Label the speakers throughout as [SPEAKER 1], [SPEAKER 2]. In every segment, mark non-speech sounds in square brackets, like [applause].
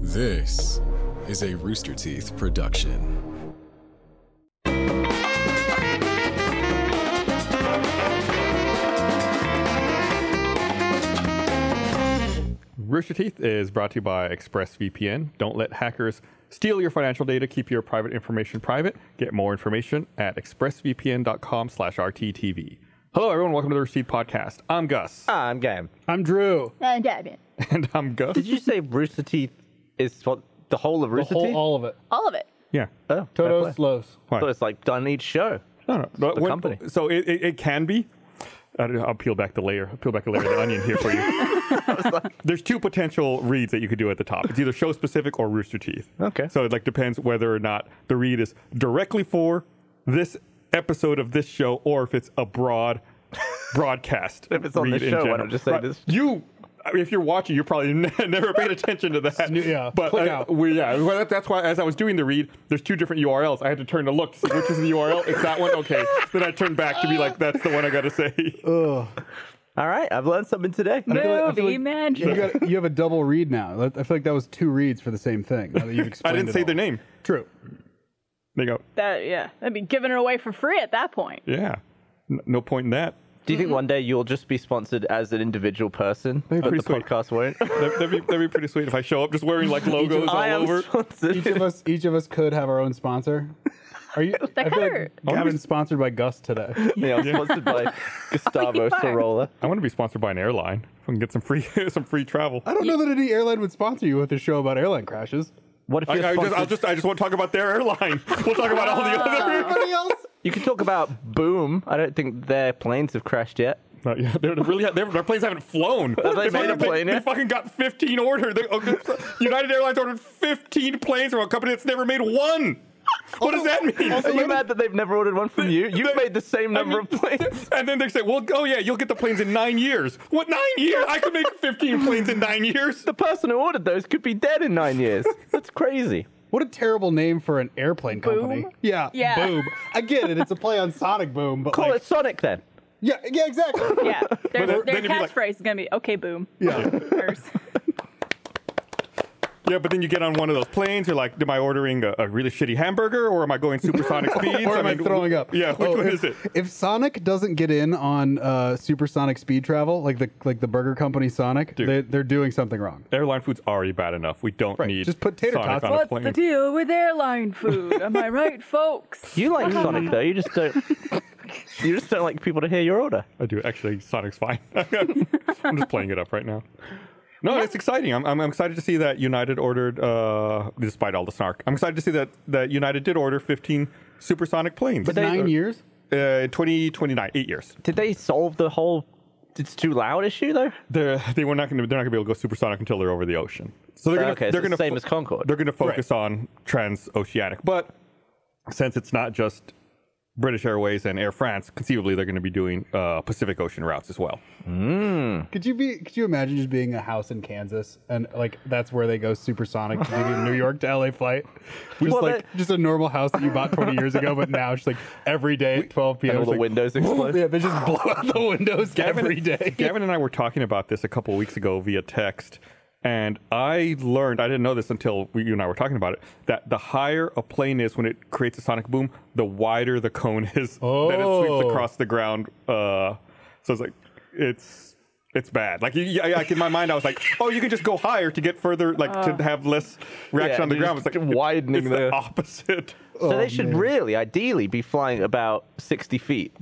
[SPEAKER 1] This is a Rooster Teeth production.
[SPEAKER 2] Rooster Teeth is brought to you by ExpressVPN. Don't let hackers steal your financial data. Keep your private information private. Get more information at expressvpn.com slash RTTV. Hello, everyone. Welcome to the Rooster Teeth Podcast. I'm Gus.
[SPEAKER 3] Ah, I'm game.
[SPEAKER 4] I'm Drew.
[SPEAKER 5] Uh, Gavin.
[SPEAKER 2] [laughs] And I'm Gus.
[SPEAKER 3] Did you say Rooster Teeth is what the whole of
[SPEAKER 4] The
[SPEAKER 3] Rooster
[SPEAKER 4] whole,
[SPEAKER 3] Teeth?
[SPEAKER 4] all of it.
[SPEAKER 5] All of it.
[SPEAKER 2] Yeah.
[SPEAKER 3] oh, fair
[SPEAKER 4] Todos
[SPEAKER 3] play.
[SPEAKER 4] Los.
[SPEAKER 2] Why?
[SPEAKER 3] So it's like done each show.
[SPEAKER 2] No, no. But
[SPEAKER 3] the
[SPEAKER 2] when-
[SPEAKER 3] company.
[SPEAKER 2] So it, it, it can be. I don't know, I'll peel back the layer. I'll peel back the layer of the onion here for you.
[SPEAKER 3] [laughs]
[SPEAKER 2] There's two potential reads that you could do at the top. It's either show specific or Rooster Teeth.
[SPEAKER 3] Okay.
[SPEAKER 2] So it like depends whether or not the read is directly for this episode of this show or if it's a broad broadcast.
[SPEAKER 3] [laughs] If it's on
[SPEAKER 2] read
[SPEAKER 3] this
[SPEAKER 2] in
[SPEAKER 3] show, why
[SPEAKER 2] general.
[SPEAKER 3] don't just say
[SPEAKER 2] Right.
[SPEAKER 3] this-
[SPEAKER 2] You. I mean, if you're watching, you probably [laughs] never paid attention to that.
[SPEAKER 4] Yeah,
[SPEAKER 2] but
[SPEAKER 4] click
[SPEAKER 2] uh,
[SPEAKER 4] out.
[SPEAKER 2] we, yeah, well, that- that's why as I was doing the read, there's two different URLs. I had to turn to look to see which is the URL. It's that one. Okay. Then I turned back to be like, that's the one I got to say.
[SPEAKER 4] Uh,
[SPEAKER 3] All right, I've learned something today.
[SPEAKER 5] Movie
[SPEAKER 4] You,
[SPEAKER 5] magic.
[SPEAKER 4] got, you have a double read now. That- I feel like that was two reads for the same thing. Now
[SPEAKER 2] [laughs]
[SPEAKER 4] that you've
[SPEAKER 2] I
[SPEAKER 4] explained
[SPEAKER 2] didn't
[SPEAKER 4] it
[SPEAKER 2] say
[SPEAKER 4] all.
[SPEAKER 2] their name.
[SPEAKER 4] True.
[SPEAKER 2] They go,
[SPEAKER 5] That yeah, I'd be giving it away for free at that point.
[SPEAKER 2] yeah, n- no point in that.
[SPEAKER 3] Do you think one day you'll just be sponsored as an individual person, but
[SPEAKER 2] pretty
[SPEAKER 3] the
[SPEAKER 2] sweet. [laughs]
[SPEAKER 3] podcast won't?
[SPEAKER 2] That'd, that'd be, that'd be pretty sweet if I show up just wearing
[SPEAKER 4] [laughs]
[SPEAKER 2] like logos all
[SPEAKER 3] I am
[SPEAKER 2] over.
[SPEAKER 4] Each of
[SPEAKER 3] sponsored.
[SPEAKER 4] us, each of us could have our own sponsor. Are you?
[SPEAKER 5] [laughs] That
[SPEAKER 4] I feel
[SPEAKER 5] kinda-
[SPEAKER 4] like Gavin's sponsored by
[SPEAKER 2] [laughs]
[SPEAKER 4] Gus today.
[SPEAKER 3] yeah, I'm sponsored by Gustavo
[SPEAKER 5] Fucking fire.
[SPEAKER 3] Sorolla.
[SPEAKER 2] I want to be sponsored by an airline. If I can get some free [laughs] some free travel.
[SPEAKER 4] I don't know that any airline would sponsor you with a show about airline crashes.
[SPEAKER 3] What if
[SPEAKER 2] I,
[SPEAKER 3] you're
[SPEAKER 2] I just,
[SPEAKER 3] sponsored?
[SPEAKER 2] I'll just I just want to talk about their airline. We'll talk about
[SPEAKER 4] [laughs]
[SPEAKER 2] all the other.
[SPEAKER 5] [laughs]
[SPEAKER 4] Anybody else?
[SPEAKER 3] You can talk about Boom. I don't think their planes have crashed yet.
[SPEAKER 2] Not yet. They're really they're, their planes haven't flown.
[SPEAKER 3] they made a
[SPEAKER 2] fucking-
[SPEAKER 3] plane
[SPEAKER 2] they
[SPEAKER 3] yet?
[SPEAKER 2] fucking got 15 ordered. They- okay, so United Airlines ordered 15 planes from a company that's never made one. What does that mean?
[SPEAKER 3] Are you mad that they've never ordered one from you? You've made the same
[SPEAKER 2] I mean,
[SPEAKER 3] number of planes.
[SPEAKER 2] And then they say, "Well, oh yeah, you'll get the planes in nine years." What nine years? I could make 15 planes in nine years.
[SPEAKER 3] The person who ordered those could be dead in nine
[SPEAKER 2] [laughs]
[SPEAKER 3] years. That's crazy.
[SPEAKER 4] What a terrible name for an airplane company.
[SPEAKER 5] Boom?
[SPEAKER 4] Yeah.
[SPEAKER 5] Yeah.
[SPEAKER 4] Boom. I get it. It's a play on Sonic Boom, but
[SPEAKER 3] Call
[SPEAKER 4] like,
[SPEAKER 3] it Sonic then.
[SPEAKER 4] yeah, yeah, exactly.
[SPEAKER 2] [laughs]
[SPEAKER 5] Yeah,
[SPEAKER 2] then-
[SPEAKER 5] their, their
[SPEAKER 2] then you'd be like-
[SPEAKER 5] catchphrase is gonna be "Okay, boom."
[SPEAKER 4] Yeah.
[SPEAKER 5] There's-
[SPEAKER 2] Yeah, but then you get on one of those planes. You're like, "Am I ordering a, a really shitty hamburger, or am I going
[SPEAKER 4] [laughs]
[SPEAKER 2] supersonic speeds?
[SPEAKER 4] Or am I
[SPEAKER 2] mean,
[SPEAKER 4] throwing
[SPEAKER 2] wh-
[SPEAKER 4] up?
[SPEAKER 2] Yeah, which
[SPEAKER 4] Oh,
[SPEAKER 2] one
[SPEAKER 4] if,
[SPEAKER 2] is it?
[SPEAKER 4] If Sonic doesn't get in on uh, supersonic speed travel, like the like the burger company Sonic,
[SPEAKER 2] Dude.
[SPEAKER 4] they, they're doing something wrong.
[SPEAKER 2] Airline food's already bad enough. We don't
[SPEAKER 4] Right,
[SPEAKER 2] need
[SPEAKER 4] just put tater
[SPEAKER 2] Sonic
[SPEAKER 4] tots
[SPEAKER 2] on
[SPEAKER 4] on
[SPEAKER 2] a
[SPEAKER 5] What's
[SPEAKER 2] plane.
[SPEAKER 5] the deal with airline food? Am I [laughs] right, folks?
[SPEAKER 3] You like Sonic though. You just don't. You just don't like people to hear your order.
[SPEAKER 2] I do actually. Sonic's fine. [laughs] I'm just playing it up right now. No, it's exciting. I'm, I'm I'm excited to see that United ordered, uh, despite all the snark. I'm excited to see that that United did order 15 supersonic planes.
[SPEAKER 3] But they-
[SPEAKER 4] Nine years.
[SPEAKER 2] uh, 20, 29, eight years.
[SPEAKER 3] Did they solve the whole? It's too loud issue though.
[SPEAKER 2] They're they were not going to they're not going to be able to go supersonic until they're over the ocean. So they're going to
[SPEAKER 3] Okay, so
[SPEAKER 2] they're
[SPEAKER 3] it's
[SPEAKER 2] going to
[SPEAKER 3] the same as Concorde.
[SPEAKER 2] They're going to focus on transoceanic, but since it's not just British Airways and Air France, conceivably they're going to be doing uh, Pacific Ocean routes as well.
[SPEAKER 4] Could you be? Could you imagine just being a house in Kansas and like that's where they go supersonic to do the New York to
[SPEAKER 2] [laughs]
[SPEAKER 4] LA flight? Just
[SPEAKER 3] Well,
[SPEAKER 4] like
[SPEAKER 3] that-
[SPEAKER 4] just a normal house that you bought 20 years ago, but now it's like every day at 12 p.m.
[SPEAKER 3] And all
[SPEAKER 4] it's
[SPEAKER 3] the
[SPEAKER 4] like, [laughs]
[SPEAKER 3] windows explode.
[SPEAKER 4] Yeah, they just blow out the windows every
[SPEAKER 2] [laughs]
[SPEAKER 4] day.
[SPEAKER 2] Gavin and I were talking about this a couple weeks ago via text, and I learned I didn't know this until we, you and I were talking about it that the higher a plane is when it creates a sonic boom, the wider the cone is [laughs] that it sweeps
[SPEAKER 4] Oh.
[SPEAKER 2] across the ground. Uh, so it's like it's it's bad. Like you- you- I- like in my mind, I was like, oh, you can just go higher to get further, like to have less reaction
[SPEAKER 3] Uh. Yeah,
[SPEAKER 2] on the
[SPEAKER 3] you're
[SPEAKER 2] ground. It's
[SPEAKER 3] just
[SPEAKER 2] like it-
[SPEAKER 3] widening
[SPEAKER 2] it's the
[SPEAKER 3] the-
[SPEAKER 2] opposite. [laughs]
[SPEAKER 3] So they should really, ideally, be flying about
[SPEAKER 2] [laughs]
[SPEAKER 3] sixty feet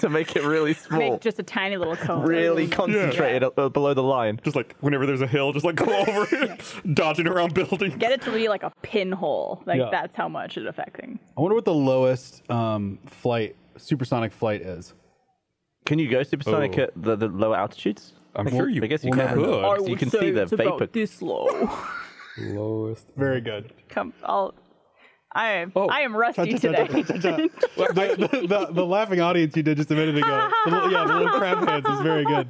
[SPEAKER 3] to make it really small,
[SPEAKER 5] Make just a tiny little cone.
[SPEAKER 3] really concentrated uh, below the line.
[SPEAKER 2] Just like whenever there's a hill, just like go [laughs] over it, dodging around buildings.
[SPEAKER 5] Get it to be like a pinhole. Like
[SPEAKER 4] Yeah.
[SPEAKER 5] that's how much it affecting.
[SPEAKER 4] I wonder what the lowest um, flight supersonic flight is.
[SPEAKER 3] Can you go supersonic
[SPEAKER 2] Oh.
[SPEAKER 3] at the, the lower altitudes?
[SPEAKER 2] I'm sure you
[SPEAKER 3] I guess you
[SPEAKER 2] could.
[SPEAKER 3] can.
[SPEAKER 2] I
[SPEAKER 3] You can see the vapor.
[SPEAKER 5] this low.
[SPEAKER 2] Lowest.
[SPEAKER 4] Very good.
[SPEAKER 5] Come, I'll. I am. I am rusty today. [laughs]
[SPEAKER 4] the, the, the laughing audience you did just a minute ago. The little, yeah, the little crab hands is very good.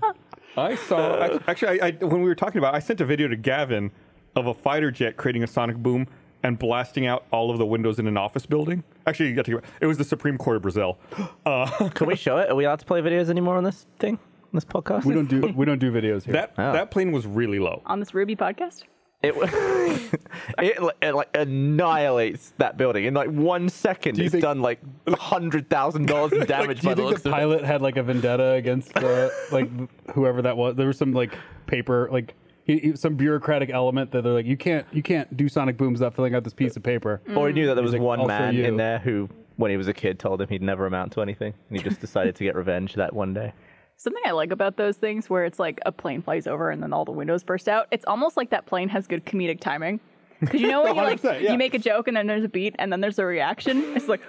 [SPEAKER 2] I saw. I, [laughs] actually, I, I, when we were talking about, it, I sent a video to Gavin of a fighter jet creating a sonic boom and blasting out all of the windows in an office building. Actually, you got to. It was the Supreme Court of Brazil. Uh, [laughs]
[SPEAKER 3] Can we show it? Are we allowed to play videos anymore on this thing? On this podcast?
[SPEAKER 4] We don't do we don't do videos here.
[SPEAKER 2] that that plane was really low.
[SPEAKER 5] On this Ruby podcast.
[SPEAKER 3] It wa- [laughs] it, li- it like annihilates that building in like one second.
[SPEAKER 4] you
[SPEAKER 3] it's
[SPEAKER 4] think-
[SPEAKER 3] done like hundred thousand dollars [laughs] in damage
[SPEAKER 4] Do
[SPEAKER 3] by
[SPEAKER 4] you
[SPEAKER 3] the
[SPEAKER 4] think
[SPEAKER 3] looks
[SPEAKER 4] the
[SPEAKER 3] of it.
[SPEAKER 4] pilot had like a vendetta against the like whoever that was? There was some like paper like he, he- some bureaucratic element that they're like you can't you can't do sonic booms without filling out this piece of paper.
[SPEAKER 3] Or he knew that there was
[SPEAKER 4] He's like,
[SPEAKER 3] one
[SPEAKER 4] "I'll show
[SPEAKER 3] man
[SPEAKER 4] you."
[SPEAKER 3] in there who, when he was a kid, told him he'd never amount to anything, and he just decided to get revenge that one day.
[SPEAKER 5] Something I like about those things where it's like a plane flies over and then all the windows burst out. It's almost like that plane has good comedic timing. Because you
[SPEAKER 4] [laughs]
[SPEAKER 5] know when you like
[SPEAKER 4] 100%, yeah.
[SPEAKER 5] you make a joke and then there's a beat and then there's a reaction.
[SPEAKER 4] [laughs]
[SPEAKER 5] It's like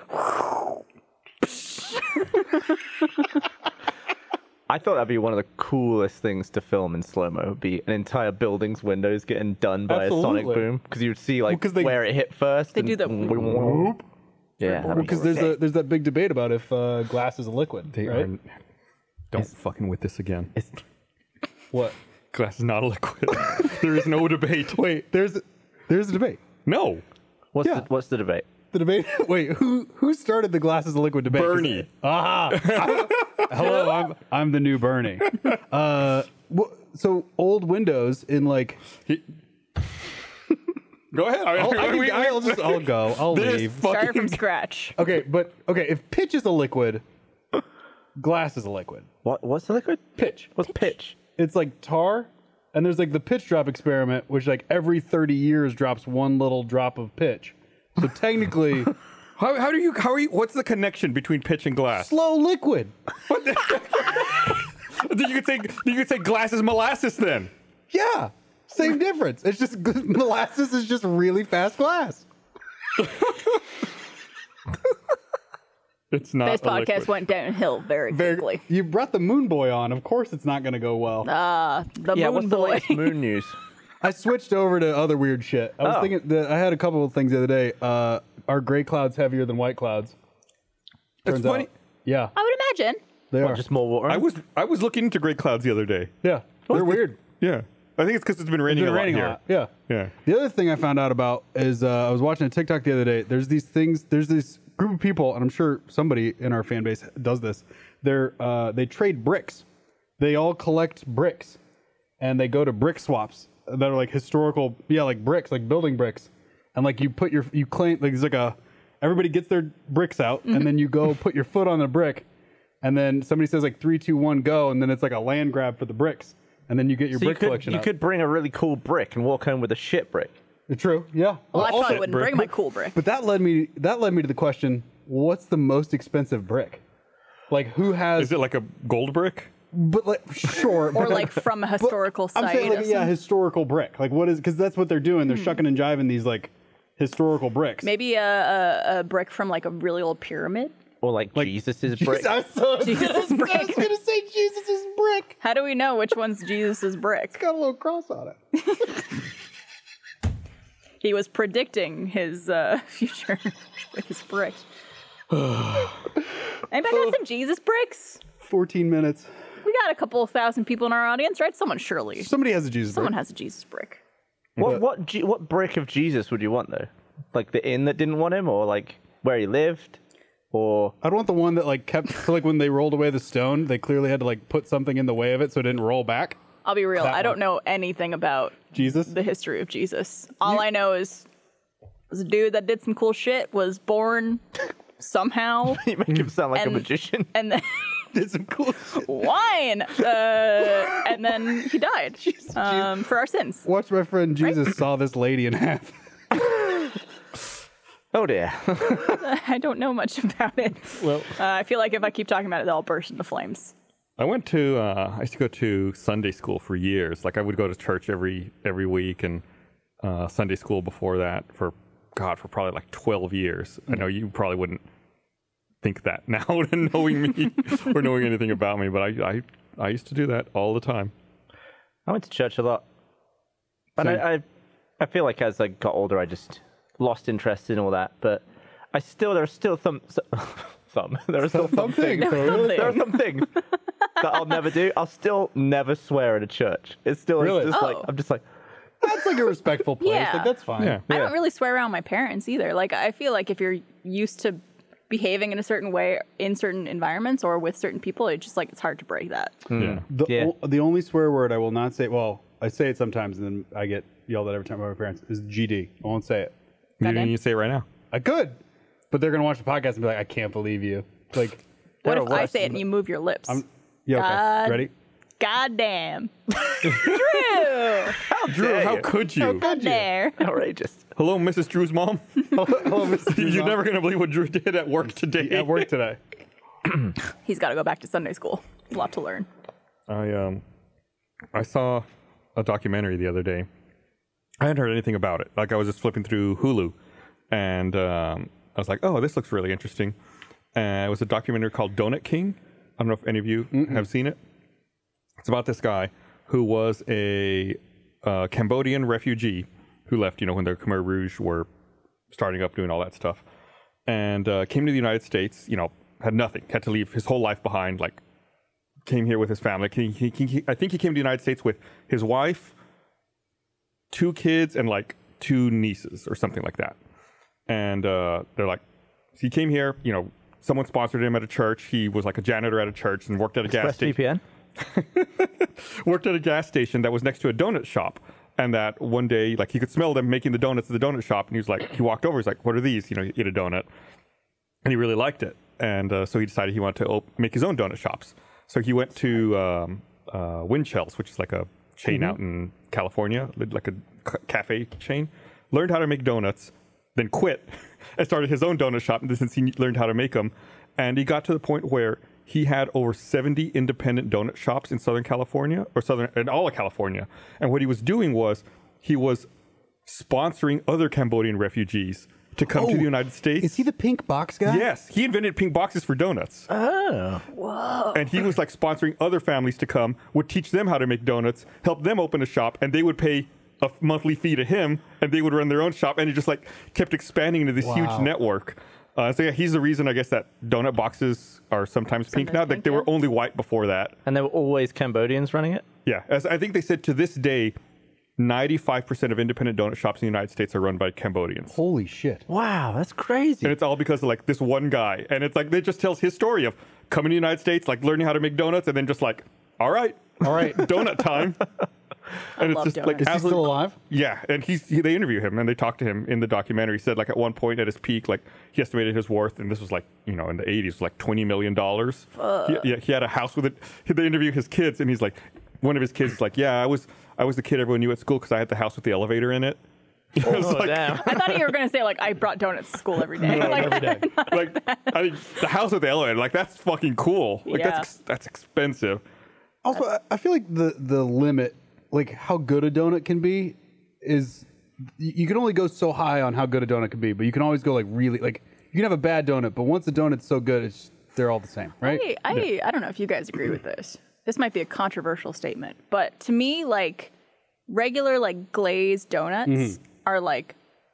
[SPEAKER 3] I thought that'd be one of the coolest things to film in slow mo. Would be an entire building's windows getting done by a
[SPEAKER 4] Absolutely.
[SPEAKER 3] sonic boom because you would see like
[SPEAKER 4] 'cause they-
[SPEAKER 3] where it hit first.
[SPEAKER 5] They do the
[SPEAKER 3] the yeah, that'd be
[SPEAKER 4] Because there's a, there's that big debate about if uh, glass is a liquid,
[SPEAKER 2] They
[SPEAKER 4] right?
[SPEAKER 2] are. Don't fucking with this again.
[SPEAKER 3] It's,
[SPEAKER 4] What?
[SPEAKER 2] Glass is not a liquid. [laughs] there is no debate.
[SPEAKER 4] Wait, there's there's a debate.
[SPEAKER 2] No.
[SPEAKER 3] what's,
[SPEAKER 4] Yeah.
[SPEAKER 3] the, what's the debate?
[SPEAKER 4] The debate. [laughs] Wait, who who started the glass is a liquid debate? 'Cause-
[SPEAKER 2] Bernie.
[SPEAKER 4] Ah.
[SPEAKER 3] [laughs]
[SPEAKER 4] Hello, I'm I'm the new Bernie. Uh, wh- so old windows in like
[SPEAKER 2] Go ahead. I,
[SPEAKER 4] I'll, Oh, I
[SPEAKER 2] [laughs] we-
[SPEAKER 4] can,
[SPEAKER 2] we-
[SPEAKER 4] I'll just
[SPEAKER 2] [laughs]
[SPEAKER 4] I'll go. I'll
[SPEAKER 2] This
[SPEAKER 4] leave.
[SPEAKER 5] start
[SPEAKER 2] fucking
[SPEAKER 5] from scratch.
[SPEAKER 4] [laughs] Okay, but okay, if pitch is a liquid, glass is a liquid.
[SPEAKER 3] What what's the liquid?
[SPEAKER 4] Pitch.
[SPEAKER 3] What's pitch?
[SPEAKER 4] It's like tar, and there's like the pitch drop experiment, which like every 30 years drops one little drop of pitch.
[SPEAKER 2] [laughs]
[SPEAKER 4] So technically,
[SPEAKER 2] How, how do you? How are you? What's the connection between pitch and glass?
[SPEAKER 4] slow liquid.
[SPEAKER 2] Then you could say you could say glass is molasses then.
[SPEAKER 4] Yeah, same difference. It's just [laughs] molasses is just really fast glass.
[SPEAKER 2] It's not.
[SPEAKER 5] This
[SPEAKER 2] a liquid.
[SPEAKER 5] podcast went downhill very
[SPEAKER 4] Very- [laughs]
[SPEAKER 5] quickly.
[SPEAKER 4] you brought the moon boy on. Of course, it's not going to go well.
[SPEAKER 5] The
[SPEAKER 3] yeah,
[SPEAKER 5] moon
[SPEAKER 3] what's the
[SPEAKER 5] boy.
[SPEAKER 3] latest moon news?
[SPEAKER 4] I switched over to other weird shit. I was
[SPEAKER 3] Oh.
[SPEAKER 4] thinking that I had a couple of things the other day. Uh, are gray clouds heavier than white clouds?
[SPEAKER 2] It's funny.
[SPEAKER 4] Yeah,
[SPEAKER 5] [laughs] I would imagine.
[SPEAKER 4] they
[SPEAKER 3] What,
[SPEAKER 4] are.
[SPEAKER 3] just more water.
[SPEAKER 2] I was I was looking into gray clouds the other day.
[SPEAKER 4] yeah, they're weird.
[SPEAKER 2] Yeah, I think it's because it's been raining
[SPEAKER 4] It's been
[SPEAKER 2] a
[SPEAKER 4] raining
[SPEAKER 2] lot
[SPEAKER 4] a
[SPEAKER 2] here.
[SPEAKER 4] lot. Yeah.
[SPEAKER 2] Yeah.
[SPEAKER 4] The other thing I found out about is uh, I was watching a TikTok the other day. There's these things. There's this group of people, and I'm sure somebody in our fan base does this. They're uh, they trade bricks. They all collect bricks, and they go to brick swaps that are like historical. Yeah, like bricks, like building bricks, and like you put your you claim like there's like a everybody gets their bricks out,
[SPEAKER 3] Mm-hmm.
[SPEAKER 4] and then you go put your foot on the brick. And then somebody says like three, two, one, go, and then it's like a land grab for the bricks, and then you get your
[SPEAKER 3] So you
[SPEAKER 4] brick
[SPEAKER 3] could
[SPEAKER 4] collection.
[SPEAKER 3] you
[SPEAKER 4] up.
[SPEAKER 3] could bring a really cool brick and walk home with a shit brick.
[SPEAKER 4] True. Yeah.
[SPEAKER 5] Well, I
[SPEAKER 4] Also-
[SPEAKER 5] probably wouldn't bring my cool brick.
[SPEAKER 4] [laughs] But that led me that led me to the question, what's the most expensive brick? Like who has
[SPEAKER 2] Is it like a gold brick?
[SPEAKER 4] but like sure
[SPEAKER 5] Or
[SPEAKER 4] but
[SPEAKER 5] like from a historical
[SPEAKER 4] I'm
[SPEAKER 5] site.
[SPEAKER 4] saying
[SPEAKER 5] of
[SPEAKER 4] like yeah,
[SPEAKER 5] some-
[SPEAKER 4] historical brick. Like what is cuz that's what they're doing. They're shucking and jiving these like historical bricks.
[SPEAKER 5] Hmm. Maybe a, a, a brick from like a really old pyramid.
[SPEAKER 3] Or like, Jesus's brick.
[SPEAKER 4] [laughs] [laughs] Jesus, I was so- [laughs]
[SPEAKER 5] Jesus'
[SPEAKER 4] I was
[SPEAKER 5] brick.
[SPEAKER 4] going to say Jesus' brick.
[SPEAKER 5] How do we know which one's Jesus's brick?
[SPEAKER 4] Got a little cross on it.
[SPEAKER 5] He was predicting his uh, [laughs] future with his brick.
[SPEAKER 4] [sighs]
[SPEAKER 5] Anybody got some Jesus bricks?
[SPEAKER 4] 14 minutes.
[SPEAKER 5] We got a couple thousand people in our audience, right? Someone surely.
[SPEAKER 4] Somebody has a Jesus
[SPEAKER 5] Someone
[SPEAKER 4] brick.
[SPEAKER 5] has a Jesus brick.
[SPEAKER 3] What what Je- what brick of Jesus would you want though? Like the inn that didn't want him, or like where he lived, or [laughs]
[SPEAKER 4] I'd want the one that like kept so, like when they rolled away the stone, they clearly had to like put something in the way of it so it didn't roll back.
[SPEAKER 5] I'll be real.
[SPEAKER 4] That
[SPEAKER 5] I
[SPEAKER 4] one.
[SPEAKER 5] don't know anything about
[SPEAKER 4] Jesus.
[SPEAKER 5] the history of Jesus. All I know is was a dude that did some cool shit was born
[SPEAKER 4] [laughs]
[SPEAKER 5] somehow
[SPEAKER 3] you make him sound like
[SPEAKER 5] And-
[SPEAKER 3] a magician. [laughs]
[SPEAKER 5] and then
[SPEAKER 4] It's a
[SPEAKER 5] [laughs]
[SPEAKER 4] cool shit.
[SPEAKER 5] wine uh, and then
[SPEAKER 4] [laughs]
[SPEAKER 5] he died um, for our sins.
[SPEAKER 4] Watch my friend Jesus saw this lady in half.
[SPEAKER 3] Oh dear. [laughs]
[SPEAKER 5] I don't know much [laughs] about it.
[SPEAKER 2] Well,
[SPEAKER 5] Uh, I feel like if I keep talking about it, they'll burst into flames. [laughs]
[SPEAKER 2] I went to uh, I used to go to Sunday school for years. Like I would go to church every every week and uh, Sunday school before that for God for probably like twelve years. I know you probably wouldn't think that [laughs] now, knowing me or knowing anything about me, but I, I I used to do that all the time.
[SPEAKER 3] I went to church a lot, and I, I I feel like as I got older, I just lost interest in all that. But I still there are still some [laughs] some there are still some things.
[SPEAKER 5] Something.
[SPEAKER 3] There are some things that I'll never do. I'll still never swear at a church. It's still it's
[SPEAKER 4] Really?
[SPEAKER 3] just like
[SPEAKER 5] Oh.
[SPEAKER 3] I'm just like
[SPEAKER 4] That's like a respectful place.
[SPEAKER 5] Yeah.
[SPEAKER 4] Like that's fine.
[SPEAKER 2] Yeah.
[SPEAKER 5] I don't really swear around my parents either. Like I feel like if you're used to behaving in a certain way in certain environments or with certain people, it's just like it's hard to break that.
[SPEAKER 2] Yeah.
[SPEAKER 4] The
[SPEAKER 3] Yeah.
[SPEAKER 4] o- the only swear word I will not say. Well, I say it sometimes, and then I get yelled at every time by my parents is GD. I won't say it.
[SPEAKER 2] You
[SPEAKER 5] Got
[SPEAKER 2] didn't
[SPEAKER 5] it.
[SPEAKER 2] even say it right now.
[SPEAKER 4] I could, but they're gonna watch the podcast and be like, I can't believe you. Like,
[SPEAKER 5] What
[SPEAKER 3] They're
[SPEAKER 5] if I
[SPEAKER 3] worse
[SPEAKER 5] say it and you move your lips?
[SPEAKER 4] yeah, okay,
[SPEAKER 5] God.
[SPEAKER 4] [laughs] ready?
[SPEAKER 5] God damn. Drew!
[SPEAKER 2] Drew, how
[SPEAKER 3] you.
[SPEAKER 2] could you?
[SPEAKER 5] Up there.
[SPEAKER 3] [laughs] Outrageous.
[SPEAKER 2] Hello, Mrs. Drew's mom. [laughs] You're never gonna believe what Drew did at work today.
[SPEAKER 4] at work today.
[SPEAKER 5] He's got to go back to Sunday school. A lot to learn.
[SPEAKER 2] I um, I saw a documentary the other day. I hadn't heard anything about it. Like I was just flipping through Hulu, and um, I was like, "Oh, this looks really interesting." Uh, it was a documentary called Donut King. I don't know if any of you have seen it. It's about this guy who was a uh, Cambodian refugee who left, you know, when the Khmer Rouge were starting up, doing all that stuff, and uh, came to the United States. You know, had nothing, had to leave his whole life behind, like came here with his family. He, he, he- he- I think he came to the United States with his wife, two kids, and like two nieces or something like that. And uh, they're like, he came here, you know, someone sponsored him at a church. He was like a janitor at a church and worked at a gas
[SPEAKER 3] Press
[SPEAKER 2] station [laughs]
[SPEAKER 3] VPN.
[SPEAKER 2] worked at a gas station that was next to a donut shop and that one day like he could smell them making the donuts at the donut shop and he was like he walked over he's like what are these you know he ate a donut and he really liked it and uh, so he decided he wanted to op- make his own donut shops so he went to um, uh, winchells which is like a chain
[SPEAKER 4] Mm-hmm.
[SPEAKER 2] out in california li- like a c- cafe chain learned how to make donuts then quit [laughs] and started his own donut shop and since he learned how to make them and he got to the point where he had over 70 independent donut shops in Southern California or Southern in all of California. And what he was doing was he was sponsoring other Cambodian refugees to come to the United States.
[SPEAKER 4] Oh, Is he the pink box guy?
[SPEAKER 2] Yes, he invented pink boxes for donuts. Oh. Whoa. And he was like sponsoring other families to come, would teach them how to make donuts, help them open a shop, and they would pay a f- monthly fee to him, and they would run their own shop. And it just like kept expanding into this
[SPEAKER 4] Wow.
[SPEAKER 2] huge network. Uh, so yeah, he's the reason I guess that donut boxes are sometimes pink now.
[SPEAKER 5] Sometimes
[SPEAKER 2] Like
[SPEAKER 5] pink,
[SPEAKER 2] they were
[SPEAKER 5] yeah.
[SPEAKER 2] only white before that.
[SPEAKER 3] And there were always Cambodians running it.
[SPEAKER 2] Yeah, as I think they said to this day, ninety-five percent of independent donut shops in the United States are run by Cambodians.
[SPEAKER 4] Holy shit.
[SPEAKER 3] Wow, that's crazy.
[SPEAKER 2] and it's all because of like this one guy and it's like it just tells his story of coming to the united states like learning how to make donuts and then just like all right all right [laughs] donut
[SPEAKER 5] [laughs]
[SPEAKER 2] time and it's
[SPEAKER 5] love
[SPEAKER 2] just like
[SPEAKER 5] donuts. Is
[SPEAKER 4] Is he
[SPEAKER 2] absolute-
[SPEAKER 4] still alive?
[SPEAKER 2] yeah and he's he, they interview him and they talk to him in the documentary he said like at one point at his peak like he estimated his worth and this was like you know in the 80s like 20 million dollars he, yeah he had a house with it He- they interview his kids and he's like one of his kids is like yeah i was i was the kid everyone knew at school because i had the house with the elevator in it [laughs] It was
[SPEAKER 3] oh,
[SPEAKER 2] like-
[SPEAKER 3] damn.
[SPEAKER 5] I thought you were going to say, like, I brought donuts to school every day.
[SPEAKER 2] [laughs]
[SPEAKER 5] like,
[SPEAKER 2] like I mean, the house with the elevator, like that's fucking cool. Like
[SPEAKER 5] Yeah.
[SPEAKER 2] that's that's expensive.
[SPEAKER 4] Also, I- I feel like the the limit, like how good a donut can be, is you you can only go so high on how good a donut can be, but you can always go like really like you can have a bad donut, but once the donut's so good, it's they're all the same, right?
[SPEAKER 5] I, I, I don't know if you
[SPEAKER 4] [clears throat]
[SPEAKER 5] guys agree with this. This might be a controversial statement, but to me, like regular like glazed donuts
[SPEAKER 4] Mm-hmm.
[SPEAKER 5] are like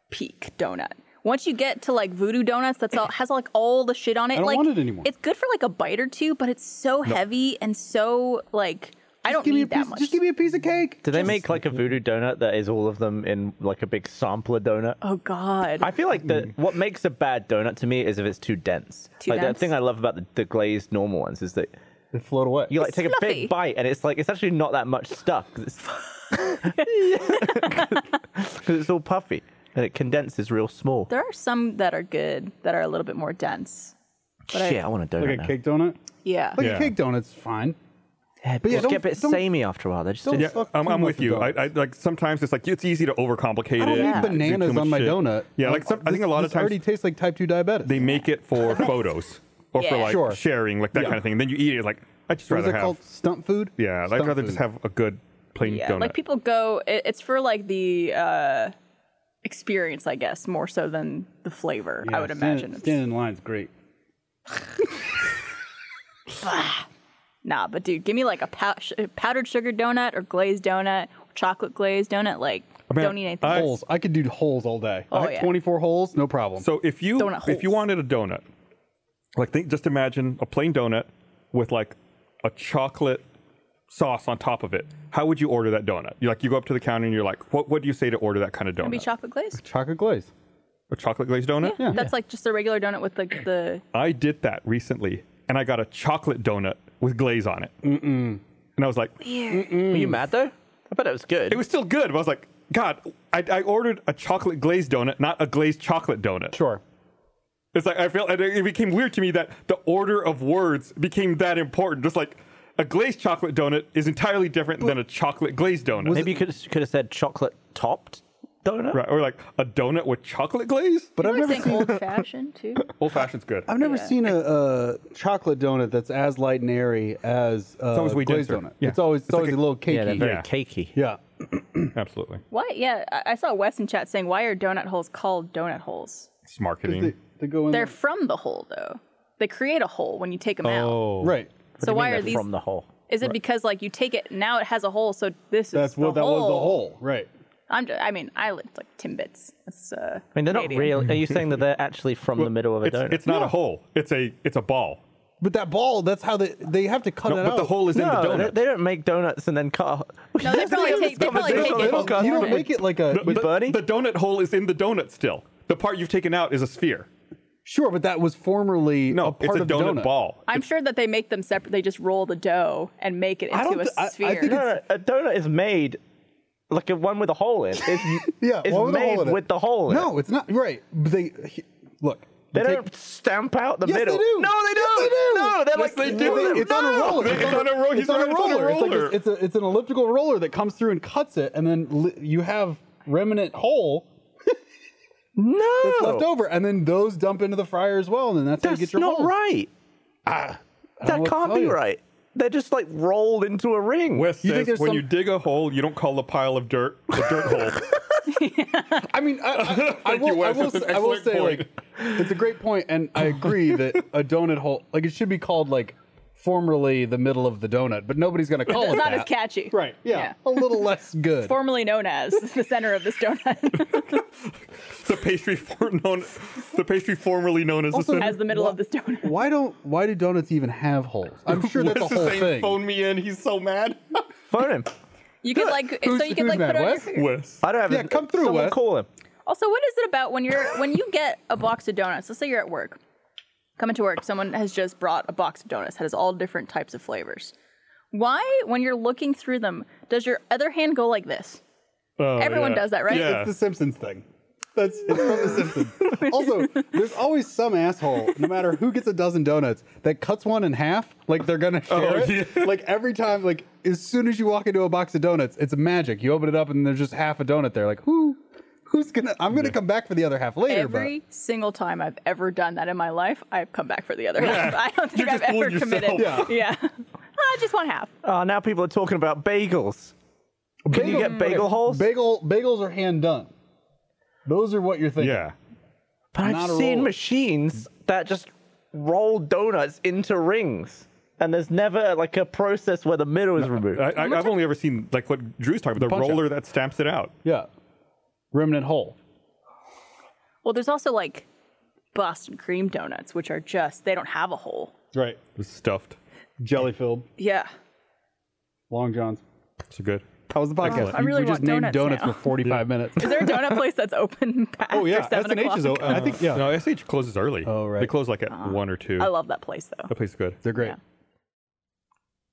[SPEAKER 5] peak donut. Once you get to like voodoo donuts, that's all has like all the shit on it.
[SPEAKER 4] don't
[SPEAKER 5] like
[SPEAKER 4] want it anymore.
[SPEAKER 5] It's good for like a bite or two, but it's so heavy and so like I don't
[SPEAKER 4] Give me a
[SPEAKER 5] need
[SPEAKER 4] piece,
[SPEAKER 5] that much.
[SPEAKER 4] just give me a piece of
[SPEAKER 3] [laughs]
[SPEAKER 4] cake.
[SPEAKER 3] Do they make like a voodoo donut that is all of them in like a big sampler donut?
[SPEAKER 5] oh god.
[SPEAKER 3] I feel like the what makes a bad donut to me is if it's too dense.
[SPEAKER 5] Too
[SPEAKER 3] like
[SPEAKER 5] dense?
[SPEAKER 3] the thing I love about the, the glazed normal ones is that
[SPEAKER 4] They float away.
[SPEAKER 3] you like take a
[SPEAKER 5] fluffy.
[SPEAKER 3] big bite and it's like it's actually not that much stuff because it's, [laughs] 'cause it's all puffy and it condenses real small.
[SPEAKER 5] there are some that are good that are a little bit more dense. but I-
[SPEAKER 3] Shit, I, want a donut.
[SPEAKER 4] like a
[SPEAKER 3] now.
[SPEAKER 4] cake donut.
[SPEAKER 5] Yeah.
[SPEAKER 4] Like
[SPEAKER 2] Yeah.
[SPEAKER 4] a cake donut's fine.
[SPEAKER 3] Yeah,
[SPEAKER 4] yeah,
[SPEAKER 3] just get a
[SPEAKER 4] don't-
[SPEAKER 3] bit
[SPEAKER 4] don't-
[SPEAKER 3] samey after a while. They're just
[SPEAKER 4] don't
[SPEAKER 2] Yeah,
[SPEAKER 4] fuck
[SPEAKER 2] I'm,
[SPEAKER 4] too
[SPEAKER 2] I'm
[SPEAKER 4] much
[SPEAKER 2] with you. I,
[SPEAKER 4] donuts.
[SPEAKER 2] I like sometimes it's like it's easy to overcomplicate
[SPEAKER 4] I don't
[SPEAKER 2] it.
[SPEAKER 4] need
[SPEAKER 5] Yeah.
[SPEAKER 2] do too
[SPEAKER 4] bananas
[SPEAKER 2] much
[SPEAKER 4] on my
[SPEAKER 2] shit.
[SPEAKER 4] donut.
[SPEAKER 2] Yeah, like some, I think a
[SPEAKER 4] This-
[SPEAKER 2] lot of
[SPEAKER 4] this
[SPEAKER 2] times
[SPEAKER 4] already tastes like type two diabetes.
[SPEAKER 2] they make it
[SPEAKER 4] [laughs]
[SPEAKER 2] for photos or for
[SPEAKER 5] Yeah.
[SPEAKER 2] like
[SPEAKER 4] Sure.
[SPEAKER 2] sharing, like that kind of thing. And then you eat it, like I just
[SPEAKER 4] what is
[SPEAKER 2] rather
[SPEAKER 4] it
[SPEAKER 2] have.
[SPEAKER 4] called? Stunt food.
[SPEAKER 2] Yeah, I'd
[SPEAKER 4] Stunt
[SPEAKER 2] rather just
[SPEAKER 4] food.
[SPEAKER 2] have a good plain
[SPEAKER 5] yeah,
[SPEAKER 2] donut.
[SPEAKER 5] like people go. It, it's for like the uh, experience, I guess, more so than the flavor. I
[SPEAKER 4] Yeah,
[SPEAKER 5] would
[SPEAKER 4] stand-
[SPEAKER 5] imagine. It's-
[SPEAKER 4] Standing in line's great.
[SPEAKER 5] Nah, but dude, give me like a pow- sh- powdered sugar donut or glazed donut, chocolate glazed donut. Like,
[SPEAKER 2] mean,
[SPEAKER 5] don't need anything.
[SPEAKER 2] I-
[SPEAKER 5] else.
[SPEAKER 4] Holes. I could do holes all day.
[SPEAKER 5] Oh,
[SPEAKER 4] I had
[SPEAKER 5] yeah.
[SPEAKER 4] 24 holes, no problem.
[SPEAKER 2] So if you
[SPEAKER 5] Donut
[SPEAKER 2] if you
[SPEAKER 5] holes.
[SPEAKER 2] wanted a donut, like think just imagine a plain donut with like a chocolate sauce on top of it. How would you order that donut? You like you go up to the counter and you're like, what what do you say to order that kind of
[SPEAKER 5] It'd be
[SPEAKER 2] donut?
[SPEAKER 5] chocolate
[SPEAKER 4] [laughs]
[SPEAKER 5] glazed.
[SPEAKER 4] chocolate glaze.
[SPEAKER 2] a chocolate glazed donut?
[SPEAKER 5] Yeah, that's like just a regular donut with like the.
[SPEAKER 2] I did that recently and I got a chocolate donut with glaze on it. Mm-mm. And I was like,
[SPEAKER 3] Were you mad though? I bet it was good.
[SPEAKER 2] it was still good, but I was like, God, I, I ordered a chocolate glazed donut, not a glazed chocolate donut.
[SPEAKER 4] Sure.
[SPEAKER 2] It's like I feel and it became weird to me that the order of words became that important. Just like a glazed chocolate donut is entirely different than a chocolate glazed donut,
[SPEAKER 3] Maybe you could could have said chocolate topped donut.
[SPEAKER 2] right? Or like a donut with chocolate glaze. But
[SPEAKER 4] But I've
[SPEAKER 5] I
[SPEAKER 4] never
[SPEAKER 5] think
[SPEAKER 4] seen
[SPEAKER 5] old fashioned [laughs] too.
[SPEAKER 2] old fashioned's good.
[SPEAKER 4] I've never seen a, a chocolate donut that's as light and airy as uh,
[SPEAKER 2] always way
[SPEAKER 4] glazed
[SPEAKER 2] denser.
[SPEAKER 4] donut.
[SPEAKER 2] Yeah.
[SPEAKER 4] It's always it's,
[SPEAKER 2] It's like
[SPEAKER 4] always
[SPEAKER 2] a-
[SPEAKER 4] a, little
[SPEAKER 3] Yeah, they're very
[SPEAKER 4] cakey.
[SPEAKER 2] Yeah.
[SPEAKER 3] cakey.
[SPEAKER 4] yeah.
[SPEAKER 2] Absolutely,
[SPEAKER 5] What? Yeah, I, I saw Wes in chat saying, "Why are donut holes called donut holes?
[SPEAKER 2] it's marketing.
[SPEAKER 4] They, they go in
[SPEAKER 5] They're
[SPEAKER 4] there.
[SPEAKER 5] from the hole, though. They create a hole when you take them out.
[SPEAKER 2] oh,
[SPEAKER 4] right.
[SPEAKER 3] What
[SPEAKER 5] So
[SPEAKER 3] do
[SPEAKER 5] why
[SPEAKER 3] you mean
[SPEAKER 5] are
[SPEAKER 3] they're
[SPEAKER 5] these?
[SPEAKER 3] from the hole?
[SPEAKER 5] is it because like you take it now it has a hole? So this
[SPEAKER 4] That's
[SPEAKER 5] is
[SPEAKER 4] what that
[SPEAKER 5] the hole.
[SPEAKER 4] was the hole. Right.
[SPEAKER 5] I'm just, I mean, I looked like Timbits. That's
[SPEAKER 3] I
[SPEAKER 5] uh.
[SPEAKER 3] mean, they're not real. Are you saying that they're actually from the middle of a
[SPEAKER 2] it's,
[SPEAKER 3] donut?
[SPEAKER 2] it's not a hole. It's a it's a ball.
[SPEAKER 4] But that ball, that's how they they have to cut
[SPEAKER 2] No,
[SPEAKER 4] it
[SPEAKER 2] but
[SPEAKER 4] out.
[SPEAKER 2] the hole is in the
[SPEAKER 3] no, they,
[SPEAKER 2] donut.
[SPEAKER 3] they don't make donuts and then cut. a- [laughs]
[SPEAKER 5] No, they probably take. They probably
[SPEAKER 3] conversation
[SPEAKER 5] take
[SPEAKER 3] on
[SPEAKER 5] it.
[SPEAKER 3] the
[SPEAKER 4] You don't- you don't make it like a
[SPEAKER 2] The-
[SPEAKER 4] but-
[SPEAKER 2] the,
[SPEAKER 3] Bernie?
[SPEAKER 2] the donut hole is in the donut still. The part you've taken out is a sphere.
[SPEAKER 4] sure, but that was formerly
[SPEAKER 2] No,
[SPEAKER 4] a part
[SPEAKER 2] it's a
[SPEAKER 4] of the
[SPEAKER 2] donut,
[SPEAKER 4] donut
[SPEAKER 2] ball.
[SPEAKER 5] I'm sure that they make them separate. They just roll the dough and make it
[SPEAKER 4] I
[SPEAKER 5] into
[SPEAKER 4] don't
[SPEAKER 5] a
[SPEAKER 4] thi- I- I
[SPEAKER 5] sphere.
[SPEAKER 4] think
[SPEAKER 3] No, no, a donut is made like a one with a hole in. It's,
[SPEAKER 4] [laughs] Yeah,
[SPEAKER 3] it's
[SPEAKER 4] one with a
[SPEAKER 3] made
[SPEAKER 4] hole in it.
[SPEAKER 3] with the hole in. it.
[SPEAKER 4] No, it's not right. But they he- look.
[SPEAKER 3] they
[SPEAKER 4] take-
[SPEAKER 3] don't stamp out the
[SPEAKER 4] Yes, they
[SPEAKER 3] middle.
[SPEAKER 4] do.
[SPEAKER 3] No, they
[SPEAKER 4] Yes,
[SPEAKER 3] don't.
[SPEAKER 4] they do.
[SPEAKER 3] No, they're
[SPEAKER 2] Yes,
[SPEAKER 3] like
[SPEAKER 2] they
[SPEAKER 3] no,
[SPEAKER 2] do.
[SPEAKER 3] they're-
[SPEAKER 4] It's on a
[SPEAKER 2] No!
[SPEAKER 4] roller.
[SPEAKER 2] It's on a roll- he's
[SPEAKER 4] It's on
[SPEAKER 2] right,
[SPEAKER 4] a
[SPEAKER 2] it's on a
[SPEAKER 4] roller. It's like
[SPEAKER 2] roller.
[SPEAKER 4] a- It's a- it's an elliptical roller that comes through and cuts it, and then li- you have remnant hole
[SPEAKER 3] No,
[SPEAKER 4] that's left over, and then those dump into the fryer as well, and then that's, how you
[SPEAKER 3] That's
[SPEAKER 4] get your
[SPEAKER 3] not
[SPEAKER 4] holes.
[SPEAKER 3] right.
[SPEAKER 4] don't know
[SPEAKER 3] that
[SPEAKER 4] what to
[SPEAKER 3] can't
[SPEAKER 4] tell
[SPEAKER 3] be
[SPEAKER 4] you.
[SPEAKER 3] right. They're just like rolled into a ring.
[SPEAKER 2] Wes
[SPEAKER 4] You think
[SPEAKER 2] says when
[SPEAKER 4] there's some-
[SPEAKER 2] you dig a hole, you don't call a pile of dirt a dirt
[SPEAKER 4] [laughs]
[SPEAKER 2] hole.
[SPEAKER 4] I mean, I, I, I
[SPEAKER 2] [laughs] Thank you,
[SPEAKER 4] will, I
[SPEAKER 2] Wes.
[SPEAKER 4] will,
[SPEAKER 2] That's an
[SPEAKER 4] s- I will
[SPEAKER 2] excellent
[SPEAKER 4] say,
[SPEAKER 2] point.
[SPEAKER 4] like, it's a great point, and I agree that a donut hole, like, it should be called, like, formerly the middle of the donut, but nobody's going to call
[SPEAKER 5] it's
[SPEAKER 4] it
[SPEAKER 5] not
[SPEAKER 4] that.
[SPEAKER 5] as catchy.
[SPEAKER 4] Right, yeah, a little less
[SPEAKER 3] [laughs]
[SPEAKER 4] good.
[SPEAKER 5] Formerly known as [laughs] the center of this donut,
[SPEAKER 2] the pastry for, known, the pastry formerly known as
[SPEAKER 4] Also-
[SPEAKER 2] the
[SPEAKER 5] as
[SPEAKER 2] center.
[SPEAKER 5] the middle
[SPEAKER 4] Wha-
[SPEAKER 5] of this donut.
[SPEAKER 4] why don't why do donuts even have holes? I'm sure that's a
[SPEAKER 2] Wes is
[SPEAKER 4] whole
[SPEAKER 2] saying,
[SPEAKER 4] thing.
[SPEAKER 2] phone me in. He's so
[SPEAKER 5] [laughs]
[SPEAKER 2] mad.
[SPEAKER 3] [laughs] Phone him.
[SPEAKER 5] You could like, so
[SPEAKER 4] Who's-
[SPEAKER 5] you could
[SPEAKER 4] who's
[SPEAKER 5] like
[SPEAKER 4] mad,
[SPEAKER 5] put it on your
[SPEAKER 4] Wes?
[SPEAKER 5] finger.
[SPEAKER 2] Wes.
[SPEAKER 3] I don't have.
[SPEAKER 4] Yeah,
[SPEAKER 3] his-
[SPEAKER 4] come through,
[SPEAKER 3] Someone
[SPEAKER 4] Wes.
[SPEAKER 3] call him.
[SPEAKER 5] Also, what is it about when you're when you get a box of donuts? Let's say you're at work, coming to work, someone has just brought a box of donuts that has all different types of flavors. Why, when you're looking through them, does your other hand go like this? Everyone does that, right?
[SPEAKER 2] Oh, Yeah.
[SPEAKER 4] It's the Simpsons thing. That's it's from the Simpsons. also, there's always some asshole, no matter who gets a dozen donuts, that cuts one in half. Like they're gonna share
[SPEAKER 2] Oh,
[SPEAKER 4] it.
[SPEAKER 2] yeah.
[SPEAKER 4] [laughs] Like every time, like as soon as you walk into a box of donuts, it's magic. You open it up and there's just half a donut there. Like who? Who's gonna? I'm gonna come back for the other half later.
[SPEAKER 5] Every single time I've ever done that in my life, I've come back for the other half. [laughs] I don't think
[SPEAKER 2] You're
[SPEAKER 5] I've
[SPEAKER 2] just fooling
[SPEAKER 5] ever committed.
[SPEAKER 2] yourself.
[SPEAKER 5] Yeah. [laughs] I just want half.
[SPEAKER 3] Oh, now people are talking about bagels.
[SPEAKER 4] but
[SPEAKER 3] Can you get bagel holes?
[SPEAKER 4] Bagel bagels are hand done. Those are what you're thinking.
[SPEAKER 2] Yeah.
[SPEAKER 3] But
[SPEAKER 4] Not
[SPEAKER 3] I've
[SPEAKER 4] a
[SPEAKER 3] seen
[SPEAKER 4] roll.
[SPEAKER 3] machines that just roll donuts into rings, and there's never like a process where the middle is removed.
[SPEAKER 2] I, I, I've only ever seen like what Drew's talking about, the
[SPEAKER 4] Punch-Out.
[SPEAKER 2] roller that stamps it out.
[SPEAKER 4] Yeah. Remnant hole.
[SPEAKER 5] Well, there's also like Boston cream donuts, which are just they don't have a hole.
[SPEAKER 4] Right.
[SPEAKER 2] It was stuffed.
[SPEAKER 4] Jelly filled.
[SPEAKER 5] Yeah.
[SPEAKER 4] Long johns.
[SPEAKER 2] So good.
[SPEAKER 4] That was the podcast.
[SPEAKER 2] Excellent. I
[SPEAKER 4] You-
[SPEAKER 5] really
[SPEAKER 4] we just
[SPEAKER 5] want
[SPEAKER 4] named donuts
[SPEAKER 5] donuts now.
[SPEAKER 4] for 45 minutes.
[SPEAKER 5] Is there a
[SPEAKER 2] [laughs]
[SPEAKER 5] donut place that's open [laughs] after
[SPEAKER 4] Oh yeah,
[SPEAKER 5] seven
[SPEAKER 4] SNH
[SPEAKER 5] o'clock?
[SPEAKER 4] is. o- I think yeah,
[SPEAKER 2] No, SH closes early.
[SPEAKER 4] Oh, right.
[SPEAKER 2] They close like at one or two.
[SPEAKER 5] I love that place though.
[SPEAKER 2] That place is good.
[SPEAKER 4] they're great.
[SPEAKER 5] Yeah.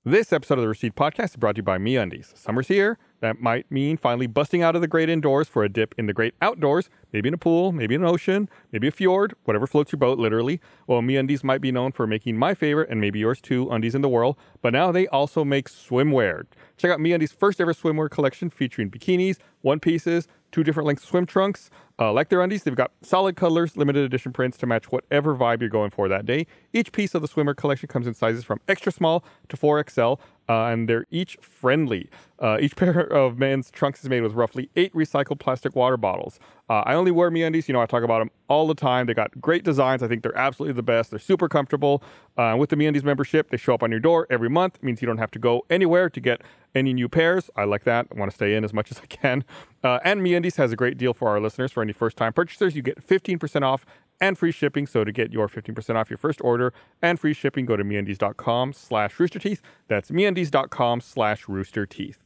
[SPEAKER 2] This episode of the Receipt Podcast is brought to you by MeUndies. Summer's here. That might mean finally busting out of the great indoors for a dip in the great outdoors, maybe in a pool, maybe in an ocean, maybe a fjord, whatever floats your boat, literally. Well, MeUndies might be known for making my favorite and maybe yours too undies in the world, but now they also make swimwear. Check out MeUndies' first ever swimwear collection featuring bikinis, one pieces, two different lengths swim trunks. Uh, like their undies, they've got solid colors, limited edition prints to match whatever vibe you're going for that day. Each piece of the swimmer collection comes in sizes from extra small to 4XL, uh, and they're each friendly. Uh, each [laughs] pair of men's trunks is made with roughly eight recycled plastic water bottles. Uh, I only wear MeUndies. You know, I talk about them all the time. They got great designs. I think they're absolutely the best. They're super comfortable. Uh, with the MeUndies membership, they show up on your door every month. It means you don't have to go anywhere to get any new pairs. I like that. I want to stay in as much as I can. Uh, and MeUndies has a great deal for our listeners. For any first-time purchasers, you get 15% off and free shipping. So to get your 15% off your first order and free shipping, go to MeUndies.com slash roosterteeth. That's MeUndies.com slash roosterteeth.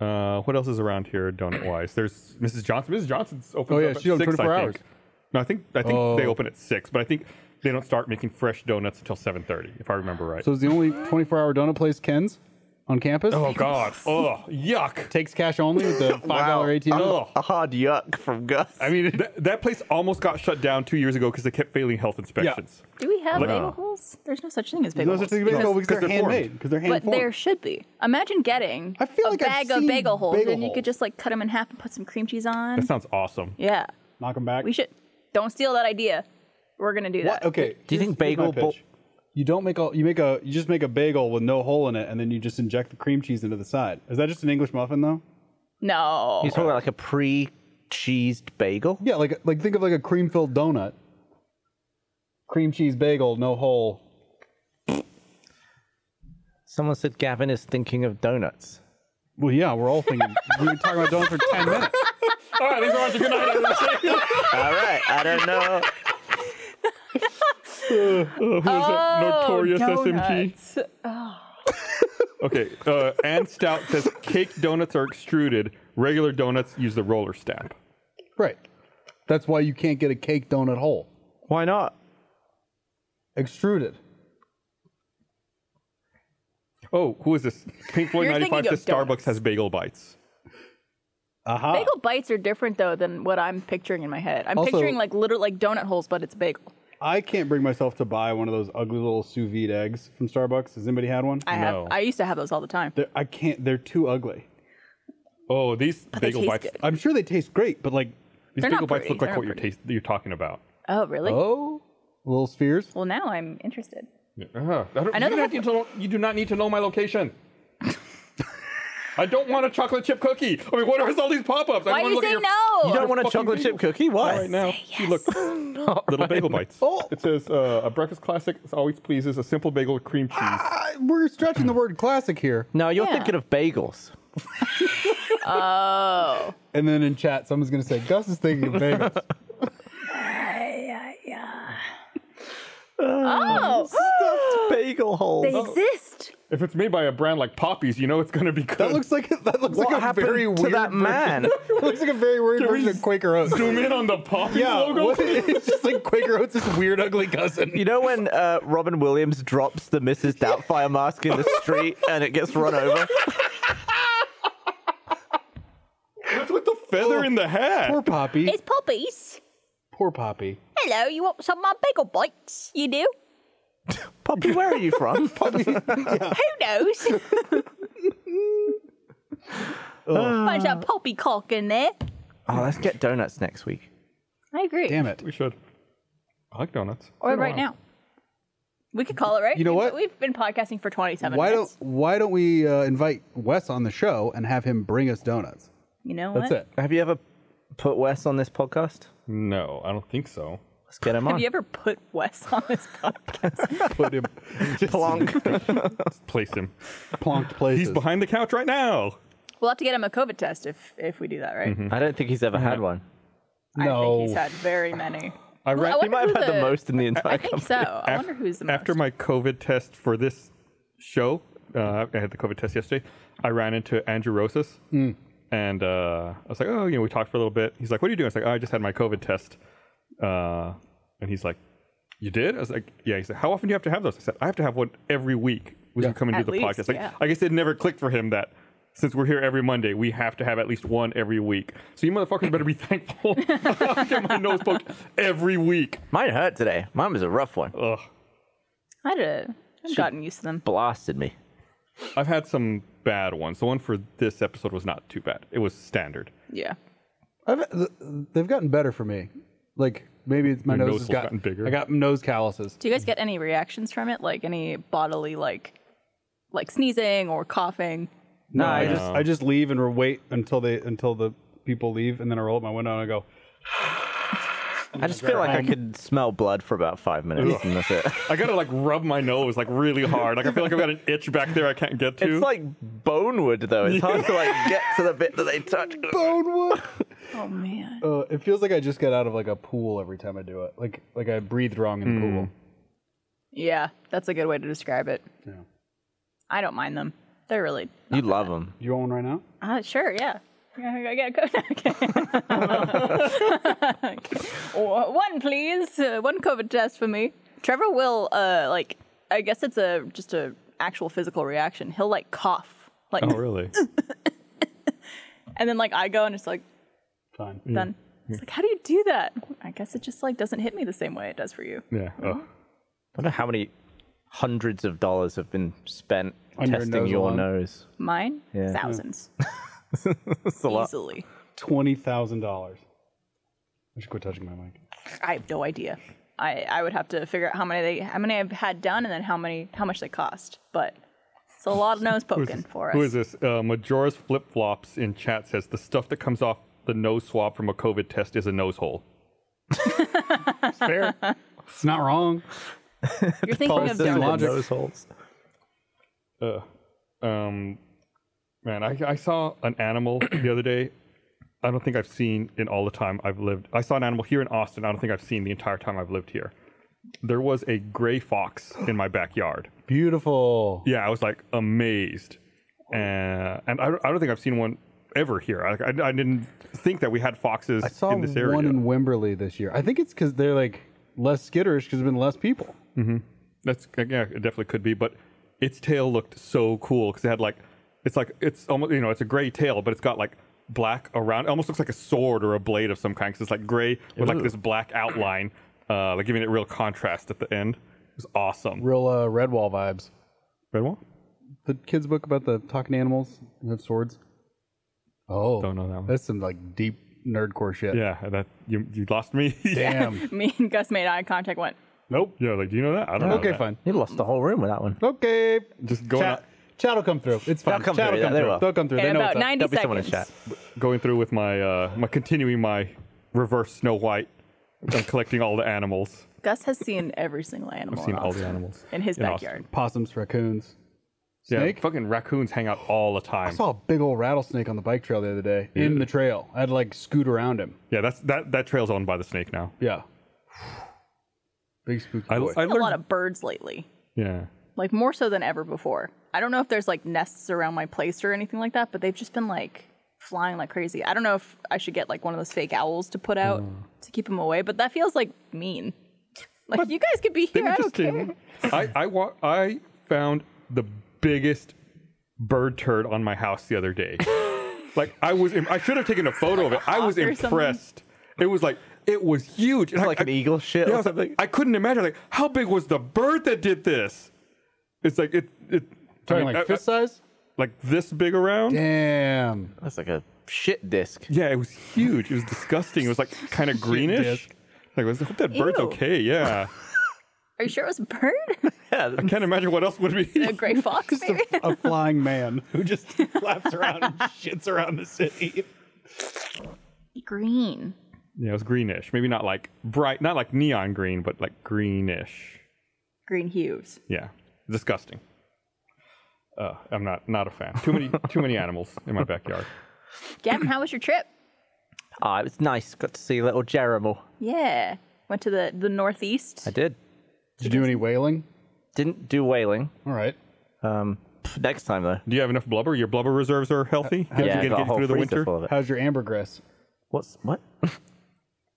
[SPEAKER 2] Uh, what else is around here donut-wise? There's Mrs. Johnson. Mrs. Johnson's open
[SPEAKER 4] Oh, yeah,
[SPEAKER 2] up at
[SPEAKER 4] she's open
[SPEAKER 2] six,
[SPEAKER 4] 24
[SPEAKER 2] I think.
[SPEAKER 4] hours.
[SPEAKER 2] No, I think, I think
[SPEAKER 4] Oh.
[SPEAKER 2] they open at 6, but I think they don't start making fresh donuts until 7.30, if I remember right.
[SPEAKER 4] So is the only 24-hour donut place Ken's on campus.
[SPEAKER 2] Oh God. Oh yuck.
[SPEAKER 4] Takes cash only with the $5 ATM.
[SPEAKER 2] Ugh.
[SPEAKER 3] A hard yuck from Gus.
[SPEAKER 2] I mean, th- that place almost got shut down two years ago because they kept failing health inspections.
[SPEAKER 5] Do we have
[SPEAKER 2] Like- uh,
[SPEAKER 5] bagel holes? There's no such thing as bagel
[SPEAKER 4] No such
[SPEAKER 5] holes.
[SPEAKER 4] thing as bagel
[SPEAKER 5] because-
[SPEAKER 4] holes because they're
[SPEAKER 2] they're formed.
[SPEAKER 4] handmade. Because they're hand
[SPEAKER 5] But there should be. Imagine getting
[SPEAKER 4] I feel
[SPEAKER 5] a
[SPEAKER 4] like I've
[SPEAKER 5] bag
[SPEAKER 4] seen
[SPEAKER 5] of bagel holes,
[SPEAKER 4] bagel
[SPEAKER 5] and you
[SPEAKER 4] holes.
[SPEAKER 5] could just like cut them in half and put some cream cheese on.
[SPEAKER 2] That sounds awesome.
[SPEAKER 5] yeah,
[SPEAKER 4] Knock them back.
[SPEAKER 5] we should. Don't steal that idea. We're gonna do
[SPEAKER 4] What?
[SPEAKER 5] that.
[SPEAKER 4] Okay.
[SPEAKER 3] Do you think
[SPEAKER 4] here's- here's my
[SPEAKER 3] bagel bo-
[SPEAKER 4] pitch. you don't make all. You make a. You just make a bagel with no hole in it, and then you just inject the cream cheese into the side. Is that just an English muffin though?
[SPEAKER 5] No.
[SPEAKER 3] You're talking about like a pre-cheesed bagel.
[SPEAKER 4] Yeah, like like think of like a cream filled donut. Cream cheese bagel, no hole.
[SPEAKER 3] Someone said Gavin is thinking of donuts.
[SPEAKER 4] Well, yeah, we're all thinking. we were talking about donuts for
[SPEAKER 3] [laughs]
[SPEAKER 4] ten minutes.
[SPEAKER 2] All right, thanks for watching. Good night. everyone.
[SPEAKER 3] All right, I don't know.
[SPEAKER 2] Who was that notorious SMG?
[SPEAKER 5] Oh, donuts.
[SPEAKER 2] Okay. Uh, Ann Stout says cake donuts are extruded. Regular donuts use the roller stamp.
[SPEAKER 4] Right. That's why you can't get a cake donut hole.
[SPEAKER 3] Why not?
[SPEAKER 4] Extruded.
[SPEAKER 2] Oh, who is this? Pink Floyd
[SPEAKER 5] You're
[SPEAKER 2] 95
[SPEAKER 5] thinking
[SPEAKER 2] says
[SPEAKER 5] of
[SPEAKER 2] Starbucks
[SPEAKER 5] donuts.
[SPEAKER 2] has bagel bites.
[SPEAKER 4] Aha.
[SPEAKER 5] [laughs] Bagel bites are different though than what I'm picturing in my head. I'm
[SPEAKER 4] Also-
[SPEAKER 5] picturing like literal like donut holes, but it's bagel.
[SPEAKER 4] I can't bring myself to buy one of those ugly little sous vide eggs from Starbucks. Has anybody had one?
[SPEAKER 5] I
[SPEAKER 2] No.
[SPEAKER 5] have. I used to have those all the time.
[SPEAKER 4] They're, I can't. They're too ugly.
[SPEAKER 2] Oh, these
[SPEAKER 5] they
[SPEAKER 2] bagel
[SPEAKER 5] taste
[SPEAKER 2] bites.
[SPEAKER 5] good.
[SPEAKER 4] I'm sure they taste great, but like,
[SPEAKER 2] These
[SPEAKER 5] They're
[SPEAKER 2] bagel
[SPEAKER 5] not
[SPEAKER 2] bites
[SPEAKER 5] pretty.
[SPEAKER 2] look like
[SPEAKER 5] They're
[SPEAKER 2] what
[SPEAKER 5] not
[SPEAKER 2] you're,
[SPEAKER 5] pretty.
[SPEAKER 2] taste, you're talking about.
[SPEAKER 5] Oh really?
[SPEAKER 4] oh, little spheres.
[SPEAKER 5] Well, now I'm interested.
[SPEAKER 2] Uh, I don't,
[SPEAKER 5] I know
[SPEAKER 2] you, do
[SPEAKER 5] they
[SPEAKER 2] not
[SPEAKER 5] have-
[SPEAKER 2] need to know, you do not need to know my
[SPEAKER 5] [laughs]
[SPEAKER 2] location. I don't want a chocolate chip cookie. I mean, what are all these pop-ups? I
[SPEAKER 5] Why do
[SPEAKER 2] don't
[SPEAKER 5] you
[SPEAKER 2] wanna
[SPEAKER 5] say
[SPEAKER 2] look at
[SPEAKER 5] no?
[SPEAKER 3] You don't want a
[SPEAKER 2] fucking
[SPEAKER 3] chocolate
[SPEAKER 2] bagel.
[SPEAKER 3] chip cookie? Why?
[SPEAKER 2] right now. See,
[SPEAKER 5] [laughs]
[SPEAKER 2] look, little bagel bites.
[SPEAKER 4] Oh.
[SPEAKER 2] It says uh, a breakfast classic always pleases a simple bagel with cream cheese.
[SPEAKER 3] Ah.
[SPEAKER 4] I, Ah, we're stretching the word classic here.
[SPEAKER 3] No, you're
[SPEAKER 5] Yeah.
[SPEAKER 3] thinking of bagels.
[SPEAKER 2] [laughs]
[SPEAKER 5] Oh.
[SPEAKER 4] And then in chat, someone's gonna say Gus is thinking of bagels. [laughs]
[SPEAKER 5] Yeah, yeah. Oh,
[SPEAKER 3] [gasps] Bagel holes.
[SPEAKER 5] they exist.
[SPEAKER 2] If it's made by a brand like Poppies, you know it's gonna be good.
[SPEAKER 4] that looks like that looks
[SPEAKER 3] what
[SPEAKER 4] like a
[SPEAKER 3] happened
[SPEAKER 4] very
[SPEAKER 3] to
[SPEAKER 4] weird
[SPEAKER 3] that [laughs] man?
[SPEAKER 4] version- [laughs] looks like a very weird
[SPEAKER 2] Can we
[SPEAKER 4] version of Quaker
[SPEAKER 2] [laughs]
[SPEAKER 4] Oats.
[SPEAKER 2] Zoom in on the Poppies
[SPEAKER 4] Yeah,
[SPEAKER 2] logo.
[SPEAKER 4] what- it's just like Quaker Oats is weird, ugly cousin.
[SPEAKER 3] You know when uh, Robin Williams drops the Mrs. Doubtfire mask in the street and it gets run over?
[SPEAKER 2] It's with the
[SPEAKER 3] Oh.
[SPEAKER 2] feather in the hat.
[SPEAKER 4] Poor Poppy.
[SPEAKER 5] It's poppies.
[SPEAKER 4] Poor Poppy.
[SPEAKER 5] Hello, you want some of my bagel bites? You do?
[SPEAKER 3] Poppy, where are you [laughs] from?
[SPEAKER 5] Who knows?
[SPEAKER 4] [laughs] Oh.
[SPEAKER 5] Find some poppy cock in there.
[SPEAKER 3] Oh, let's get donuts next week.
[SPEAKER 5] I agree.
[SPEAKER 4] Damn it.
[SPEAKER 2] We should. I like donuts.
[SPEAKER 5] Or right now. We could call it right.
[SPEAKER 4] You know
[SPEAKER 5] We've-
[SPEAKER 4] what?
[SPEAKER 5] We've been podcasting for 27
[SPEAKER 4] Why don't
[SPEAKER 5] minutes.
[SPEAKER 4] Why don't we uh, invite Wes on the show and have him bring us donuts?
[SPEAKER 5] you know
[SPEAKER 4] That's
[SPEAKER 5] what?
[SPEAKER 4] it.
[SPEAKER 3] Have you ever put Wes on this podcast?
[SPEAKER 2] No, I don't think so.
[SPEAKER 3] Let's get him on.
[SPEAKER 5] Have you ever put Wes on this [laughs] podcast?
[SPEAKER 4] Put him
[SPEAKER 3] Plonk.
[SPEAKER 2] Place him.
[SPEAKER 4] plonked places.
[SPEAKER 2] He's behind the couch right now.
[SPEAKER 5] we'll have to get him a COVID test if if we do that, right?
[SPEAKER 3] I don't think he's ever had one.
[SPEAKER 5] I
[SPEAKER 4] Mm-hmm. No.
[SPEAKER 5] think he's had
[SPEAKER 4] [laughs]
[SPEAKER 5] very many.
[SPEAKER 2] I read
[SPEAKER 5] I
[SPEAKER 3] He
[SPEAKER 5] wonder
[SPEAKER 3] might have
[SPEAKER 5] who
[SPEAKER 3] had the most in the
[SPEAKER 5] I
[SPEAKER 3] entire
[SPEAKER 5] think
[SPEAKER 3] company.
[SPEAKER 5] so. I wonder who's the most.
[SPEAKER 2] after my COVID test for this show. Uh, I had the COVID test yesterday. I ran into Andrew Rosas, and uh, I was like, "Oh, you know, we talked for a little bit." He's like, "What are you doing?" I was like, oh, "I just had my COVID test," uh, and he's like, "You did?" I was like, "Yeah." He said, "How often do you have to have those?" I said, "I have to have one every week. We can come and do
[SPEAKER 5] At
[SPEAKER 2] the
[SPEAKER 5] least,
[SPEAKER 2] podcast." Like,
[SPEAKER 5] yeah.
[SPEAKER 2] I guess it never clicked for him that. Since we're here every Monday, we have to have at least one every week. So you motherfuckers better be [laughs] thankful. I get my nose poked every week.
[SPEAKER 3] Mine hurt today. Mine was a rough one.
[SPEAKER 2] Ugh.
[SPEAKER 5] I'd have I've gotten used to them.
[SPEAKER 3] Blasted me.
[SPEAKER 2] I've had some bad ones. The one for this episode was not too bad. It was standard.
[SPEAKER 5] Yeah.
[SPEAKER 4] I've, th- they've gotten better for me. Like maybe it's my
[SPEAKER 2] Your
[SPEAKER 4] nose
[SPEAKER 2] nose
[SPEAKER 4] has
[SPEAKER 2] hole's
[SPEAKER 4] gotten,
[SPEAKER 2] gotten bigger.
[SPEAKER 4] I got nose calluses.
[SPEAKER 5] Do you guys get any reactions from it? Like any bodily like like sneezing or coughing?
[SPEAKER 4] No, I
[SPEAKER 3] I
[SPEAKER 4] just I just leave and re- wait until they until the people leave, and then I roll up my window and I go.
[SPEAKER 3] I just feel like I could smell blood for about five minutes, and that's it.
[SPEAKER 2] I gotta like rub my nose like really hard. Like I feel like I've got an itch back there I can't get to.
[SPEAKER 3] It's like bonewood, though. It's hard to like get to the bit that they touch.
[SPEAKER 4] Bonewood.
[SPEAKER 5] Oh man.
[SPEAKER 4] uh, it feels like I just get out of like a pool every time I do it. Like like I breathed wrong in the pool.
[SPEAKER 2] Hmm.
[SPEAKER 5] Yeah, that's a good way to describe it. I don't mind them. They're really
[SPEAKER 3] You love them.
[SPEAKER 4] You want one right now?
[SPEAKER 5] uh, sure, yeah. Yeah, I gotta go. [laughs] Okay. O- one, please. Uh, one COVID test for me. Trevor will, uh, like, I guess it's a just a actual physical reaction. He'll like cough Like,
[SPEAKER 2] Oh, really?
[SPEAKER 5] and then like I go and it's like
[SPEAKER 4] Fine.
[SPEAKER 2] Mm,
[SPEAKER 5] done. It's like, how do you do that? I guess it just like doesn't hit me the same way it does for you.
[SPEAKER 2] yeah. Oh.
[SPEAKER 3] I wonder how many hundreds of dollars have been spent
[SPEAKER 4] On your
[SPEAKER 3] testing
[SPEAKER 4] nose
[SPEAKER 3] your
[SPEAKER 4] alone.
[SPEAKER 3] nose.
[SPEAKER 5] Mine,
[SPEAKER 2] Hmm. [laughs]
[SPEAKER 3] Yeah.
[SPEAKER 5] thousands,
[SPEAKER 3] That's a lot.
[SPEAKER 5] easily.
[SPEAKER 4] Twenty thousand dollars. I should quit touching my mic.
[SPEAKER 5] I have no idea. I, I would have to figure out how many they how many I've had done and then how many how much they cost. But it's a
[SPEAKER 2] [laughs]
[SPEAKER 5] lot of nose
[SPEAKER 2] Who is
[SPEAKER 5] poking
[SPEAKER 2] this?
[SPEAKER 5] for us.
[SPEAKER 2] Who is this? Uh, Majora's flip flops in chat says the stuff that comes off the nose swab from a COVID test is a nose hole.
[SPEAKER 4] Fair. it's not wrong.
[SPEAKER 5] You're thinking of
[SPEAKER 4] Pulses and
[SPEAKER 5] donuts.
[SPEAKER 4] logic.
[SPEAKER 3] Nose holes.
[SPEAKER 2] Uh, um, man, I, I saw an animal [clears throat] the other day. I don't think I've seen in all the time I've lived. I saw an animal here in Austin. I don't think I've seen the entire time I've lived here. There was a gray fox in my backyard.
[SPEAKER 4] Beautiful.
[SPEAKER 2] Yeah, I was like amazed, uh, and I, don't- I don't think I've seen one ever here. I, I, I didn't think that we had foxes
[SPEAKER 4] I saw
[SPEAKER 2] in this area.
[SPEAKER 4] one in Wimberley this year. I think it's because they're like less skitterish because there's been less people.
[SPEAKER 2] That's yeah, it definitely could be, but its tail looked so cool because it had like it's like it's almost you know it's a gray tail, but it's got like black around. It almost looks like a sword or a blade of some kind because it's like gray with like this black outline, uh, like giving it real contrast at the end. It was awesome.
[SPEAKER 4] Real uh, Redwall vibes.
[SPEAKER 2] Red one?
[SPEAKER 4] The kids' book about the talking animals who have swords. Oh,
[SPEAKER 2] Don't know that one.
[SPEAKER 4] That's some like deep nerdcore shit.
[SPEAKER 2] Yeah, that you you lost me. [laughs]
[SPEAKER 4] Damn.
[SPEAKER 5] Me and Gus made eye contact. Went
[SPEAKER 2] Nope. Yeah, like do you know that? I don't know.
[SPEAKER 4] okay,
[SPEAKER 2] that.
[SPEAKER 4] fine.
[SPEAKER 3] You lost the whole room with that one.
[SPEAKER 4] Okay.
[SPEAKER 2] Just going
[SPEAKER 4] Chat,
[SPEAKER 2] out-
[SPEAKER 4] chat will come through. It's fine.
[SPEAKER 3] They'll come
[SPEAKER 4] chat
[SPEAKER 3] through,
[SPEAKER 4] will come
[SPEAKER 3] they
[SPEAKER 4] through.
[SPEAKER 3] will.
[SPEAKER 4] They'll come through.
[SPEAKER 5] in
[SPEAKER 4] they know what's
[SPEAKER 5] about
[SPEAKER 4] up.
[SPEAKER 5] 90
[SPEAKER 3] There'll be someone
[SPEAKER 5] seconds.
[SPEAKER 3] in chat.
[SPEAKER 2] going through with my uh my continuing my reverse Snow White. I'm collecting all the animals.
[SPEAKER 5] Gus has seen every single animal.
[SPEAKER 2] I've seen
[SPEAKER 5] in
[SPEAKER 2] all the
[SPEAKER 5] Austin.
[SPEAKER 2] animals
[SPEAKER 5] in his
[SPEAKER 2] in Austin.
[SPEAKER 5] backyard.
[SPEAKER 4] Possums, raccoons. Snake?
[SPEAKER 2] Yeah, fucking raccoons hang out all the time.
[SPEAKER 4] I saw a big old rattlesnake on the bike trail the other day. In the trail, I had to like scoot around him.
[SPEAKER 2] Yeah, that's that that trail's owned by the snake now.
[SPEAKER 4] Yeah. [sighs] Big spooky
[SPEAKER 2] I,
[SPEAKER 4] boy.
[SPEAKER 2] I
[SPEAKER 5] A lot
[SPEAKER 2] learned.
[SPEAKER 5] of birds lately,
[SPEAKER 2] Yeah,
[SPEAKER 5] like more so than ever before. I don't know if there's like nests around my place or anything like that, but they've just been like flying like crazy. I don't know if I should get like one of those fake owls to put out to keep them away, but that feels like mean. Like you guys could be here. I don't care.
[SPEAKER 2] interesting. I I wa- I found the biggest bird turd on my house the other day. like I was, I should have taken a photo of it. I was
[SPEAKER 5] hawk or something?
[SPEAKER 2] impressed. It was like it was huge. And I-
[SPEAKER 3] Like an
[SPEAKER 2] I-
[SPEAKER 3] eagle shit
[SPEAKER 2] Yeah, I,
[SPEAKER 3] or
[SPEAKER 2] was like,
[SPEAKER 3] something.
[SPEAKER 2] I couldn't imagine. Like, how big was the bird that did this? It's like it it. I
[SPEAKER 4] Talking
[SPEAKER 2] mean,
[SPEAKER 4] like
[SPEAKER 2] I- I-
[SPEAKER 4] fist size?
[SPEAKER 2] like this big around.
[SPEAKER 4] Damn.
[SPEAKER 3] That's like a shit disc.
[SPEAKER 2] Yeah, it was huge. It was disgusting. It was like kind of greenish.
[SPEAKER 4] disc.
[SPEAKER 2] Like, I was- I hope that bird's
[SPEAKER 5] Ew.
[SPEAKER 2] okay. Yeah,
[SPEAKER 5] Are you sure it was a bird?
[SPEAKER 3] Yeah,
[SPEAKER 2] I can't imagine what else would be.
[SPEAKER 5] a gray fox?
[SPEAKER 4] Just a,
[SPEAKER 5] Maybe? [laughs]
[SPEAKER 4] a flying man who [laughs] just flaps around and shits around the city.
[SPEAKER 5] Green.
[SPEAKER 2] Yeah, it was greenish. Maybe not like bright, not like neon green, but like greenish.
[SPEAKER 5] Green hues.
[SPEAKER 2] Yeah, disgusting. Uh, I'm not not a fan. Too many too many animals in my backyard.
[SPEAKER 5] Gavin, how was your trip?
[SPEAKER 3] Ah, it was nice. Got to see little Jeremy.
[SPEAKER 5] Yeah. Went to the, the northeast.
[SPEAKER 3] I did.
[SPEAKER 4] Did you do any whaling?
[SPEAKER 3] Didn't do whaling.
[SPEAKER 4] All right.
[SPEAKER 3] Um, pff, next time though.
[SPEAKER 2] Do you have enough blubber? Your blubber reserves are healthy.
[SPEAKER 4] Uh,
[SPEAKER 2] Did
[SPEAKER 3] yeah,
[SPEAKER 2] you
[SPEAKER 3] I got a whole
[SPEAKER 2] through the
[SPEAKER 3] freezer
[SPEAKER 2] winter?
[SPEAKER 3] full of it.
[SPEAKER 4] How's your ambergriss?
[SPEAKER 3] What's what?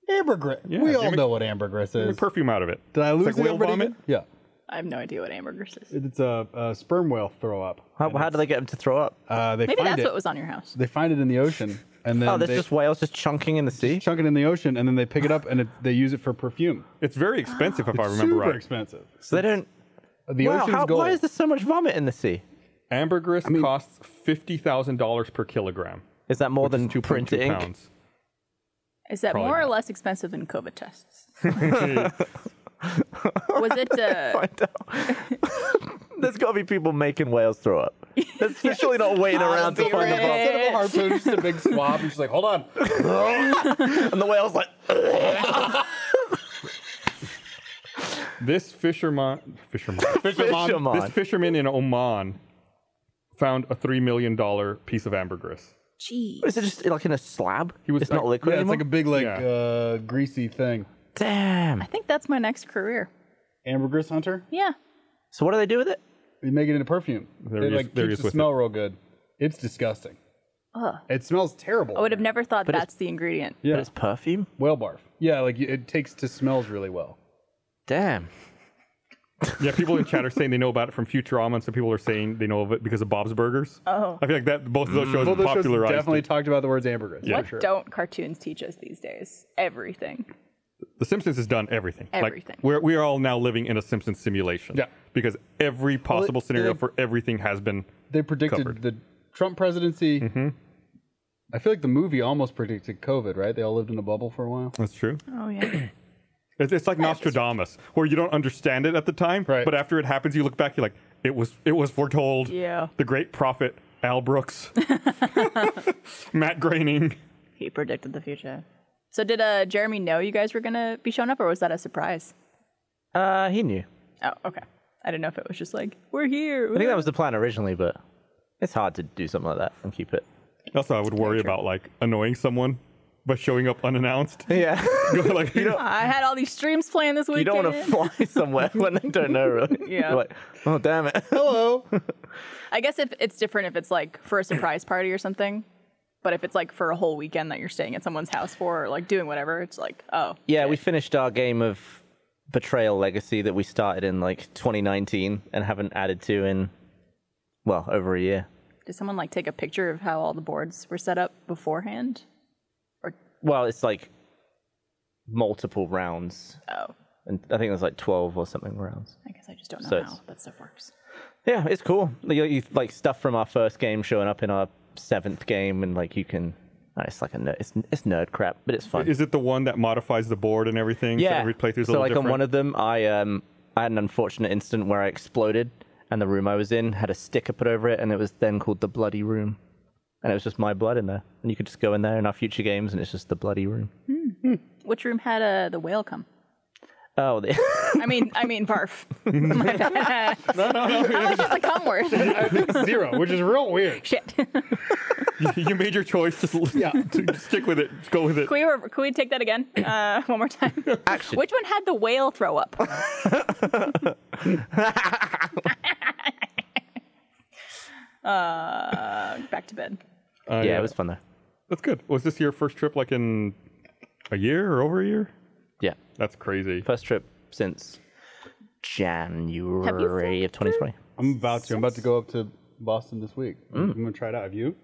[SPEAKER 4] Ambergris. we
[SPEAKER 2] do
[SPEAKER 4] all
[SPEAKER 2] you make-
[SPEAKER 4] know what ambergris
[SPEAKER 2] Get
[SPEAKER 4] is.
[SPEAKER 2] Perfume out of it.
[SPEAKER 4] Did I lose
[SPEAKER 2] it's like
[SPEAKER 4] it
[SPEAKER 2] whale
[SPEAKER 4] already?
[SPEAKER 2] vomit?
[SPEAKER 4] Yeah.
[SPEAKER 5] I have no idea what ambergris is.
[SPEAKER 4] It's a, a sperm whale throw up.
[SPEAKER 3] How, how do they get him to throw up?
[SPEAKER 4] Uh, they
[SPEAKER 5] Maybe
[SPEAKER 4] find
[SPEAKER 5] that's
[SPEAKER 4] it.
[SPEAKER 5] what was on your house.
[SPEAKER 4] They find it in the ocean, and then
[SPEAKER 3] Oh, there's
[SPEAKER 4] they
[SPEAKER 3] just whales just chunking in the sea.
[SPEAKER 4] chunk it in the ocean, and then they pick it up and it, they use it for perfume.
[SPEAKER 2] It's very
[SPEAKER 4] [gasps]
[SPEAKER 2] expensive, if I remember
[SPEAKER 4] Super
[SPEAKER 2] right.
[SPEAKER 4] expensive.
[SPEAKER 3] So they don't.
[SPEAKER 4] The
[SPEAKER 3] Wow,
[SPEAKER 4] ocean's
[SPEAKER 3] how,
[SPEAKER 4] gold.
[SPEAKER 3] why is there so much vomit in the sea?
[SPEAKER 2] Ambergris costs fifty thousand dollars per kilogram.
[SPEAKER 3] Is that more than
[SPEAKER 2] Two point
[SPEAKER 3] printed
[SPEAKER 2] two
[SPEAKER 3] ink?
[SPEAKER 4] [laughs]
[SPEAKER 2] pounds.
[SPEAKER 5] Is that
[SPEAKER 2] Probably
[SPEAKER 5] more or
[SPEAKER 2] not.
[SPEAKER 5] less expensive than COVID tests? was it? Uh,
[SPEAKER 3] Find out. [laughs] There's got to be people making whales throw up. There's [laughs] there's surely not waiting around to
[SPEAKER 5] be
[SPEAKER 3] find the
[SPEAKER 5] right.
[SPEAKER 3] vomit.
[SPEAKER 4] Instead of a harpoon, just a big swab. And she's like, hold on.
[SPEAKER 3] And the whale's [laughs] like,
[SPEAKER 2] This fisherman, fisherman,
[SPEAKER 4] [laughs]
[SPEAKER 3] Fisherman.
[SPEAKER 2] this fisherman in Oman found a three million dollar piece of ambergris.
[SPEAKER 5] gee,
[SPEAKER 3] is it just like in a slab?
[SPEAKER 2] was
[SPEAKER 3] it's
[SPEAKER 2] like-
[SPEAKER 3] not liquid
[SPEAKER 4] Yeah, it's
[SPEAKER 3] anymore.
[SPEAKER 4] like a big, like,
[SPEAKER 2] Yeah.
[SPEAKER 4] uh, greasy thing.
[SPEAKER 3] Damn.
[SPEAKER 5] I think that's my next career.
[SPEAKER 4] Ambergris hunter?
[SPEAKER 5] Yeah,
[SPEAKER 3] So what do they do with it?
[SPEAKER 4] You make it into perfume.
[SPEAKER 2] There he
[SPEAKER 4] it
[SPEAKER 2] is-
[SPEAKER 4] like
[SPEAKER 2] there he
[SPEAKER 4] keeps
[SPEAKER 2] is
[SPEAKER 4] the
[SPEAKER 2] with
[SPEAKER 4] smell real good. It's disgusting. It smells terrible.
[SPEAKER 5] I would have never thought
[SPEAKER 3] it's-
[SPEAKER 5] that's the ingredient.
[SPEAKER 4] Yeah.
[SPEAKER 3] But it's perfume.
[SPEAKER 4] Whale barf. Yeah, like you- it takes to smells really well.
[SPEAKER 3] Damn.
[SPEAKER 2] Yeah, people in chat are saying they know about it from Futurama, and some people are saying they know of it because of Bob's Burgers.
[SPEAKER 5] Oh.
[SPEAKER 2] I feel like that both of those shows
[SPEAKER 4] Both those shows
[SPEAKER 2] popularized.
[SPEAKER 4] definitely
[SPEAKER 2] it.
[SPEAKER 4] talked about the words ambergris.
[SPEAKER 2] Yeah,
[SPEAKER 5] what
[SPEAKER 2] sure.
[SPEAKER 5] don't cartoons teach us these days? Everything.
[SPEAKER 2] the Simpsons has done everything.
[SPEAKER 5] Everything.
[SPEAKER 2] Like, we're we are all now living in a Simpsons simulation.
[SPEAKER 4] Yeah.
[SPEAKER 2] Because every possible scenario
[SPEAKER 4] they-
[SPEAKER 2] for everything has been.
[SPEAKER 4] They predicted
[SPEAKER 2] Covered. Mm-hmm.
[SPEAKER 4] the Trump presidency. I feel like the movie almost predicted COVID, right? They all lived in a bubble for
[SPEAKER 2] [laughs]
[SPEAKER 4] a while.
[SPEAKER 2] That's true.
[SPEAKER 5] Oh [clears throat] yeah.
[SPEAKER 2] It's, it's like Nostradamus, where you don't understand it at the time,
[SPEAKER 4] Right.
[SPEAKER 2] but after it happens, you look back, you're like, it was it was foretold.
[SPEAKER 5] Yeah.
[SPEAKER 2] The great prophet Al Brooks, Matt Groening.
[SPEAKER 5] he predicted the future. So did uh, Jeremy know you guys were gonna be showing up, or was that a surprise?
[SPEAKER 3] Uh, he knew.
[SPEAKER 5] Oh, okay. I didn't know if it was just like we're here.
[SPEAKER 3] I think that was the plan originally, but it's hard to do something like that and keep it.
[SPEAKER 2] That's what I would worry about, like annoying someone by showing up unannounced. [laughs]
[SPEAKER 3] Yeah.
[SPEAKER 2] like,
[SPEAKER 5] I had all these streams playing this
[SPEAKER 3] [laughs] you
[SPEAKER 5] weekend.
[SPEAKER 3] don't want to fly somewhere when they don't know, [laughs] really.
[SPEAKER 5] Yeah.
[SPEAKER 3] You're like, oh, damn it. [laughs]
[SPEAKER 4] Hello.
[SPEAKER 5] I guess if it's different if it's like for a surprise party or something, but if it's like for a whole weekend that you're staying at someone's house for or like doing whatever, it's like oh
[SPEAKER 3] Yeah, we finished our game of Betrayal Legacy that we started in like 2019 and haven't added to in, well, over a year.
[SPEAKER 5] Did someone like take a picture of how all the boards were set up beforehand?
[SPEAKER 3] Well, it's like multiple rounds.
[SPEAKER 5] Oh,
[SPEAKER 3] And I think there's like 12 or something rounds.
[SPEAKER 5] I guess I just don't know
[SPEAKER 3] So
[SPEAKER 5] how
[SPEAKER 3] it's-
[SPEAKER 5] that stuff works.
[SPEAKER 3] Yeah, it's cool. Like, you- like stuff from our first game showing up in our seventh game, and like you can. uh, It's like a nerd, it's, it's nerd crap, but it's fun.
[SPEAKER 2] Is it the one that modifies the board and everything? So
[SPEAKER 3] yeah.
[SPEAKER 2] every playthrough's a
[SPEAKER 3] so
[SPEAKER 2] little
[SPEAKER 3] like
[SPEAKER 2] different.
[SPEAKER 3] on one of them, I um I had an unfortunate incident where I exploded, and the room I was in had a sticker put over it, and it was then called the bloody room, and it was just my blood in there, and you could just go in there in our future games, and it's just the bloody room.
[SPEAKER 5] Which room had uh, the whale come?
[SPEAKER 3] Oh, the, [laughs]
[SPEAKER 5] I mean, I mean, barf. [laughs] My bad. no, no, no. That was just a cum word.
[SPEAKER 4] I think zero, which is real weird.
[SPEAKER 5] Shit. can
[SPEAKER 2] [laughs] you made your choice. [laughs] Just
[SPEAKER 3] [laughs]
[SPEAKER 2] yeah. stick with it. Go with it.
[SPEAKER 5] we re- can we take that again? Uh, one more time.
[SPEAKER 3] Action.
[SPEAKER 5] Which one had the whale throw up? uh, back to bed.
[SPEAKER 2] Uh,
[SPEAKER 3] yeah, it was fun though.
[SPEAKER 2] That's good. Was this your first trip like in a year or over a year?
[SPEAKER 3] Yeah,
[SPEAKER 2] That's crazy.
[SPEAKER 3] first trip since January of 2020.
[SPEAKER 4] I'm about to. I'm about to go up to Boston this week.
[SPEAKER 2] Mm.
[SPEAKER 4] I'm gonna try it out. Have you?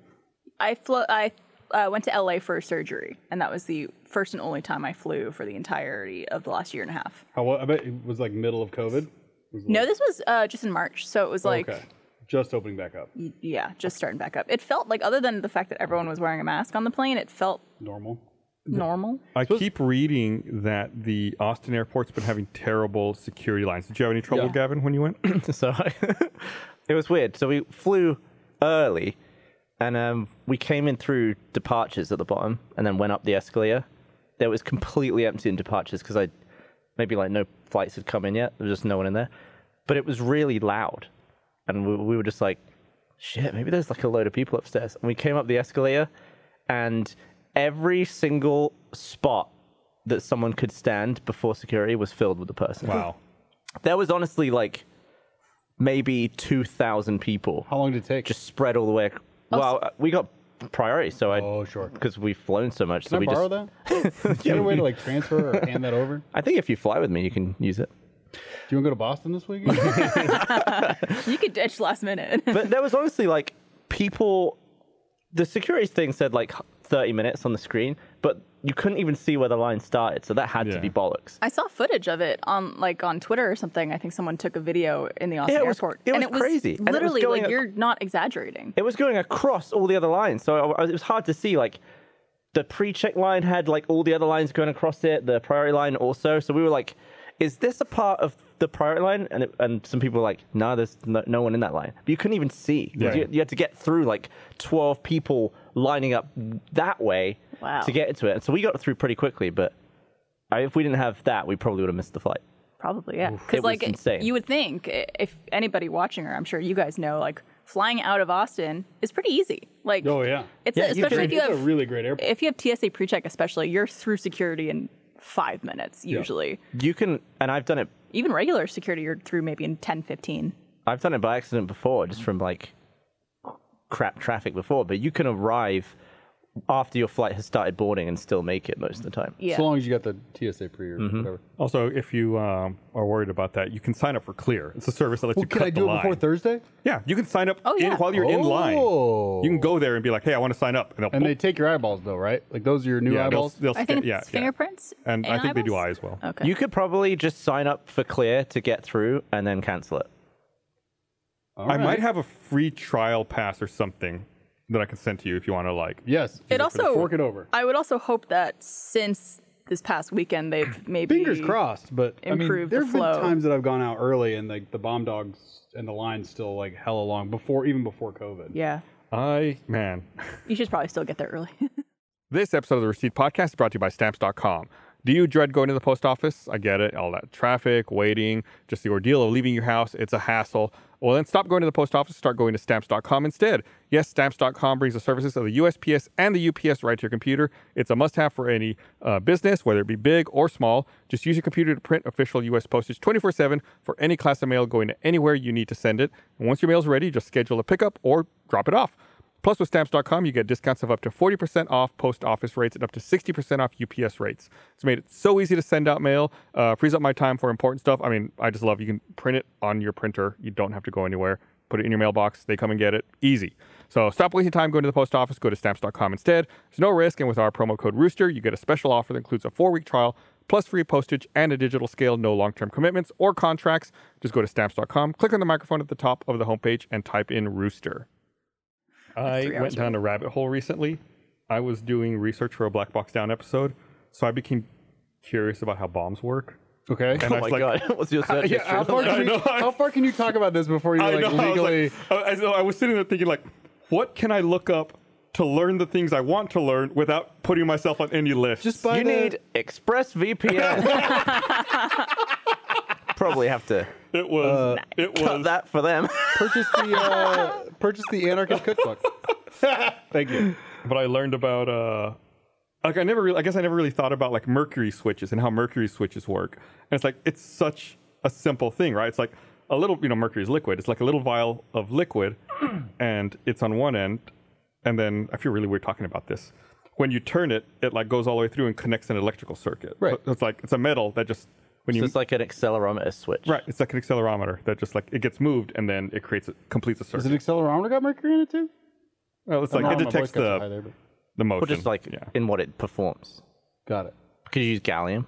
[SPEAKER 5] I flew. I uh, went to LA for surgery, and that was the first and only time I flew for the entirety of the last year and a half.
[SPEAKER 4] How, I bet it was like middle of COVID.
[SPEAKER 5] No, this was uh, just in March, so it was like,
[SPEAKER 4] okay, just opening back up.
[SPEAKER 5] y- yeah, just starting back up. It felt like, other than the fact that everyone was wearing a mask on the plane, it felt
[SPEAKER 4] Normal.
[SPEAKER 5] normal.
[SPEAKER 2] I keep reading that the Austin airport's been having terrible security lines. Did you have any trouble,
[SPEAKER 4] Yeah.
[SPEAKER 2] Gavin, when you
[SPEAKER 4] [clears throat]
[SPEAKER 2] went?
[SPEAKER 3] [laughs] so [laughs] I, it was weird. So we flew early, and um, we came in through departures at the bottom, and then went up the escalator. There was completely empty in departures because I maybe like no flights had come in yet. There was just no one in there, but it was really loud, and we, we were just like, "Shit, maybe there's like a load of people upstairs." And we came up the escalator, and every single spot that someone could stand before security was filled with a person.
[SPEAKER 2] wow.
[SPEAKER 3] [laughs] There was honestly like maybe 2,000 people
[SPEAKER 4] How long did it take?
[SPEAKER 3] just spread all the way. ac- Well, uh, we got priority, so I.
[SPEAKER 4] Oh, sure.
[SPEAKER 3] Because we've flown so much. so
[SPEAKER 4] Can I
[SPEAKER 3] we
[SPEAKER 4] borrow
[SPEAKER 3] just,
[SPEAKER 4] that? [laughs] Is there a way to like transfer or hand that over? Do
[SPEAKER 3] I think if you fly with me, you can use it.
[SPEAKER 4] you want to go to Boston
[SPEAKER 2] [laughs]
[SPEAKER 4] this weekend?
[SPEAKER 5] You could ditch last minute.
[SPEAKER 3] But there was honestly like people. The security thing said like 30 minutes on the screen, but you couldn't even see where the line started, so that had
[SPEAKER 2] Yeah.
[SPEAKER 3] to be bollocks.
[SPEAKER 5] I saw footage of it on like on Twitter or something. I think someone took a video in the Austin
[SPEAKER 3] Yeah, it was-
[SPEAKER 5] airport,
[SPEAKER 3] it
[SPEAKER 5] and
[SPEAKER 3] was crazy. And it was
[SPEAKER 5] Literally,
[SPEAKER 3] going
[SPEAKER 5] like
[SPEAKER 3] ac-
[SPEAKER 5] you're not exaggerating.
[SPEAKER 3] it was going across all the other lines, so I- I- it was hard to see. Like the pre-check line had like all the other lines going across it, the priority line also. So we were like, "Is this a part of the priority line?" And it, and some people were like, "No, there's no, no one in that line." But you couldn't even see.
[SPEAKER 2] Yeah.
[SPEAKER 3] You, you had to get through like twelve people lining up that way
[SPEAKER 5] Wow.
[SPEAKER 3] to get into it. And so we got through pretty quickly, but I, if we didn't have that, we probably would have missed the flight.
[SPEAKER 5] Probably, yeah.
[SPEAKER 3] It
[SPEAKER 5] Because
[SPEAKER 3] was
[SPEAKER 5] like
[SPEAKER 3] insane.
[SPEAKER 5] you would think, i- if anybody watching, or I'm sure you guys know, like flying out of Austin is pretty easy. Like,
[SPEAKER 4] Oh, yeah.
[SPEAKER 5] it's
[SPEAKER 3] Yeah,
[SPEAKER 5] a,
[SPEAKER 3] you
[SPEAKER 5] especially
[SPEAKER 3] can-
[SPEAKER 5] if you
[SPEAKER 4] it's
[SPEAKER 5] have
[SPEAKER 4] a really great airport.
[SPEAKER 5] if you have TSA PreCheck, especially, you're through security in five minutes usually.
[SPEAKER 3] You can, and I've done it
[SPEAKER 5] Even regular security, you're through maybe in 10, 15.
[SPEAKER 3] I've done it by accident before, just from like crap traffic before. But you can arrive after your flight has started boarding and still make it most of the time.
[SPEAKER 5] Yeah.
[SPEAKER 4] So long as you got the TSA pre or
[SPEAKER 2] Mm-hmm.
[SPEAKER 4] whatever.
[SPEAKER 2] Also, if you um, are worried about that, you can sign up for Clear. It's a service that lets
[SPEAKER 4] Well,
[SPEAKER 2] you
[SPEAKER 4] can
[SPEAKER 2] cut
[SPEAKER 4] I
[SPEAKER 2] the
[SPEAKER 4] do it
[SPEAKER 2] line.
[SPEAKER 4] before Thursday?
[SPEAKER 2] yeah, you can sign up
[SPEAKER 5] Oh,
[SPEAKER 2] in,
[SPEAKER 5] yeah.
[SPEAKER 2] while you're in line.
[SPEAKER 4] Oh.
[SPEAKER 2] You can go there and be like, "Hey, I want to sign up," and they'll
[SPEAKER 4] And they take your eyeballs though, right? Like those are your new
[SPEAKER 2] yeah, they'll,
[SPEAKER 4] eyeballs.
[SPEAKER 2] they'll
[SPEAKER 5] I think
[SPEAKER 2] scan- yeah,
[SPEAKER 5] it's
[SPEAKER 2] yeah.
[SPEAKER 5] fingerprints.
[SPEAKER 2] And I think they do eye
[SPEAKER 5] eyeballs?
[SPEAKER 2] as well.
[SPEAKER 5] Okay.
[SPEAKER 3] You could probably just sign up for Clear to get through and then cancel it.
[SPEAKER 4] All
[SPEAKER 2] I
[SPEAKER 4] right.
[SPEAKER 2] might have a free trial pass or something that I can send to you if you want to like.
[SPEAKER 4] Yes.
[SPEAKER 5] it also
[SPEAKER 4] fork it over.
[SPEAKER 5] I would also hope that since this past weekend they've maybe
[SPEAKER 4] Fingers crossed, but I mean,
[SPEAKER 5] improve the
[SPEAKER 4] there have been
[SPEAKER 5] flow.
[SPEAKER 4] times that I've gone out early and like the bomb dogs and the line's still like hella long before even before COVID.
[SPEAKER 5] Yeah.
[SPEAKER 2] I man,
[SPEAKER 5] You should probably still get there early. [laughs]
[SPEAKER 2] This episode of the Receipt Podcast is brought to you by Stamps.com. Do you dread going to the post office? I get it. All that traffic, waiting, just the ordeal of leaving your house. It's a hassle. Well, then stop going to the post office, start going to Stamps.com instead. Yes, Stamps.com brings the services of the USPS and the UPS right to your computer. It's a must have for any uh, business, whether it be big or small. Just use your computer to print official US postage 24 7 for any class of mail going to anywhere you need to send it. And once your mail's ready, just schedule a pickup or drop it off. Plus, with stamps.com, you get discounts of up to 40% off post office rates and up to 60% off UPS rates. It's made it so easy to send out mail, uh, frees up my time for important stuff. I mean, I just love you can print it on your printer. You don't have to go anywhere. Put it in your mailbox. They come and get it. Easy. So stop wasting time going to the post office. Go to stamps.com instead. There's no risk. And with our promo code Rooster, you get a special offer that includes a four week trial plus free postage and a digital scale, no long term commitments or contracts. Just go to stamps.com, click on the microphone at the top of the homepage, and type in Rooster. I
[SPEAKER 5] three
[SPEAKER 2] went
[SPEAKER 5] hours
[SPEAKER 2] down a rabbit hole recently. I was doing research for a Black Box Down episode, so I became curious about how bombs work.
[SPEAKER 4] Okay.
[SPEAKER 2] And I
[SPEAKER 3] Oh my
[SPEAKER 2] was like,
[SPEAKER 4] [laughs]
[SPEAKER 3] god, what's your search
[SPEAKER 2] yeah,
[SPEAKER 4] how,
[SPEAKER 3] history?
[SPEAKER 2] [laughs]
[SPEAKER 4] far
[SPEAKER 2] I
[SPEAKER 4] can you,
[SPEAKER 2] know.
[SPEAKER 4] how far can you talk about this before you're
[SPEAKER 2] I
[SPEAKER 4] like
[SPEAKER 2] know.
[SPEAKER 4] legally?
[SPEAKER 2] I was, like- I- I- so I was sitting there thinking, like, what can I look up to learn the things I want to learn without putting myself on any list?
[SPEAKER 4] just by
[SPEAKER 3] you
[SPEAKER 4] the,
[SPEAKER 3] need
[SPEAKER 4] [laughs]
[SPEAKER 3] ExpressVPN. [laughs] Probably have to
[SPEAKER 2] it was
[SPEAKER 4] uh,
[SPEAKER 2] it
[SPEAKER 3] cut
[SPEAKER 2] was
[SPEAKER 3] that for them. [laughs]
[SPEAKER 4] purchase the uh, purchase the anarchist cookbook. Thank you.
[SPEAKER 2] but I learned about uh like I never really I guess I never really thought about like mercury switches and how mercury switches work. And it's like it's such a simple thing, right? It's like a little, you know, mercury is liquid. It's like a little vial of liquid and it's on one end and then I feel really weird talking about this. When you turn it, it like goes all the way through and connects an electrical circuit.
[SPEAKER 4] Right.
[SPEAKER 2] So It's like it's a metal that just when you
[SPEAKER 3] It's like an accelerometer switch.
[SPEAKER 2] right, it's like an accelerometer that just like it gets moved and then it creates a, completes a
[SPEAKER 4] Is
[SPEAKER 2] circuit.
[SPEAKER 4] an accelerometer got mercury in it too?
[SPEAKER 2] well, it's
[SPEAKER 4] I don't
[SPEAKER 2] like it
[SPEAKER 4] know how my voice
[SPEAKER 2] detects
[SPEAKER 4] got so high
[SPEAKER 2] the
[SPEAKER 4] there, but-
[SPEAKER 2] the motion.
[SPEAKER 3] Or just like
[SPEAKER 2] yeah.
[SPEAKER 3] in what it performs.
[SPEAKER 4] got it.
[SPEAKER 3] Could you use gallium?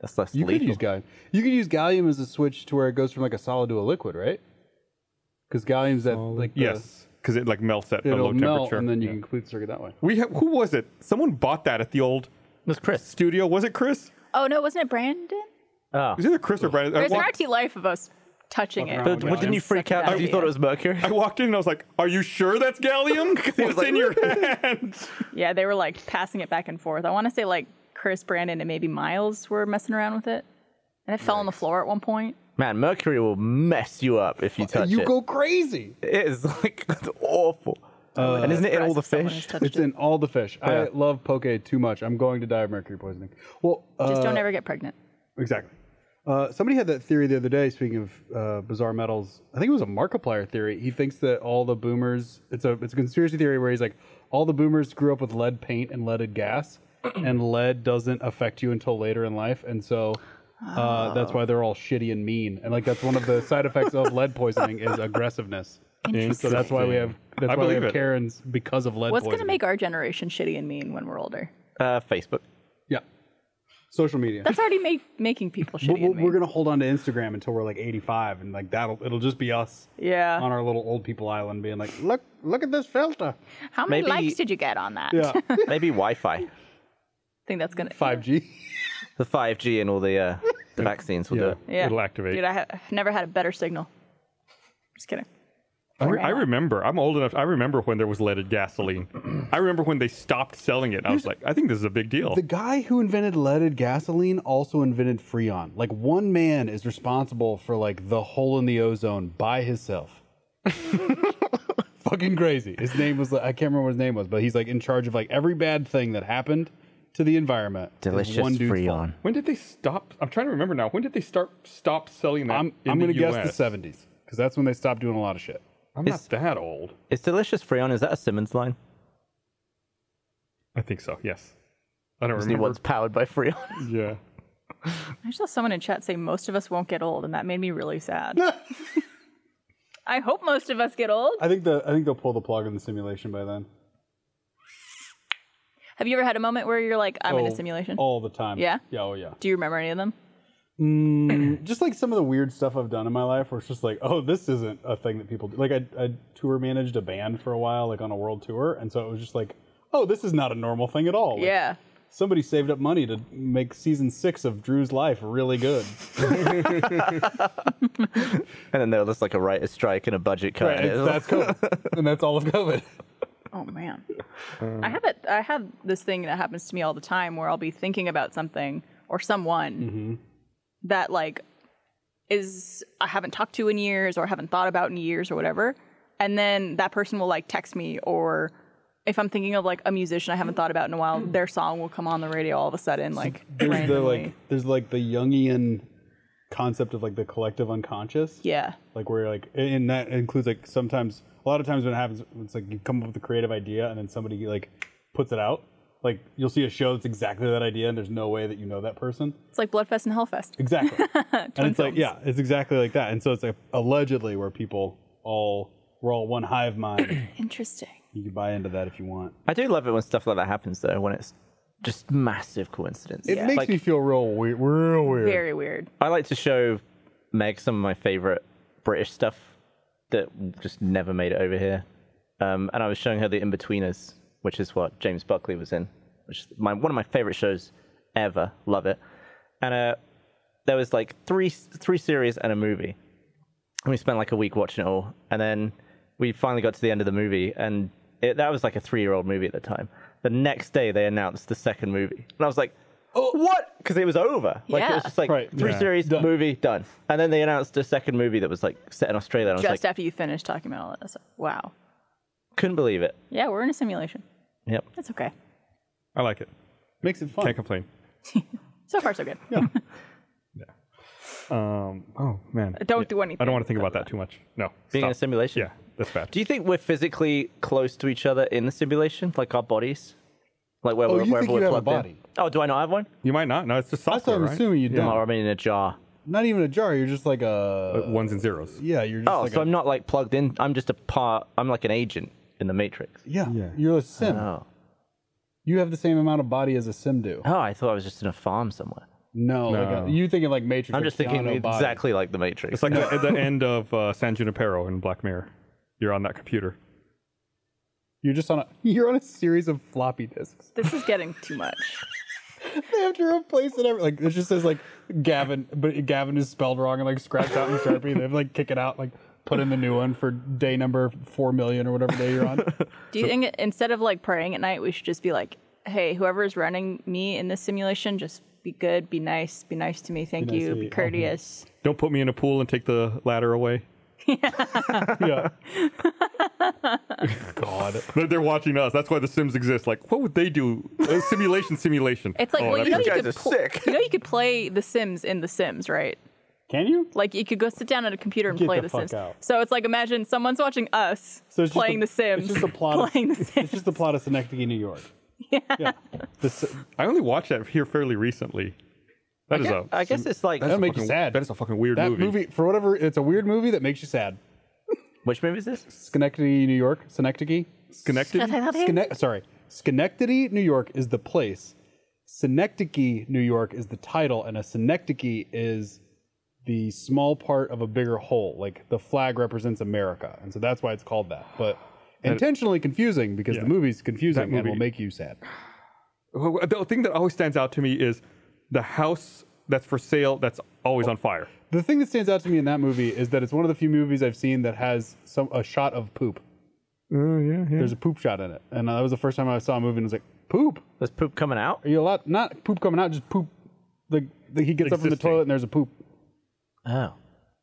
[SPEAKER 3] That's less
[SPEAKER 4] You
[SPEAKER 3] lethal.
[SPEAKER 4] could use gallium. You could use gallium as a switch to where it goes from like a solid to a liquid, right? Because gallium's that like the-
[SPEAKER 2] Yes, because it like melts at a
[SPEAKER 4] it'll
[SPEAKER 2] low
[SPEAKER 4] melt
[SPEAKER 2] temperature.
[SPEAKER 4] and then you can complete the circuit that way.
[SPEAKER 2] we have who was it? Someone bought that at the old
[SPEAKER 3] It was Chris.
[SPEAKER 2] studio. Was it Chris? It
[SPEAKER 5] oh no, wasn't it Brandon?
[SPEAKER 3] Oh.
[SPEAKER 2] was either Chris or Brandon. I
[SPEAKER 5] There's an
[SPEAKER 2] walked,
[SPEAKER 5] RT life of us touching it.
[SPEAKER 4] around
[SPEAKER 3] But
[SPEAKER 4] with gallium.
[SPEAKER 3] didn't you freak out
[SPEAKER 5] Such a
[SPEAKER 3] because you
[SPEAKER 5] bad
[SPEAKER 3] thought it
[SPEAKER 5] idea.
[SPEAKER 3] was mercury?
[SPEAKER 2] I walked in and I was like, "Are you sure that's gallium? What's
[SPEAKER 3] like,
[SPEAKER 2] in your hand?"
[SPEAKER 5] Yeah, they were like passing it back and forth. I want to say like Chris, Brandon, and maybe Miles were messing around with it, and it fell on the floor at one point.
[SPEAKER 3] [laughs] Man, mercury will mess you up if you touch
[SPEAKER 4] you
[SPEAKER 3] it.
[SPEAKER 4] go crazy.
[SPEAKER 3] it is [laughs] like it's awful.
[SPEAKER 4] Uh,
[SPEAKER 3] and isn't it in all the
[SPEAKER 5] If someone
[SPEAKER 3] fish?
[SPEAKER 5] has touched
[SPEAKER 4] It's
[SPEAKER 5] it.
[SPEAKER 4] in all the fish. I love poke too much. I'm going to die of mercury poisoning. Well, uh,
[SPEAKER 5] Just don't ever get pregnant.
[SPEAKER 4] exactly. Uh, somebody had that theory the other day. Speaking of uh, bizarre metals, I think it was a Markiplier theory. He thinks that all the boomers. It's a it's a conspiracy theory where he's like, all the boomers grew up with lead paint and leaded gas, and lead doesn't affect you until later in life, and so. Uh, that's why they're all shitty and mean, and like that's one of the side effects of lead poisoning is aggressiveness. So that's why we have that's
[SPEAKER 2] I
[SPEAKER 4] why we
[SPEAKER 2] believe
[SPEAKER 4] have
[SPEAKER 2] it.
[SPEAKER 4] Karens because of lead
[SPEAKER 5] What's
[SPEAKER 4] poisoning.
[SPEAKER 5] gonna make our generation shitty and mean when we're older?
[SPEAKER 3] Uh, Facebook.
[SPEAKER 4] Yeah. Social media.
[SPEAKER 5] That's already make, making people shitty.
[SPEAKER 4] We're,
[SPEAKER 5] and mean.
[SPEAKER 4] we're gonna hold on to Instagram until we're like 85, and like that'll it'll just be us
[SPEAKER 5] yeah.
[SPEAKER 4] on our little old people island, being like, look, look at this filter.
[SPEAKER 5] How many
[SPEAKER 3] Maybe-
[SPEAKER 5] likes did you get on
[SPEAKER 4] [laughs]
[SPEAKER 5] that?
[SPEAKER 4] Yeah.
[SPEAKER 5] [laughs] I
[SPEAKER 3] Maybe Wi-Fi.
[SPEAKER 5] think that's gonna
[SPEAKER 4] 5G.
[SPEAKER 3] The 5G and all the uh, the vaccines will do
[SPEAKER 4] Yeah.
[SPEAKER 3] it.
[SPEAKER 5] [laughs] Yeah.
[SPEAKER 2] It'll activate.
[SPEAKER 5] Dude, I ha- I've never had a better signal. Just kidding.
[SPEAKER 2] I, re- I remember. I'm old enough. I remember when there was leaded gasoline. I remember when they stopped selling it. I was like, "I think this is a big deal."
[SPEAKER 4] The guy who invented leaded gasoline also invented Freon. Like one man is responsible for like the hole in the ozone by [laughs] himself. Fucking crazy. His name was like, I can't remember what his name was, but he's like in charge of like every bad thing that happened to the environment. is one dude's fault.
[SPEAKER 2] When did they stop? I'm trying to remember now. When did they start stop selling that?
[SPEAKER 4] I'm,
[SPEAKER 2] in
[SPEAKER 4] I'm
[SPEAKER 2] the
[SPEAKER 4] gonna
[SPEAKER 2] US?
[SPEAKER 4] guess the 70s because that's when they stopped doing a lot of shit.
[SPEAKER 2] I'm not that old.
[SPEAKER 3] Is delicious Freon? Is that a Simmons line?
[SPEAKER 2] I think so. Yes. I don't
[SPEAKER 3] This new
[SPEAKER 2] remember.
[SPEAKER 3] one's powered by Freon. [laughs]
[SPEAKER 2] Yeah.
[SPEAKER 5] I just saw someone in chat say most of us won't get old, and that made me
[SPEAKER 4] [laughs]
[SPEAKER 5] really sad. I hope most of us get old.
[SPEAKER 4] I think the I think they'll pull the plug on the simulation by then.
[SPEAKER 5] Have you ever had a moment where you're like, I'm in a
[SPEAKER 4] Oh,
[SPEAKER 5] simulation?
[SPEAKER 4] all the time.
[SPEAKER 5] Yeah?
[SPEAKER 4] Yeah. Oh yeah.
[SPEAKER 5] Do you remember any of them?
[SPEAKER 4] Mm, [clears throat] just like some of the weird stuff I've done in my life, where it's just like, oh, this isn't a thing that people do. Like I, I tour managed a band for a while, like on a world tour, and so it was just like, oh, this is not a normal thing at all. Like,
[SPEAKER 5] yeah.
[SPEAKER 4] Somebody saved up money to make season six of Drew's life really [laughs] good.
[SPEAKER 3] And then there was like a writer's strike and a budget cut. and it was
[SPEAKER 4] that's [laughs] COVID, and that's all of COVID.
[SPEAKER 5] Oh man. I have it. I have this thing that happens to me all the time where I'll be thinking about something or someone that like is I haven't talked to in years or haven't thought about in years or whatever, and then that person will like text me or if I'm thinking of like a musician I haven't thought about in a while, their song will come on the radio all of a sudden like
[SPEAKER 4] There's the
[SPEAKER 5] randomly.
[SPEAKER 4] like, there's like the Jungian concept of like the collective unconscious.
[SPEAKER 5] yeah.
[SPEAKER 4] like where like and that includes like sometimes a lot of times when it happens it's like you come up with a creative idea and then somebody like puts it out like you'll see a show that's exactly that idea and there's no way that you know that person
[SPEAKER 5] It's like Bloodfest and Hellfest.
[SPEAKER 4] exactly and it's like
[SPEAKER 5] films.
[SPEAKER 4] yeah it's exactly like that and so it's like allegedly where people all we're all one hive mind
[SPEAKER 5] Interesting.
[SPEAKER 4] you can buy into that if you want
[SPEAKER 3] I do love it when stuff like that happens, though, when it's just massive coincidence.
[SPEAKER 4] it makes
[SPEAKER 3] like,
[SPEAKER 4] me feel real weird real weird
[SPEAKER 5] Very weird.
[SPEAKER 3] I like to show Meg some of my favorite British stuff that just never made it over here. Um, and I was showing her The Inbetweeners, which is what James Buckley was in, which is my, one of my favorite shows ever. Love it. And uh, there was like three three series and a movie. And we spent like a week watching it all. And then we finally got to the end of the movie. And it, that was like a three year old movie at the time. The next day, they announced the second movie. And I was like, oh, what? Because it was over. Like, it
[SPEAKER 5] Yeah.
[SPEAKER 3] was just like
[SPEAKER 4] Right,
[SPEAKER 3] three
[SPEAKER 4] yeah.
[SPEAKER 3] series, movie, done. And then they announced a second movie that was like set in Australia. And I was
[SPEAKER 5] Just
[SPEAKER 3] like,
[SPEAKER 5] after you finish talking about all that stuff. Wow.
[SPEAKER 3] couldn't believe it.
[SPEAKER 5] Yeah, we're in a simulation.
[SPEAKER 3] Yep.
[SPEAKER 5] That's okay.
[SPEAKER 2] I like it.
[SPEAKER 4] makes it fun
[SPEAKER 2] Can't complain.
[SPEAKER 5] So far, so good.
[SPEAKER 2] Um. Oh man.
[SPEAKER 5] Don't do anything.
[SPEAKER 2] I don't want to think about that too much. No.
[SPEAKER 3] Being in a
[SPEAKER 2] stop.
[SPEAKER 3] simulation.
[SPEAKER 2] Yeah, that's bad.
[SPEAKER 3] Do you think we're physically close to each other in the simulation, like our bodies? Like where
[SPEAKER 4] oh
[SPEAKER 3] we're,
[SPEAKER 4] you
[SPEAKER 3] wherever
[SPEAKER 4] think
[SPEAKER 3] we're
[SPEAKER 4] you have a
[SPEAKER 3] plugged in?
[SPEAKER 4] body
[SPEAKER 3] Oh, do I not have one?
[SPEAKER 2] You might not. No, it's just
[SPEAKER 4] that's what
[SPEAKER 2] software,
[SPEAKER 4] i'm
[SPEAKER 2] right?
[SPEAKER 4] assuming you don't
[SPEAKER 3] Or am I in a jar?
[SPEAKER 4] not even a jar you're just like a
[SPEAKER 2] Uh, ones and zeros.
[SPEAKER 4] yeah you're just
[SPEAKER 3] Oh,
[SPEAKER 4] like
[SPEAKER 3] so
[SPEAKER 4] a,
[SPEAKER 3] I'm not like plugged in. I'm just a part. I'm like an agent in the Matrix.
[SPEAKER 4] yeah, you're a sim
[SPEAKER 3] Oh.
[SPEAKER 4] You have the same amount of body as a sim do.
[SPEAKER 3] Oh, I thought I was just in a farm somewhere.
[SPEAKER 4] No, Like
[SPEAKER 2] No.
[SPEAKER 4] a, you thinking like Matrix?
[SPEAKER 3] I'm
[SPEAKER 4] like
[SPEAKER 3] just thinking
[SPEAKER 4] Keanu body.
[SPEAKER 3] exactly like the Matrix.
[SPEAKER 2] It's like the, at the end of uh, San Junipero in Black Mirror. You're on that computer.
[SPEAKER 4] You're just on a [laughs] you're on a series of floppy disks.
[SPEAKER 5] This is getting too much.
[SPEAKER 4] They have to replace it every like it just says like Gavin, but Gavin is spelled wrong and like scratched out in Sharpie. They have to, like kick it out, like put in the new one for day number four million or whatever day you're on.
[SPEAKER 5] Do you think it- instead of like praying at night, we should just be like, hey, whoever is running me in this simulation, just be good, be nice, be nice to me, thank
[SPEAKER 4] nice
[SPEAKER 5] you,
[SPEAKER 4] to
[SPEAKER 5] be
[SPEAKER 4] you. Mhm.
[SPEAKER 5] courteous.
[SPEAKER 2] Don't put me in a pool and take the ladder away.
[SPEAKER 4] yeah,
[SPEAKER 2] [laughs] God. They're, they're watching us. That's why the Sims exist. Like, what would they do? [laughs] Uh, simulation, simulation.
[SPEAKER 5] It's like,
[SPEAKER 2] Oh,
[SPEAKER 5] well, you know,
[SPEAKER 2] that'd
[SPEAKER 5] you
[SPEAKER 2] be-
[SPEAKER 5] could
[SPEAKER 3] guys are
[SPEAKER 5] pl-
[SPEAKER 3] sick.
[SPEAKER 5] you know, you could play The Sims in The Sims, right?
[SPEAKER 4] can you?
[SPEAKER 5] Like you could go sit down at a computer and
[SPEAKER 4] Get
[SPEAKER 5] play
[SPEAKER 4] the
[SPEAKER 5] The,
[SPEAKER 4] fuck
[SPEAKER 5] Sims.
[SPEAKER 4] out.
[SPEAKER 5] So it's like imagine someone's watching us
[SPEAKER 4] So it's just
[SPEAKER 5] playing
[SPEAKER 4] a-
[SPEAKER 5] The Sims,
[SPEAKER 4] It's just the plot.
[SPEAKER 5] [laughs] playing
[SPEAKER 4] of,
[SPEAKER 5] The
[SPEAKER 4] [laughs]
[SPEAKER 5] Sims.
[SPEAKER 4] It's just the plot of Synecdoche, New
[SPEAKER 5] [laughs]
[SPEAKER 4] York. Yeah. The si-
[SPEAKER 2] I only watched that here fairly recently. That is a.
[SPEAKER 3] I guess it's like
[SPEAKER 2] that's a
[SPEAKER 4] make you
[SPEAKER 2] fucking-
[SPEAKER 4] sad.
[SPEAKER 2] That is a fucking weird
[SPEAKER 4] that
[SPEAKER 2] movie.
[SPEAKER 4] movie, for whatever, it's a weird movie that makes you sad.
[SPEAKER 3] which movie is this?
[SPEAKER 4] Schenectady, New York. Synecdoche.
[SPEAKER 2] Connected.
[SPEAKER 4] Skene- sorry, Schenectady, New York is the place. Synecdoche, New York is the title, and a synecdoche is the small part of a bigger whole. Like the flag represents America, and so that's why it's called that. But intentionally confusing because the movie's confusing and will
[SPEAKER 2] movie-
[SPEAKER 4] make you sad.
[SPEAKER 2] Well, The thing that always stands out to me is the house that's for sale that's always on fire.
[SPEAKER 4] The thing that stands out to me in that movie is that it's one of the few movies I've seen that has some a shot of poop.
[SPEAKER 2] Oh, yeah, yeah.
[SPEAKER 4] There's a poop shot in it, and uh, that was the first time I saw a movie and was like, "Poop?
[SPEAKER 3] There's poop coming out.
[SPEAKER 4] Are you allowed? Not poop coming out, just poop." Like the, he gets up from the
[SPEAKER 2] Existing.
[SPEAKER 4] toilet and there's a poop.
[SPEAKER 3] Oh.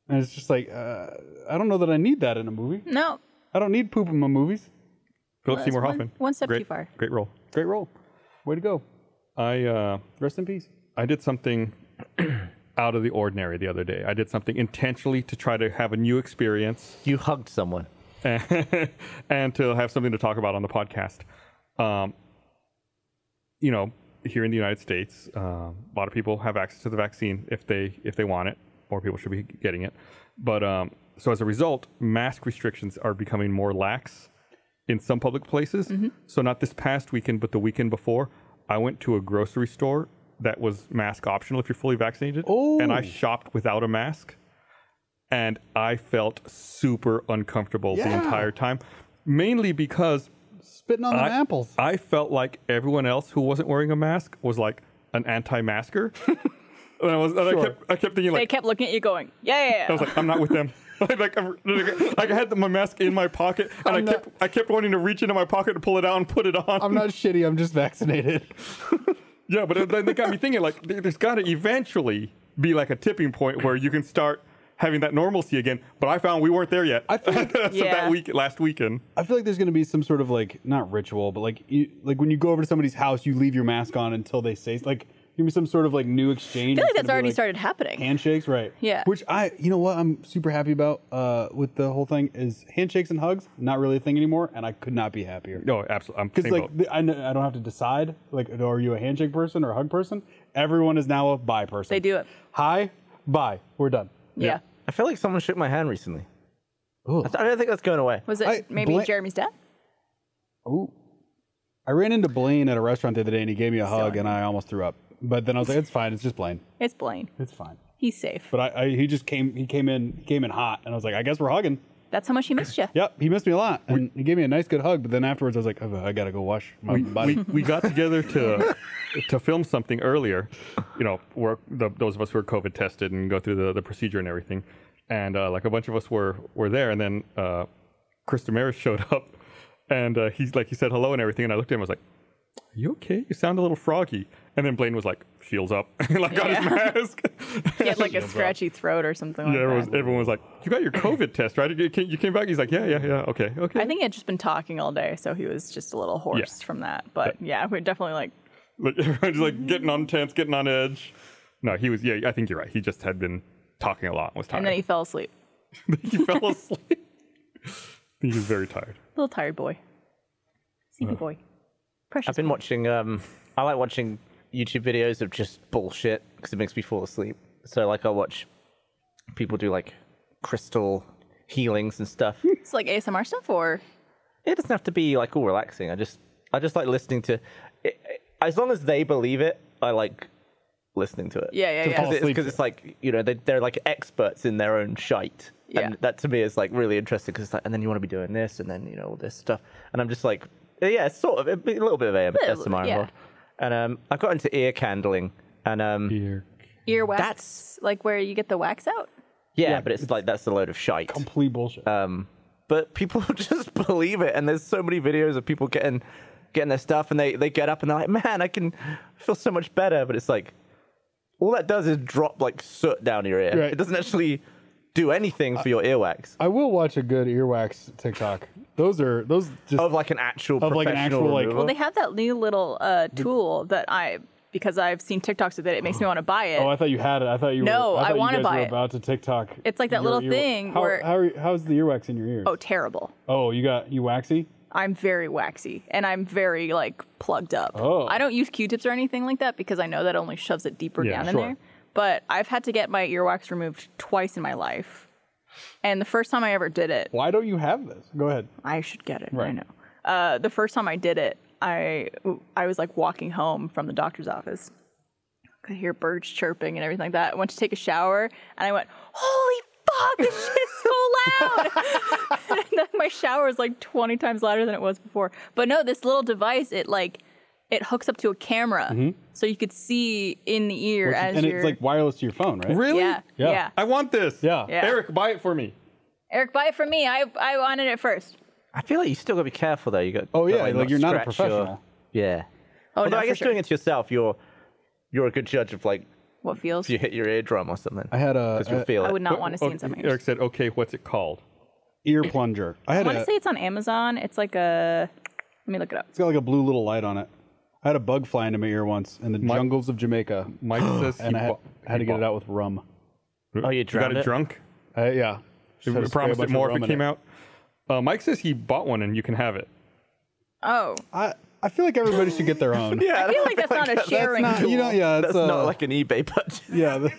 [SPEAKER 4] And it's just like, uh, I don't know that I need that in a movie.
[SPEAKER 5] No,
[SPEAKER 4] I don't need poop in my movies.
[SPEAKER 2] Philip Seymour
[SPEAKER 5] one-
[SPEAKER 2] Hoffman.
[SPEAKER 5] one step
[SPEAKER 2] great,
[SPEAKER 5] too far.
[SPEAKER 2] Great role.
[SPEAKER 4] Great role. Way to go.
[SPEAKER 2] I uh,
[SPEAKER 4] Rest in peace.
[SPEAKER 2] I did something [clears throat] out of the ordinary the other day. I did something intentionally to try to have a new experience
[SPEAKER 3] You hugged someone.
[SPEAKER 2] [laughs] and, and to have something to talk about on the podcast. Um, you know, here in the United States, um, a lot of people have access to the vaccine if they if they want it. More people should be getting it. But um, so as a result, mask restrictions are becoming more lax in some public places. So not this past weekend, but the weekend before, I went to a grocery store that was mask optional if you're fully vaccinated, and I shopped without a mask and I felt super uncomfortable the
[SPEAKER 4] Yeah.
[SPEAKER 2] entire time, mainly because
[SPEAKER 4] Spitting on
[SPEAKER 2] I,
[SPEAKER 4] the apples.
[SPEAKER 2] I felt like everyone else who wasn't wearing a mask was like an
[SPEAKER 4] [laughs]
[SPEAKER 2] anti-masker. and I was, and I kept, I kept thinking
[SPEAKER 5] They
[SPEAKER 2] like,
[SPEAKER 5] kept looking at you going, yeah, yeah, yeah.
[SPEAKER 2] I was like, I'm not with
[SPEAKER 5] [laughs]
[SPEAKER 2] them. [laughs] like, I'm, like I had my mask in my pocket, and I
[SPEAKER 4] I'm
[SPEAKER 2] kept, I kept wanting to reach into my pocket to pull it out and put it on.
[SPEAKER 4] I'm not shitty. I'm just vaccinated.
[SPEAKER 2] [laughs] Yeah, but then they got me thinking like there- there's got to eventually be like a tipping point where you can start having that normalcy again. But I found we weren't there yet. I
[SPEAKER 4] think-
[SPEAKER 2] [laughs] so
[SPEAKER 5] Yeah.
[SPEAKER 2] that week last weekend.
[SPEAKER 4] [laughs] I feel like there's going to be some sort of like not ritual, but like you, like when you go over to somebody's house, you leave your mask on until they say like give me some sort of like new exchange.
[SPEAKER 5] I feel like
[SPEAKER 4] It's gonna
[SPEAKER 5] that's
[SPEAKER 4] be,
[SPEAKER 5] already
[SPEAKER 4] like,
[SPEAKER 5] started happening.
[SPEAKER 4] Handshakes, right?
[SPEAKER 5] Yeah.
[SPEAKER 4] Which I, you know what, I'm super happy about uh, with the whole thing is handshakes and hugs not really a thing anymore, and I could not be happier.
[SPEAKER 2] No, absolutely. I'm
[SPEAKER 4] Because
[SPEAKER 2] same
[SPEAKER 4] like
[SPEAKER 2] boat.
[SPEAKER 4] the, I, kn- I don't have to decide like are you a handshake person or a hug person? Everyone is now a bye person.
[SPEAKER 5] They do it.
[SPEAKER 4] Hi, bye. We're done.
[SPEAKER 5] yeah.
[SPEAKER 3] I feel like someone shook my hand recently. I th- I don't think that's going away.
[SPEAKER 5] Was it
[SPEAKER 4] I-
[SPEAKER 5] maybe
[SPEAKER 4] Bla-
[SPEAKER 5] Jeremy's dad?
[SPEAKER 4] Ooh. I ran into Blaine at a restaurant the other day and he gave me a hug and I almost threw up. But then I was like, it's fine. It's just Blaine.
[SPEAKER 5] It's Blaine.
[SPEAKER 4] It's fine.
[SPEAKER 5] He's safe.
[SPEAKER 4] But I, I he just came he came in he came in hot and I was like, I guess we're hugging.
[SPEAKER 5] That's how much he missed you.
[SPEAKER 4] Yep, he missed me a lot and he gave me a nice good hug. But then afterwards, I was like, oh, I gotta go wash my [laughs] body.
[SPEAKER 2] we, we got together to to film something earlier. You know, we're, the, those of us who are COVID tested and go through the, the procedure and everything, and uh, like a bunch of us were were there, and then uh, Chris Damaris showed [laughs] up, and uh, he's like he said hello and everything, and I looked at him, I was like, "Are you okay? You sound a little froggy." And then Blaine was like, "Shields up," [laughs] and like got
[SPEAKER 5] Yeah.
[SPEAKER 2] his mask. [laughs]
[SPEAKER 5] He had like a scratchy throat or something like
[SPEAKER 2] Yeah, everyone was,
[SPEAKER 5] that.
[SPEAKER 2] everyone was like, "You got your COVID test, right? You came, you came back." He's like, "Yeah, yeah, yeah. Okay, okay."
[SPEAKER 5] I think he had just been talking all day, so he was just a little hoarse from that. But yeah, we're definitely like,
[SPEAKER 2] Like [laughs] everyone's like getting
[SPEAKER 5] Mm-hmm.
[SPEAKER 2] on tense, getting on edge. No, he was. Yeah, I think you're right. He just had been talking a lot. and Was tired.
[SPEAKER 5] and then he fell asleep.
[SPEAKER 2] [laughs] he,
[SPEAKER 5] [laughs]
[SPEAKER 2] fell asleep. I think he was very tired.
[SPEAKER 5] Little tired boy. Sleepy boy. Precious.
[SPEAKER 3] I've been watching. Um, I like watching YouTube videos of just bullshit because it makes me fall asleep. So like, I'll watch people do like crystal healings and stuff.
[SPEAKER 5] It's like ASMR stuff or
[SPEAKER 3] it doesn't have to be like all relaxing. I just, I just like listening to. It, it- as long as they believe it, I like listening to it.
[SPEAKER 5] Yeah, yeah, To yeah. fall
[SPEAKER 3] Because
[SPEAKER 4] asleep
[SPEAKER 3] it's, like you know they, they're like experts in their own shite.
[SPEAKER 5] Yeah.
[SPEAKER 3] And that to me is like really interesting because like, and then you want to be doing this and then you know all this stuff and I'm just like yeah it's sort of a bit- a little bit of AM,
[SPEAKER 5] Little,
[SPEAKER 3] SMR
[SPEAKER 5] yeah.
[SPEAKER 3] involved. and um I got into ear candling and um yeah,
[SPEAKER 5] ear wax.
[SPEAKER 3] That's-
[SPEAKER 5] like where you get the wax out.
[SPEAKER 3] but it's, like that's a load of shite
[SPEAKER 4] Complete bullshit.
[SPEAKER 3] um, but people [laughs] just believe it. And there's so many videos of people getting getting their stuff, and they they get up and they're like, "Man, I can feel so much better." But it's like all that does is drop like soot down your ear.
[SPEAKER 4] Right.
[SPEAKER 3] It doesn't actually do anything for your earwax
[SPEAKER 4] I will watch a good earwax TikTok. Those are those just
[SPEAKER 3] of like an actual
[SPEAKER 4] Of, like, an
[SPEAKER 3] professional
[SPEAKER 4] actual, like-
[SPEAKER 3] removal.
[SPEAKER 5] Well, they have that new little uh, tool that I, because I've seen TikToks with it, it makes me want to buy it.
[SPEAKER 4] Oh, I thought you had it. I thought you
[SPEAKER 5] No,
[SPEAKER 4] were. I,
[SPEAKER 5] I
[SPEAKER 4] thought you
[SPEAKER 5] wanna
[SPEAKER 4] guys
[SPEAKER 5] buy
[SPEAKER 4] were
[SPEAKER 5] it.
[SPEAKER 4] About to TikTok.
[SPEAKER 5] It's like that
[SPEAKER 4] your
[SPEAKER 5] little
[SPEAKER 4] ear-
[SPEAKER 5] thing
[SPEAKER 4] How,
[SPEAKER 5] where-
[SPEAKER 4] how are you, how's the earwax in your ears?
[SPEAKER 5] oh, terrible.
[SPEAKER 4] Oh, you got you waxy.
[SPEAKER 5] I'm very waxy and I'm very like plugged up.
[SPEAKER 4] Oh.
[SPEAKER 5] I don't use Q-tips or anything like that because I know that only shoves it deeper
[SPEAKER 2] Yeah,
[SPEAKER 5] down
[SPEAKER 2] sure.
[SPEAKER 5] in there. But I've had to get my earwax removed twice in my life. And the first time I ever did it,
[SPEAKER 4] Why don't you have this? Go ahead.
[SPEAKER 5] I should get it. I
[SPEAKER 4] Right.
[SPEAKER 5] know. Uh, the first time I did it, I I was like walking home from the doctor's office. Could hear birds chirping and everything like that. I went to take a shower and I went, holy fuck, this shit's so loud. [laughs] and then my shower is like 20 times louder than it was before. But no, this little device, it like it hooks up to a camera,
[SPEAKER 3] Mm-hmm.
[SPEAKER 5] so you could see in the ear
[SPEAKER 4] Which-
[SPEAKER 5] as
[SPEAKER 4] and
[SPEAKER 5] you're.
[SPEAKER 4] it's like wireless to your phone, right?
[SPEAKER 2] Really?
[SPEAKER 5] yeah,
[SPEAKER 4] Yeah.
[SPEAKER 5] yeah,
[SPEAKER 2] I want this.
[SPEAKER 4] Yeah.
[SPEAKER 5] Yeah.
[SPEAKER 2] Eric, buy it for me.
[SPEAKER 5] Eric, buy it for me. I I wanted it first.
[SPEAKER 3] I feel like you still gotta be careful though. You got
[SPEAKER 4] Oh, yeah, like,
[SPEAKER 3] not
[SPEAKER 4] you're not a
[SPEAKER 3] scratch your-
[SPEAKER 4] professional.
[SPEAKER 3] yeah.
[SPEAKER 5] Oh
[SPEAKER 3] Although
[SPEAKER 5] no,
[SPEAKER 3] I
[SPEAKER 5] for
[SPEAKER 3] guess
[SPEAKER 5] sure.
[SPEAKER 3] doing it to yourself, you're you're a good judge of like
[SPEAKER 5] what feels?
[SPEAKER 3] if you hit your eardrum or something.
[SPEAKER 4] I had uh, a,
[SPEAKER 3] because you'll
[SPEAKER 4] a
[SPEAKER 3] feel
[SPEAKER 5] I
[SPEAKER 3] it.
[SPEAKER 5] would not want to see
[SPEAKER 2] Okay,
[SPEAKER 5] inside my ears.
[SPEAKER 2] Eric said, "Okay, what's it called?"
[SPEAKER 4] ear plunger. I
[SPEAKER 5] I
[SPEAKER 4] had
[SPEAKER 5] want to
[SPEAKER 4] a.
[SPEAKER 5] say it's on Amazon. It's like a. Let me look it up.
[SPEAKER 4] It's got like a blue little light on it. I had a bug fly into my ear once in the jungles of Jamaica,
[SPEAKER 2] Mike says
[SPEAKER 4] [gasps]
[SPEAKER 2] he
[SPEAKER 4] and I had,
[SPEAKER 2] bought-
[SPEAKER 4] I had to
[SPEAKER 2] he
[SPEAKER 4] get it
[SPEAKER 2] bought-
[SPEAKER 4] out with rum.
[SPEAKER 3] Oh, you
[SPEAKER 2] got
[SPEAKER 3] drowned
[SPEAKER 2] it
[SPEAKER 3] it?
[SPEAKER 2] drunk.
[SPEAKER 4] I, yeah, Just had to
[SPEAKER 2] We
[SPEAKER 4] spray a
[SPEAKER 2] promised
[SPEAKER 4] bunch
[SPEAKER 2] it
[SPEAKER 4] of
[SPEAKER 2] more if
[SPEAKER 4] rum
[SPEAKER 2] it
[SPEAKER 4] in
[SPEAKER 2] came out. Uh, Mike says he bought one and you can have it.
[SPEAKER 5] Oh,
[SPEAKER 4] I I feel like everybody should
[SPEAKER 5] [laughs]
[SPEAKER 4] get their own.
[SPEAKER 3] Yeah,
[SPEAKER 5] I feel like that's not a sharing
[SPEAKER 4] not-
[SPEAKER 5] tool.
[SPEAKER 4] you know, yeah, it's
[SPEAKER 3] That's
[SPEAKER 4] uh,
[SPEAKER 3] not like an eBay [laughs] purchase.
[SPEAKER 4] [laughs] yeah.
[SPEAKER 6] [laughs]
[SPEAKER 4] the-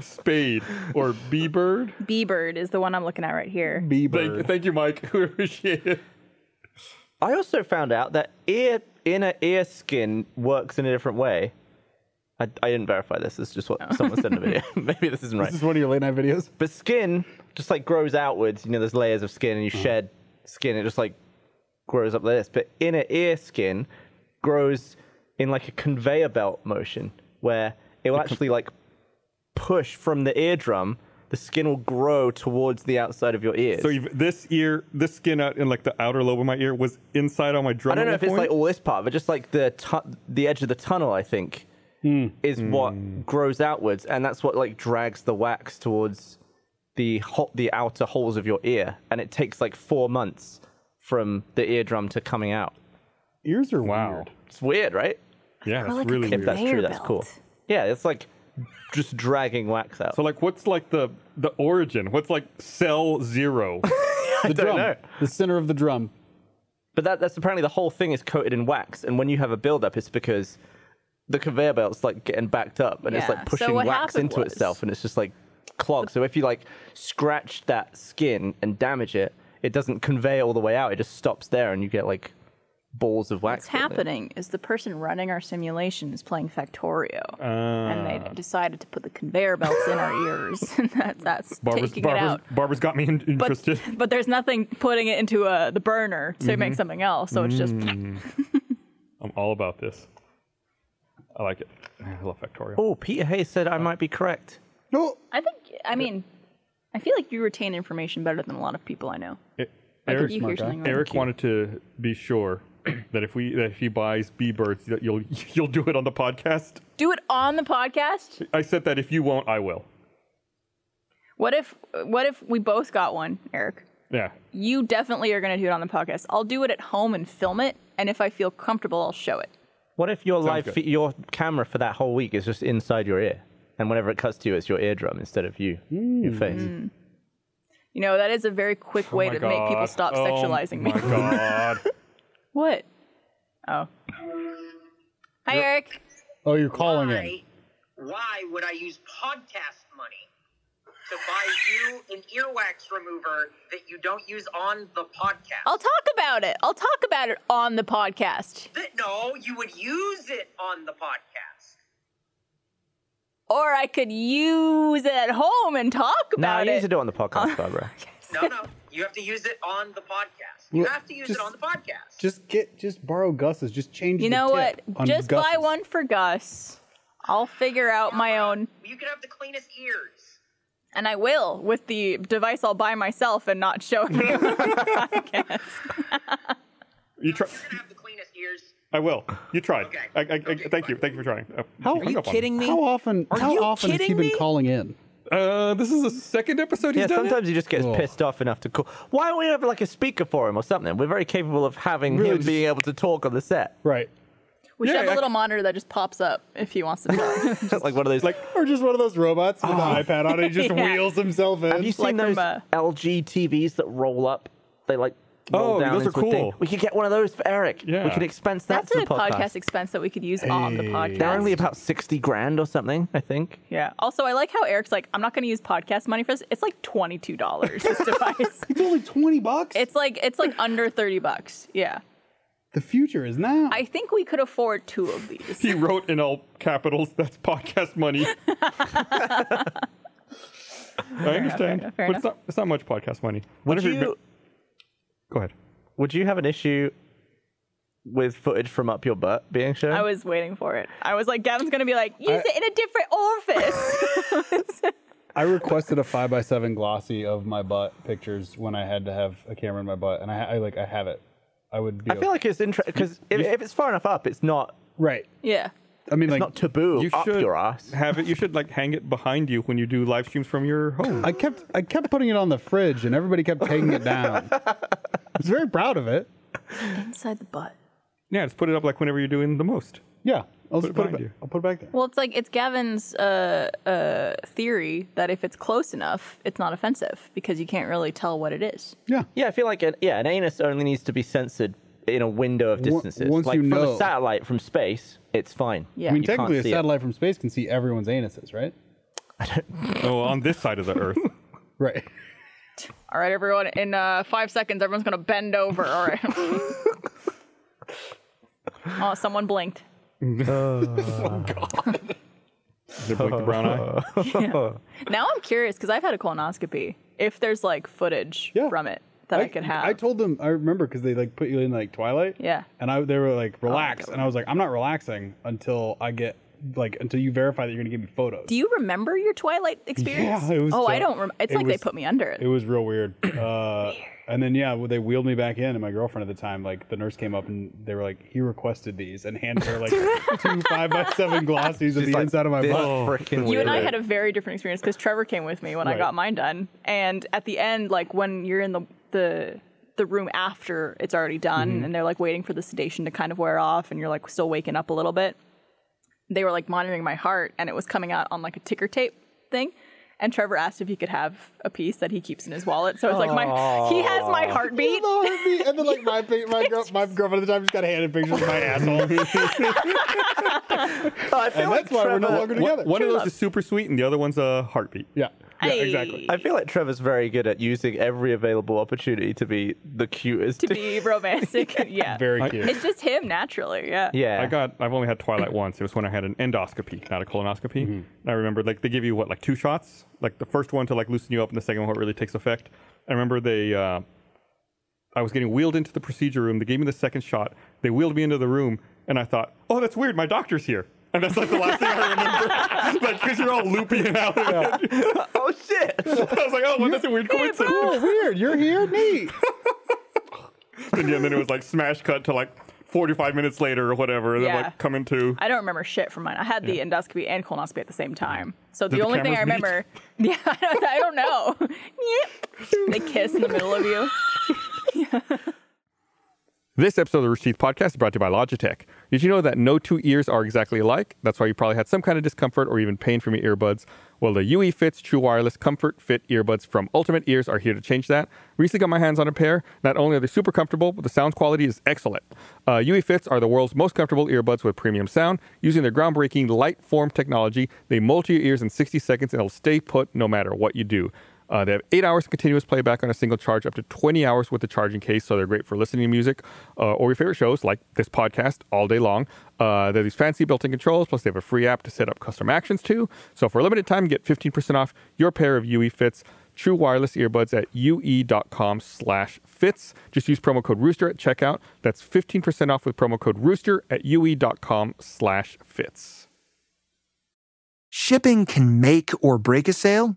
[SPEAKER 2] Spade or B Bird.
[SPEAKER 5] Bee bird is the one I'm looking at right
[SPEAKER 4] Mm.
[SPEAKER 5] here.
[SPEAKER 2] Thank, thank you, Mike. [laughs] We appreciate it.
[SPEAKER 3] I also found out that ear inner ear skin works in a different way. I, I didn't verify this. It's just what someone said in a video. Maybe this isn't right.
[SPEAKER 4] [laughs] This is one of your late night videos.
[SPEAKER 3] But skin just like grows outwards. You know, there's layers of skin, and you shed skin. It just like grows up like this. But inner ear skin grows in like a conveyor belt motion, where it will actually like push from the eardrum. The skin will grow towards the outside of your ears.
[SPEAKER 2] So you've, this ear, this skin out in like the outer lobe of my ear was inside on my drum.
[SPEAKER 3] I don't
[SPEAKER 2] at
[SPEAKER 3] know
[SPEAKER 2] one
[SPEAKER 3] if it's
[SPEAKER 2] point.
[SPEAKER 3] like all this part, but just like the tu- the edge of the tunnel, I think,
[SPEAKER 2] Hmm.
[SPEAKER 3] is what grows outwards, and that's what like drags the wax towards the ho- the outer holes of your ear, and it takes like four months from the eardrum to coming out.
[SPEAKER 4] Ears are
[SPEAKER 2] Wow. [laughs]
[SPEAKER 4] weird.
[SPEAKER 3] It's weird, right?
[SPEAKER 2] yeah, that's
[SPEAKER 5] like a
[SPEAKER 2] really weird.
[SPEAKER 5] kid
[SPEAKER 3] If that's
[SPEAKER 5] Conveyor
[SPEAKER 3] true, that's cool.
[SPEAKER 5] belt.
[SPEAKER 3] Yeah, it's like just dragging wax out.
[SPEAKER 2] So like, what's like the the origin? What's like cell zero?
[SPEAKER 4] The
[SPEAKER 3] don't
[SPEAKER 4] drum,
[SPEAKER 3] know.
[SPEAKER 4] the center of the drum.
[SPEAKER 3] But that, that's apparently the whole thing is coated in wax, and when you have a buildup, it's because the conveyor belt's like getting backed up, and it's
[SPEAKER 5] Yeah,
[SPEAKER 3] like
[SPEAKER 5] so
[SPEAKER 3] pushing
[SPEAKER 5] what
[SPEAKER 3] wax
[SPEAKER 5] happened
[SPEAKER 3] into
[SPEAKER 5] was-
[SPEAKER 3] itself, and it's just like clogged. So if you like scratch that skin and damage it, it doesn't convey all the way out. It just stops there, and you get like balls of wax.
[SPEAKER 5] What's
[SPEAKER 3] building.
[SPEAKER 5] happening is the person running our simulation is playing Factorio, and they decided to put the conveyor belts in [laughs] our ears, and that, that's
[SPEAKER 2] Barbara's,
[SPEAKER 5] [laughs] taking it
[SPEAKER 2] Barbara's,
[SPEAKER 5] out.
[SPEAKER 2] Barbara's got me in-
[SPEAKER 5] But,
[SPEAKER 2] interested.
[SPEAKER 5] but there's nothing putting it into uh, the burner to make something else, so it's just
[SPEAKER 2] I'm all about this. I like it. I love Factorio.
[SPEAKER 3] Oh, Peter Hayes said I might be correct.
[SPEAKER 4] No,
[SPEAKER 5] I think. I mean, I feel like you retain information better than a lot of people I know.
[SPEAKER 2] E-
[SPEAKER 5] Like
[SPEAKER 2] Eric,
[SPEAKER 5] if you hear
[SPEAKER 4] smart guy.
[SPEAKER 5] something wrong-
[SPEAKER 2] Eric wanted to be sure that if we that if he buys bee birds, that you'll [laughs] you'll do it on the podcast.
[SPEAKER 5] do it on the podcast.
[SPEAKER 2] I said that if you won't, I will.
[SPEAKER 5] What if? What if we both got one, Eric?
[SPEAKER 2] Yeah.
[SPEAKER 5] You definitely are going to do it on the podcast. I'll do it at home and film it, and if I feel comfortable, I'll show it.
[SPEAKER 3] What if your live
[SPEAKER 2] good.
[SPEAKER 3] fe- your camera for that whole week is just inside your ear, and whenever it cuts to you, it's your eardrum instead of you, your face.
[SPEAKER 5] Mm. You know, that is a very quick way
[SPEAKER 2] Oh my
[SPEAKER 5] to make people
[SPEAKER 2] God.
[SPEAKER 5] stop
[SPEAKER 2] Oh
[SPEAKER 5] sexualizing me.
[SPEAKER 2] My God.
[SPEAKER 5] [laughs] What? Oh. Hi, Eric.
[SPEAKER 4] oh, you're calling in.
[SPEAKER 6] why, why would I use podcast money to buy you an earwax remover that you don't use on the podcast?
[SPEAKER 5] I'll talk about it. I'll talk about it on the podcast.
[SPEAKER 6] That- no, you would use it on the podcast.
[SPEAKER 5] Or I could use it at home and talk
[SPEAKER 3] No,
[SPEAKER 5] about
[SPEAKER 3] you
[SPEAKER 5] it. Oh,
[SPEAKER 3] need to do it on the
[SPEAKER 5] [laughs]
[SPEAKER 3] podcast, Barbara.
[SPEAKER 4] [laughs]
[SPEAKER 6] No, no, you have to use it on the podcast. You
[SPEAKER 4] Look,
[SPEAKER 6] have to use
[SPEAKER 4] just-
[SPEAKER 6] it on the podcast.
[SPEAKER 4] Just get, just borrow Gus's. Just change.
[SPEAKER 5] you
[SPEAKER 4] the
[SPEAKER 5] know
[SPEAKER 4] tip
[SPEAKER 5] what?
[SPEAKER 4] on
[SPEAKER 5] Just buy
[SPEAKER 4] Gus's.
[SPEAKER 5] one for Gus. I'll figure out my own,
[SPEAKER 6] you could have the cleanest ears.
[SPEAKER 5] and I will with the device all by myself and not showing you.
[SPEAKER 2] You try.
[SPEAKER 6] You're gonna have the cleanest ears.
[SPEAKER 2] I will. You tried.
[SPEAKER 6] Okay.
[SPEAKER 2] I, I, I,
[SPEAKER 6] Okay,
[SPEAKER 2] thank you.
[SPEAKER 6] fine.
[SPEAKER 2] Thank you for trying. Uh,
[SPEAKER 4] How-
[SPEAKER 2] hung
[SPEAKER 4] Are you
[SPEAKER 2] up on
[SPEAKER 7] kidding me?
[SPEAKER 4] How often?
[SPEAKER 7] Are
[SPEAKER 4] how
[SPEAKER 7] you
[SPEAKER 4] often has he
[SPEAKER 7] kidding
[SPEAKER 4] been
[SPEAKER 7] me?
[SPEAKER 4] calling in?
[SPEAKER 2] Uh, this is the second episode he's
[SPEAKER 3] Yeah,
[SPEAKER 2] done. it?
[SPEAKER 3] sometimes he just gets
[SPEAKER 4] Ugh.
[SPEAKER 3] pissed off enough to call. Why don't we have like a speaker for him or something? We're very capable of having
[SPEAKER 4] Really
[SPEAKER 3] him
[SPEAKER 4] just-
[SPEAKER 3] being able to talk on the set.
[SPEAKER 4] Right.
[SPEAKER 5] We should
[SPEAKER 2] Yeah,
[SPEAKER 5] have a
[SPEAKER 2] I-
[SPEAKER 5] little monitor that just pops up if he wants to talk.
[SPEAKER 3] like one of those.
[SPEAKER 2] Like,
[SPEAKER 4] Or just one of those robots with an iPad on it. He just
[SPEAKER 5] Oh. [laughs] Yeah.
[SPEAKER 4] wheels himself in.
[SPEAKER 3] have you seen
[SPEAKER 5] like
[SPEAKER 3] those
[SPEAKER 5] from uh, a-
[SPEAKER 3] LG TVs that roll up? They like roll
[SPEAKER 2] Oh,
[SPEAKER 3] down
[SPEAKER 2] those are
[SPEAKER 3] into a thing.
[SPEAKER 2] cool.
[SPEAKER 3] We could get one of those for Eric.
[SPEAKER 2] Yeah.
[SPEAKER 3] we can expense that
[SPEAKER 5] That's
[SPEAKER 3] to
[SPEAKER 5] a
[SPEAKER 3] the podcast.
[SPEAKER 5] podcast expense that we could use on the podcast.
[SPEAKER 3] They're only about sixty grand or something, I think.
[SPEAKER 5] Yeah. Also, I like how Eric's like, I'm not going to use podcast money for this. It's like twenty two dollars. This device.
[SPEAKER 4] it's only twenty bucks.
[SPEAKER 5] it's like it's like under thirty bucks. Yeah.
[SPEAKER 4] the future is now.
[SPEAKER 5] I think we could afford two of these.
[SPEAKER 2] he wrote in all capitals, that's podcast
[SPEAKER 5] [laughs]
[SPEAKER 2] money. I understand.
[SPEAKER 5] enough, fair
[SPEAKER 2] but it's not, it's not much podcast money. What
[SPEAKER 3] Would
[SPEAKER 2] if it-
[SPEAKER 3] you
[SPEAKER 2] Go ahead.
[SPEAKER 3] would you have an issue with footage from up your butt being shown?
[SPEAKER 5] I was waiting for it. I was like, Gavin's going to be like, use it in a
[SPEAKER 2] [laughs]
[SPEAKER 5] different orifice.
[SPEAKER 4] I requested a five by seven glossy of my butt pictures when I had to have a camera in my butt, and I, I like I have it. I would. Be
[SPEAKER 3] I feel like it's interesting because if, if it's far enough up, it's not
[SPEAKER 4] right.
[SPEAKER 5] yeah.
[SPEAKER 4] I mean, like
[SPEAKER 3] not taboo
[SPEAKER 2] You
[SPEAKER 3] up
[SPEAKER 2] should
[SPEAKER 3] your ass.
[SPEAKER 2] have it. You should like hang it behind you when you do live streams from your home.
[SPEAKER 4] I kept I kept putting it on the fridge, and everybody kept taking it [laughs] down. I was very proud of it.
[SPEAKER 5] Inside the butt.
[SPEAKER 2] yeah, just put it up like whenever you're doing the most.
[SPEAKER 4] Yeah. I'll just put,
[SPEAKER 2] behind
[SPEAKER 4] it.
[SPEAKER 2] you.
[SPEAKER 4] Back, I'll put it back there.
[SPEAKER 5] Well, it's like it's Gavin's uh, uh, theory that if it's close enough, it's not offensive because you can't really tell what it is.
[SPEAKER 4] Yeah.
[SPEAKER 3] Yeah, I feel like an, yeah, an anus only needs to be censored in a window of
[SPEAKER 4] Wo-
[SPEAKER 3] distances.
[SPEAKER 4] once
[SPEAKER 3] like
[SPEAKER 4] you
[SPEAKER 3] from
[SPEAKER 4] know.
[SPEAKER 3] a satellite from space, it's fine.
[SPEAKER 5] Yeah.
[SPEAKER 4] I mean,
[SPEAKER 5] You
[SPEAKER 3] can't
[SPEAKER 4] technically, a
[SPEAKER 3] see it.
[SPEAKER 4] satellite from space can see everyone's anuses, right?
[SPEAKER 2] Oh, on this side of the [laughs] Earth.
[SPEAKER 4] Right. [laughs]
[SPEAKER 5] All right, everyone. In uh, five seconds, everyone's gonna bend over.
[SPEAKER 4] [laughs]
[SPEAKER 5] All right. oh, someone blinked.
[SPEAKER 2] They blink the brown eye.
[SPEAKER 5] Now I'm curious because I've had a colonoscopy. If there's like footage
[SPEAKER 4] Yeah.
[SPEAKER 5] from it that I, could have,
[SPEAKER 4] I told them. I remember because they like put you in like Twilight.
[SPEAKER 5] Yeah. Oh
[SPEAKER 4] And I they were like relax,
[SPEAKER 5] God.
[SPEAKER 4] and I was like, I'm not relaxing until I get like until you verify that you're gonna give me photos.
[SPEAKER 5] Do you remember your Twilight experience?
[SPEAKER 4] it was
[SPEAKER 5] oh, I
[SPEAKER 4] so-
[SPEAKER 5] don't. Rem- it's
[SPEAKER 4] it
[SPEAKER 5] like they
[SPEAKER 4] was-
[SPEAKER 5] put me under it.
[SPEAKER 4] It was real
[SPEAKER 5] [clears throat]
[SPEAKER 4] weird. Uh, and then yeah, well, they wheeled me back in, and my girlfriend at the time, like the nurse came up and they were like, he requested these, and handed her like
[SPEAKER 5] [laughs]
[SPEAKER 4] two five by seven glossies of the inside of my
[SPEAKER 3] This
[SPEAKER 4] [laughs] butt.
[SPEAKER 3] frickin'
[SPEAKER 5] you and I
[SPEAKER 3] weirdo.
[SPEAKER 5] had a very different experience because Trevor came with me when I
[SPEAKER 4] Right.
[SPEAKER 5] got mine done, and at the end, like when you're in the the the room after it's already done,
[SPEAKER 4] Mm-hmm.
[SPEAKER 5] and they're like waiting for the sedation to kind of wear off, and you're like still waking up a little bit. They were like monitoring my heart, and it was coming out on like a ticker tape thing. And Trevor asked if he could have a piece that he keeps in his wallet. So it's like my he has my heartbeat.
[SPEAKER 4] And then like my fi- my, girl,
[SPEAKER 5] [laughs]
[SPEAKER 4] my girlfriend at the time just got handed pictures [laughs] of my asshole, and
[SPEAKER 3] Oh, I feel like
[SPEAKER 4] that's why we're no
[SPEAKER 3] Trevor-
[SPEAKER 4] longer
[SPEAKER 2] One-
[SPEAKER 4] together.
[SPEAKER 2] One of those is super sweet, and the other one's a heartbeat.
[SPEAKER 4] Yeah. Yeah,
[SPEAKER 5] Hey.
[SPEAKER 4] exactly.
[SPEAKER 3] I feel like Trevor's very good at using every available opportunity to be the cutest.
[SPEAKER 5] to be romantic.
[SPEAKER 4] [laughs]
[SPEAKER 5] yeah.
[SPEAKER 4] Very cute.
[SPEAKER 5] It's just him naturally. Yeah.
[SPEAKER 3] yeah.
[SPEAKER 2] I got. I've only had Twilight once. It was when I had an endoscopy, not a colonoscopy. And I remember, like, they give you what, like, two shots. Like the first one to like loosen you up, and the second one what really takes effect. I remember they. Uh, I was getting wheeled into the procedure room. They gave me the second shot. They wheeled me into the room, and I thought, "Oh, that's weird. My doctor's here." And that's like the last thing I remember, [laughs] like because you're all loopy and out. of it.
[SPEAKER 3] Oh shit!
[SPEAKER 2] [laughs]
[SPEAKER 3] [laughs]
[SPEAKER 2] I was like, "Oh, well, that's a weird coincidence."
[SPEAKER 4] Oh, weird. You're here, neat.
[SPEAKER 2] [laughs] and, yeah, and then it was like smash cut to like 45 minutes later or whatever, and then
[SPEAKER 5] Yeah.
[SPEAKER 2] like coming to.
[SPEAKER 5] I don't remember shit from mine. I had the endoscopy and colonoscopy at the same time. So the
[SPEAKER 2] the
[SPEAKER 5] only thing I
[SPEAKER 2] cameras meet?
[SPEAKER 5] remember, [laughs] yeah, I don't, I don't know. [laughs] Yep. they kiss in the middle of you.
[SPEAKER 2] This episode of the Rooster Teeth Podcast is brought to you by Logitech. Did you know that no two ears are exactly alike? That's why you probably had some kind of discomfort or even pain from your earbuds. Well, the UE Fits True Wireless Comfort Fit earbuds from Ultimate Ears are here to change that. Recently got my hands on a pair. Not only are they super comfortable, but the sound quality is excellent. Uh, UE Fits are the world's most comfortable earbuds with premium sound. Using their groundbreaking light form technology, they molt your ears in 60 seconds and it'll stay put no matter what you do. Uh, they have eight hours of continuous playback on a single charge, up to 20 hours with the charging case, so they're great for listening to music uh, or your favorite shows like this podcast all day long. Uh, they have these fancy built in controls, plus, they have a free app to set up custom actions too. So, for a limited time, get 15% off your pair of UE Fits true wireless earbuds at ue.com slash fits just use promo code rooster at checkout that's 15% off with promo code rooster at ue.com slash fits
[SPEAKER 7] Shipping can make or break a sale,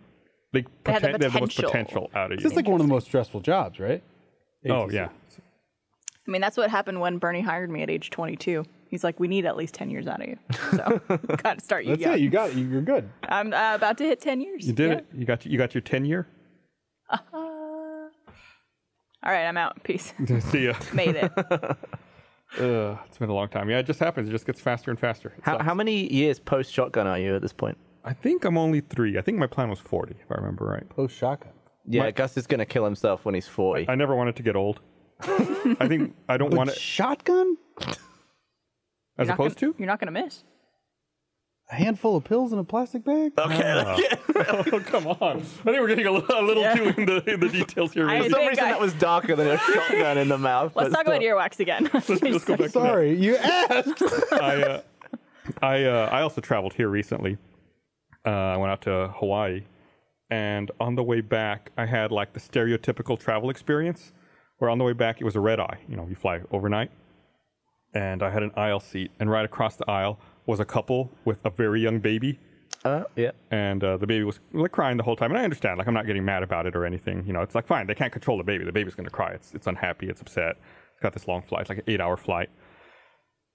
[SPEAKER 2] they,
[SPEAKER 5] They have the
[SPEAKER 2] poten- they have the most
[SPEAKER 5] potential.
[SPEAKER 2] potential out of you.
[SPEAKER 4] It's like one of the most stressful jobs, right?
[SPEAKER 2] oh yeah.
[SPEAKER 5] I mean, that's what happened when Bernie hired me at age 22. He's like, we need at least 10 years out of you.
[SPEAKER 2] [laughs]
[SPEAKER 5] So, gotta start you.
[SPEAKER 4] That's
[SPEAKER 5] young.
[SPEAKER 4] it. You got it. You're good.
[SPEAKER 5] I'm uh, about to hit 10 years.
[SPEAKER 2] You did it. You got you got your [laughs] tenure.
[SPEAKER 5] All right, I'm out.
[SPEAKER 2] [laughs]
[SPEAKER 5] Peace.
[SPEAKER 2] See ya.
[SPEAKER 5] Made it.
[SPEAKER 2] Ugh, it's been a long time. Yeah, it just happens. It just gets faster and faster. It
[SPEAKER 3] How,
[SPEAKER 2] sucks.
[SPEAKER 3] how many years post shotgun are you at this point?
[SPEAKER 2] I think I'm only three. I think my plan was 40, if I remember right.
[SPEAKER 4] Close Oh, shotgun.
[SPEAKER 3] Yeah, Gus is gonna kill himself when he's forty.
[SPEAKER 2] I never wanted to get old. I think I
[SPEAKER 4] [laughs]
[SPEAKER 2] don't want it
[SPEAKER 4] Shotgun?
[SPEAKER 2] as
[SPEAKER 5] Not
[SPEAKER 2] opposed
[SPEAKER 4] [laughs]
[SPEAKER 5] gonna-
[SPEAKER 2] to.
[SPEAKER 5] You're not gonna miss.
[SPEAKER 4] A handful of pills in a plastic bag?
[SPEAKER 2] Uh,
[SPEAKER 3] okay, [laughs]
[SPEAKER 2] Oh come on! I think we're getting a little, a little too in the, in the details here.
[SPEAKER 5] I
[SPEAKER 2] Really.
[SPEAKER 3] for some
[SPEAKER 5] Big
[SPEAKER 3] reason
[SPEAKER 5] guy.
[SPEAKER 3] that was darker [laughs] than a shotgun in the mouth.
[SPEAKER 5] Let's
[SPEAKER 3] but
[SPEAKER 5] talk about
[SPEAKER 3] still.
[SPEAKER 5] earwax again.
[SPEAKER 2] [laughs]
[SPEAKER 5] [laughs]
[SPEAKER 2] Let's go back to that.
[SPEAKER 4] Sorry,
[SPEAKER 2] [laughs]
[SPEAKER 4] you asked.
[SPEAKER 2] I uh, I uh, I also traveled here recently. Uh, I went out to Hawaii, and on the way back, I had like the stereotypical travel experience. Where on the way back, it was a red eye. You know, you fly overnight, and I had an aisle seat, and right across the aisle was a couple with a very young baby,
[SPEAKER 3] Uh, yeah.
[SPEAKER 2] and uh, the baby was like crying the whole time. And I understand, like I'm not getting mad about it or anything. You know, it's like fine. They can't control the baby. The baby's going to cry. It's it's unhappy. It's upset. It's got this long flight. It's like an eight hour flight.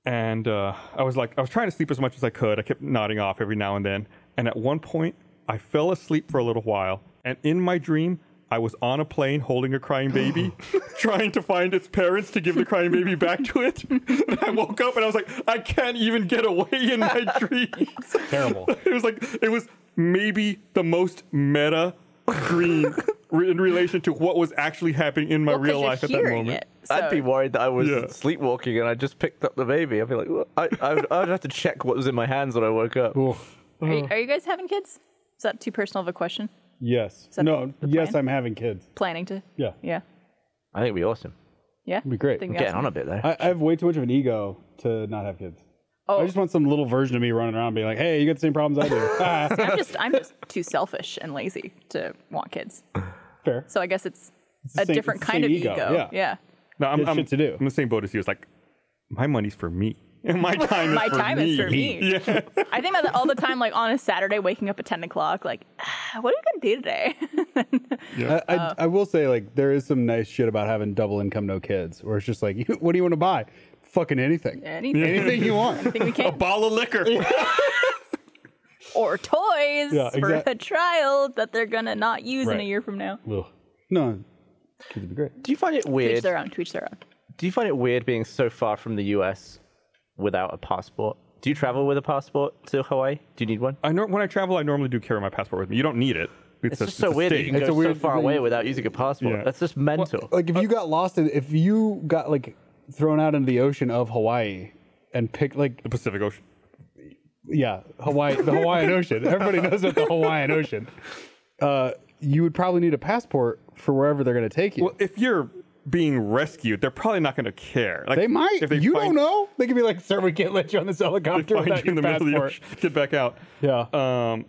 [SPEAKER 2] And uh, I was like, I was trying to sleep as much as I could. I kept nodding off every now and then. And at one point, I fell asleep for a little while. And in my dream, I was on a plane holding a crying
[SPEAKER 5] [laughs]
[SPEAKER 2] baby, trying to find its parents to give the crying baby back to it. And I woke up and I was like, I can't even get away in
[SPEAKER 5] [laughs]
[SPEAKER 2] my dreams.
[SPEAKER 4] Terrible.
[SPEAKER 2] [laughs] It was like it was maybe the most meta dream
[SPEAKER 5] [laughs]
[SPEAKER 2] re- in relation to what was actually happening in my
[SPEAKER 5] Well, 'cause
[SPEAKER 2] real
[SPEAKER 5] you're
[SPEAKER 2] life at that
[SPEAKER 5] hearing
[SPEAKER 2] moment.
[SPEAKER 5] it, so-
[SPEAKER 3] I'd be worried that I was
[SPEAKER 2] Yeah.
[SPEAKER 3] sleepwalking and I just picked up the baby. I'd be like, "Well, I, I, would, I would have to check what was in my hands when I woke up.
[SPEAKER 5] Are you, are you guys having kids? Is that too personal of a question?
[SPEAKER 4] Yes.
[SPEAKER 5] that
[SPEAKER 4] No,
[SPEAKER 5] the
[SPEAKER 4] yes,
[SPEAKER 5] plan?
[SPEAKER 4] I'm having kids.
[SPEAKER 5] Planning to?
[SPEAKER 4] Yeah.
[SPEAKER 5] Yeah.
[SPEAKER 3] I think it'd be awesome.
[SPEAKER 5] Yeah. It'd
[SPEAKER 4] be great.
[SPEAKER 5] Think
[SPEAKER 4] I'm
[SPEAKER 5] that's-
[SPEAKER 3] Getting on a bit there.
[SPEAKER 4] I, I have way too much of an ego to not have kids.
[SPEAKER 5] Oh,
[SPEAKER 4] I just want some little version of me running around being like, hey, you got the same problems
[SPEAKER 5] [laughs]
[SPEAKER 4] I do. Ah,
[SPEAKER 5] I'm just I'm just too selfish and lazy to want kids.
[SPEAKER 4] Fair.
[SPEAKER 5] So I guess it's,
[SPEAKER 4] the
[SPEAKER 5] a
[SPEAKER 4] same-
[SPEAKER 5] different
[SPEAKER 4] it's the
[SPEAKER 5] kind
[SPEAKER 4] same
[SPEAKER 5] of
[SPEAKER 4] ego,
[SPEAKER 5] ego.
[SPEAKER 4] yeah.
[SPEAKER 2] No, I'm,
[SPEAKER 4] There's
[SPEAKER 2] I'm,
[SPEAKER 4] shit to do.
[SPEAKER 2] I'm the same boat as you. It's like my money's for me, [laughs] and
[SPEAKER 5] [laughs]
[SPEAKER 2] my time is
[SPEAKER 5] My
[SPEAKER 2] for
[SPEAKER 5] time
[SPEAKER 2] me.
[SPEAKER 5] is for me.
[SPEAKER 2] [laughs] Yeah.
[SPEAKER 5] I think about that all the time, like on a Saturday, waking up at ten o'clock, like, "Ah, what are you gonna do today? [laughs]
[SPEAKER 4] I,
[SPEAKER 5] Uh.
[SPEAKER 4] I, I will say, like, there is some nice shit about having double income, no kids, where it's just like, [laughs] what do you want to buy? Fucking [laughs] anything.
[SPEAKER 5] Anything,
[SPEAKER 4] [laughs] Anything you want.
[SPEAKER 5] Anything we
[SPEAKER 2] A
[SPEAKER 5] can.
[SPEAKER 2] bottle of liquor.
[SPEAKER 5] or toys
[SPEAKER 4] Yeah,
[SPEAKER 5] for
[SPEAKER 4] exact-
[SPEAKER 5] a child that they're gonna not use in a
[SPEAKER 4] Right.
[SPEAKER 5] year from now.
[SPEAKER 4] Ugh. No, kids would be great.
[SPEAKER 3] Do you find it
[SPEAKER 5] To each
[SPEAKER 3] weird?
[SPEAKER 5] their own. To each their own.
[SPEAKER 3] Do you find it weird being so far from the US without a passport? Do you travel with a passport to Hawaii? Do you need one?
[SPEAKER 2] [laughs] I nor- when I travel, I normally do carry my passport with me. You don't need it.
[SPEAKER 3] It's just so weird that you can
[SPEAKER 4] It's
[SPEAKER 3] go
[SPEAKER 4] a weird
[SPEAKER 3] so far
[SPEAKER 4] thing.
[SPEAKER 3] away without using a passport.
[SPEAKER 2] Yeah.
[SPEAKER 3] That's just mental.
[SPEAKER 4] Like
[SPEAKER 5] Uh.
[SPEAKER 4] if you got lost, in, if you got like thrown out into the ocean of Hawaii and picked like
[SPEAKER 2] the Pacific Ocean.
[SPEAKER 4] yeah, Hawaii, the
[SPEAKER 2] [laughs]
[SPEAKER 4] Hawaiian Ocean. Everybody knows about the Hawaiian Ocean. Uh, you would probably need a passport for wherever they're going to take you.
[SPEAKER 2] Well, if you're being rescued, they're probably not going to care. Like,
[SPEAKER 4] they might.
[SPEAKER 2] If
[SPEAKER 4] you
[SPEAKER 2] find-
[SPEAKER 4] don't know. They could be like, "Sir, we can't let you on this helicopter
[SPEAKER 2] Find
[SPEAKER 4] without
[SPEAKER 2] you in
[SPEAKER 4] your
[SPEAKER 2] the
[SPEAKER 4] passport."
[SPEAKER 2] middle of the ocean. [laughs] Get back out.
[SPEAKER 4] Yeah.
[SPEAKER 2] Um,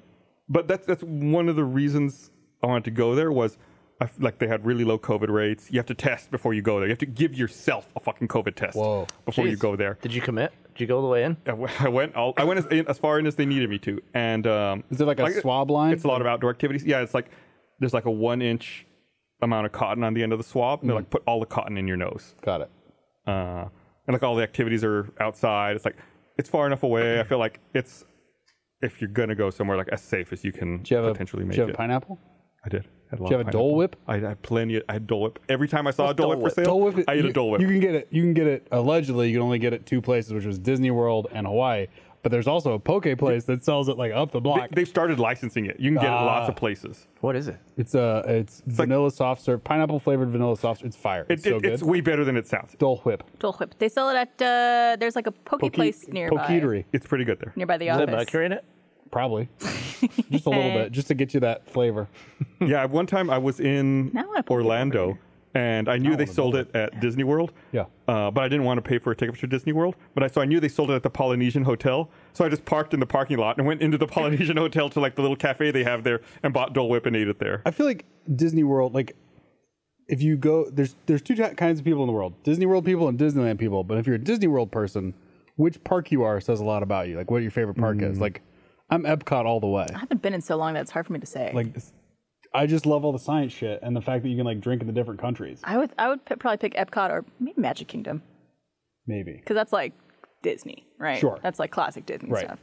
[SPEAKER 2] but that's that's one of the reasons I wanted to go there was, I f like they had really low COVID rates. You have to test before you go there. You have to give yourself a fucking COVID test
[SPEAKER 4] Whoa.
[SPEAKER 2] before you
[SPEAKER 3] Jeez.
[SPEAKER 2] go there.
[SPEAKER 3] Did you commit? Did you go all the way in?
[SPEAKER 2] I w- [laughs] I went all, I went as, in, as far in as they needed me to, and um,
[SPEAKER 4] Is there like a swab line?
[SPEAKER 2] It's a lot of outdoor activities. Yeah, it's like there's like a one inch amount of cotton on the end of the swab.
[SPEAKER 4] Hmm.
[SPEAKER 2] And They like put all the cotton in your nose,
[SPEAKER 4] got it.
[SPEAKER 2] uh, and like all the activities are outside. It's like it's far enough away. I feel like it's if you're gonna go somewhere like as safe as you can
[SPEAKER 4] Do you have
[SPEAKER 2] potentially
[SPEAKER 4] a,
[SPEAKER 2] make
[SPEAKER 4] do you have
[SPEAKER 2] it.
[SPEAKER 4] a pineapple?
[SPEAKER 2] I did. I had
[SPEAKER 4] Do you have a Dole Whip?
[SPEAKER 2] I I had plenty. Of, I had Dole Whip. Every time I saw a Dole,
[SPEAKER 3] Dole
[SPEAKER 2] Whip for sale,
[SPEAKER 4] Dole Whip.
[SPEAKER 2] I ate
[SPEAKER 4] you,
[SPEAKER 2] a Dole Whip.
[SPEAKER 4] You can get it. You can get it. Allegedly, you can only get it two places, which was Disney World and Hawaii. But there's also a poke place that sells it like up the block.
[SPEAKER 2] they, have started licensing it. You can get it
[SPEAKER 4] Ah.
[SPEAKER 2] lots of places.
[SPEAKER 3] What is it?
[SPEAKER 4] it's uh, it's, vanilla soft serve, pineapple flavored vanilla soft. It's fire. It's
[SPEAKER 2] It-
[SPEAKER 4] so
[SPEAKER 2] it-
[SPEAKER 4] good.
[SPEAKER 2] it's way better than it sounds.
[SPEAKER 4] Dole Whip.
[SPEAKER 5] Dole Whip. They sell it at uh, there's like a poke, place nearby.
[SPEAKER 4] Pokeetery,
[SPEAKER 2] It's pretty good there.
[SPEAKER 5] Nearby the
[SPEAKER 3] Is
[SPEAKER 5] office.
[SPEAKER 3] there mercury in it?
[SPEAKER 5] [laughs]
[SPEAKER 4] probably. just a little bit, just to get you that flavor.
[SPEAKER 2] Yeah, one time I was in
[SPEAKER 5] Now I wanna pull it
[SPEAKER 2] Orlando and I knew they sold it at Disney World.
[SPEAKER 4] Yeah.
[SPEAKER 2] Uh, but I didn't want to pay for a ticket to Disney World. But I so I knew they sold it at the Polynesian Hotel. So I just parked in the parking lot and went into the [laughs] Polynesian Hotel to like the little cafe they have there and bought Dole Whip and ate it there.
[SPEAKER 4] I feel like Disney World, like if you go, there's there's two ti- kinds of people in the world: Disney World people and Disneyland people. But if you're a Disney World person, which park you are says a lot about you. Like what your favorite park is. Like I'm Epcot all the way.
[SPEAKER 5] I haven't been in so long that it's hard for me to say.
[SPEAKER 4] Like I just love all the science shit and the fact that you can like drink in the different countries.
[SPEAKER 5] I would I would p- probably pick Epcot or maybe Magic Kingdom
[SPEAKER 4] Maybe
[SPEAKER 5] because that's like Disney, right?
[SPEAKER 4] Sure.
[SPEAKER 5] That's like classic Disney
[SPEAKER 4] Right.
[SPEAKER 5] stuff.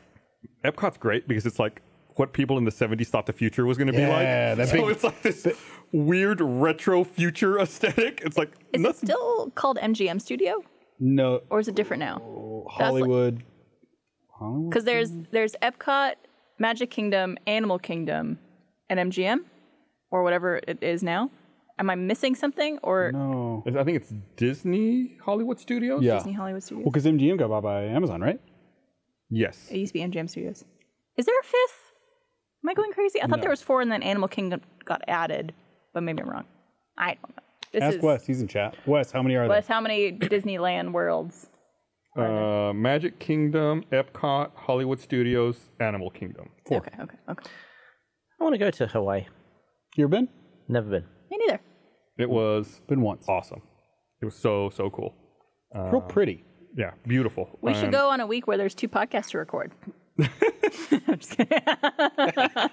[SPEAKER 2] Epcot's great because it's like what people in the 70s thought the future was going to be like.
[SPEAKER 4] Yeah, that
[SPEAKER 2] so
[SPEAKER 4] big-
[SPEAKER 2] it's like this weird retro future aesthetic. It's like
[SPEAKER 5] Is it
[SPEAKER 2] nothing.
[SPEAKER 5] still called MGM Studio
[SPEAKER 4] no
[SPEAKER 5] or is it different now?
[SPEAKER 4] Hollywood.
[SPEAKER 5] Because there's
[SPEAKER 4] Mm-hmm.
[SPEAKER 5] there's Epcot, Magic Kingdom, Animal Kingdom, and MGM, or whatever it is now. Am I missing something? Or
[SPEAKER 4] no.
[SPEAKER 2] I think it's Disney Hollywood Studios.
[SPEAKER 4] Yeah.
[SPEAKER 5] Disney
[SPEAKER 4] Well,
[SPEAKER 5] Hollywood Studios?
[SPEAKER 4] because MGM got bought by Amazon, right?
[SPEAKER 2] Yes.
[SPEAKER 5] It used to be MGM Studios. Is there a fifth? Am I going crazy? I thought there was four, and then Animal Kingdom got added, but maybe I'm wrong. I don't know. This
[SPEAKER 4] Ask
[SPEAKER 5] is
[SPEAKER 4] Wes. He's in chat. Wes, how many are there?
[SPEAKER 5] Wes, how many Disneyland worlds?
[SPEAKER 2] Uh, Magic Kingdom, Epcot, Hollywood Studios, Animal Kingdom.
[SPEAKER 5] Okay, okay, okay.
[SPEAKER 3] I want to go to Hawaii.
[SPEAKER 4] You ever been?
[SPEAKER 3] Never been.
[SPEAKER 5] Me neither.
[SPEAKER 2] It was
[SPEAKER 4] Been once.
[SPEAKER 2] awesome. It was so so cool.
[SPEAKER 4] Real
[SPEAKER 2] Uh,
[SPEAKER 4] pretty.
[SPEAKER 2] Yeah, beautiful.
[SPEAKER 5] We should
[SPEAKER 2] Um,
[SPEAKER 5] go on a week where there's two podcasts
[SPEAKER 4] [laughs]
[SPEAKER 5] to record. [laughs] I'm just kidding. [laughs]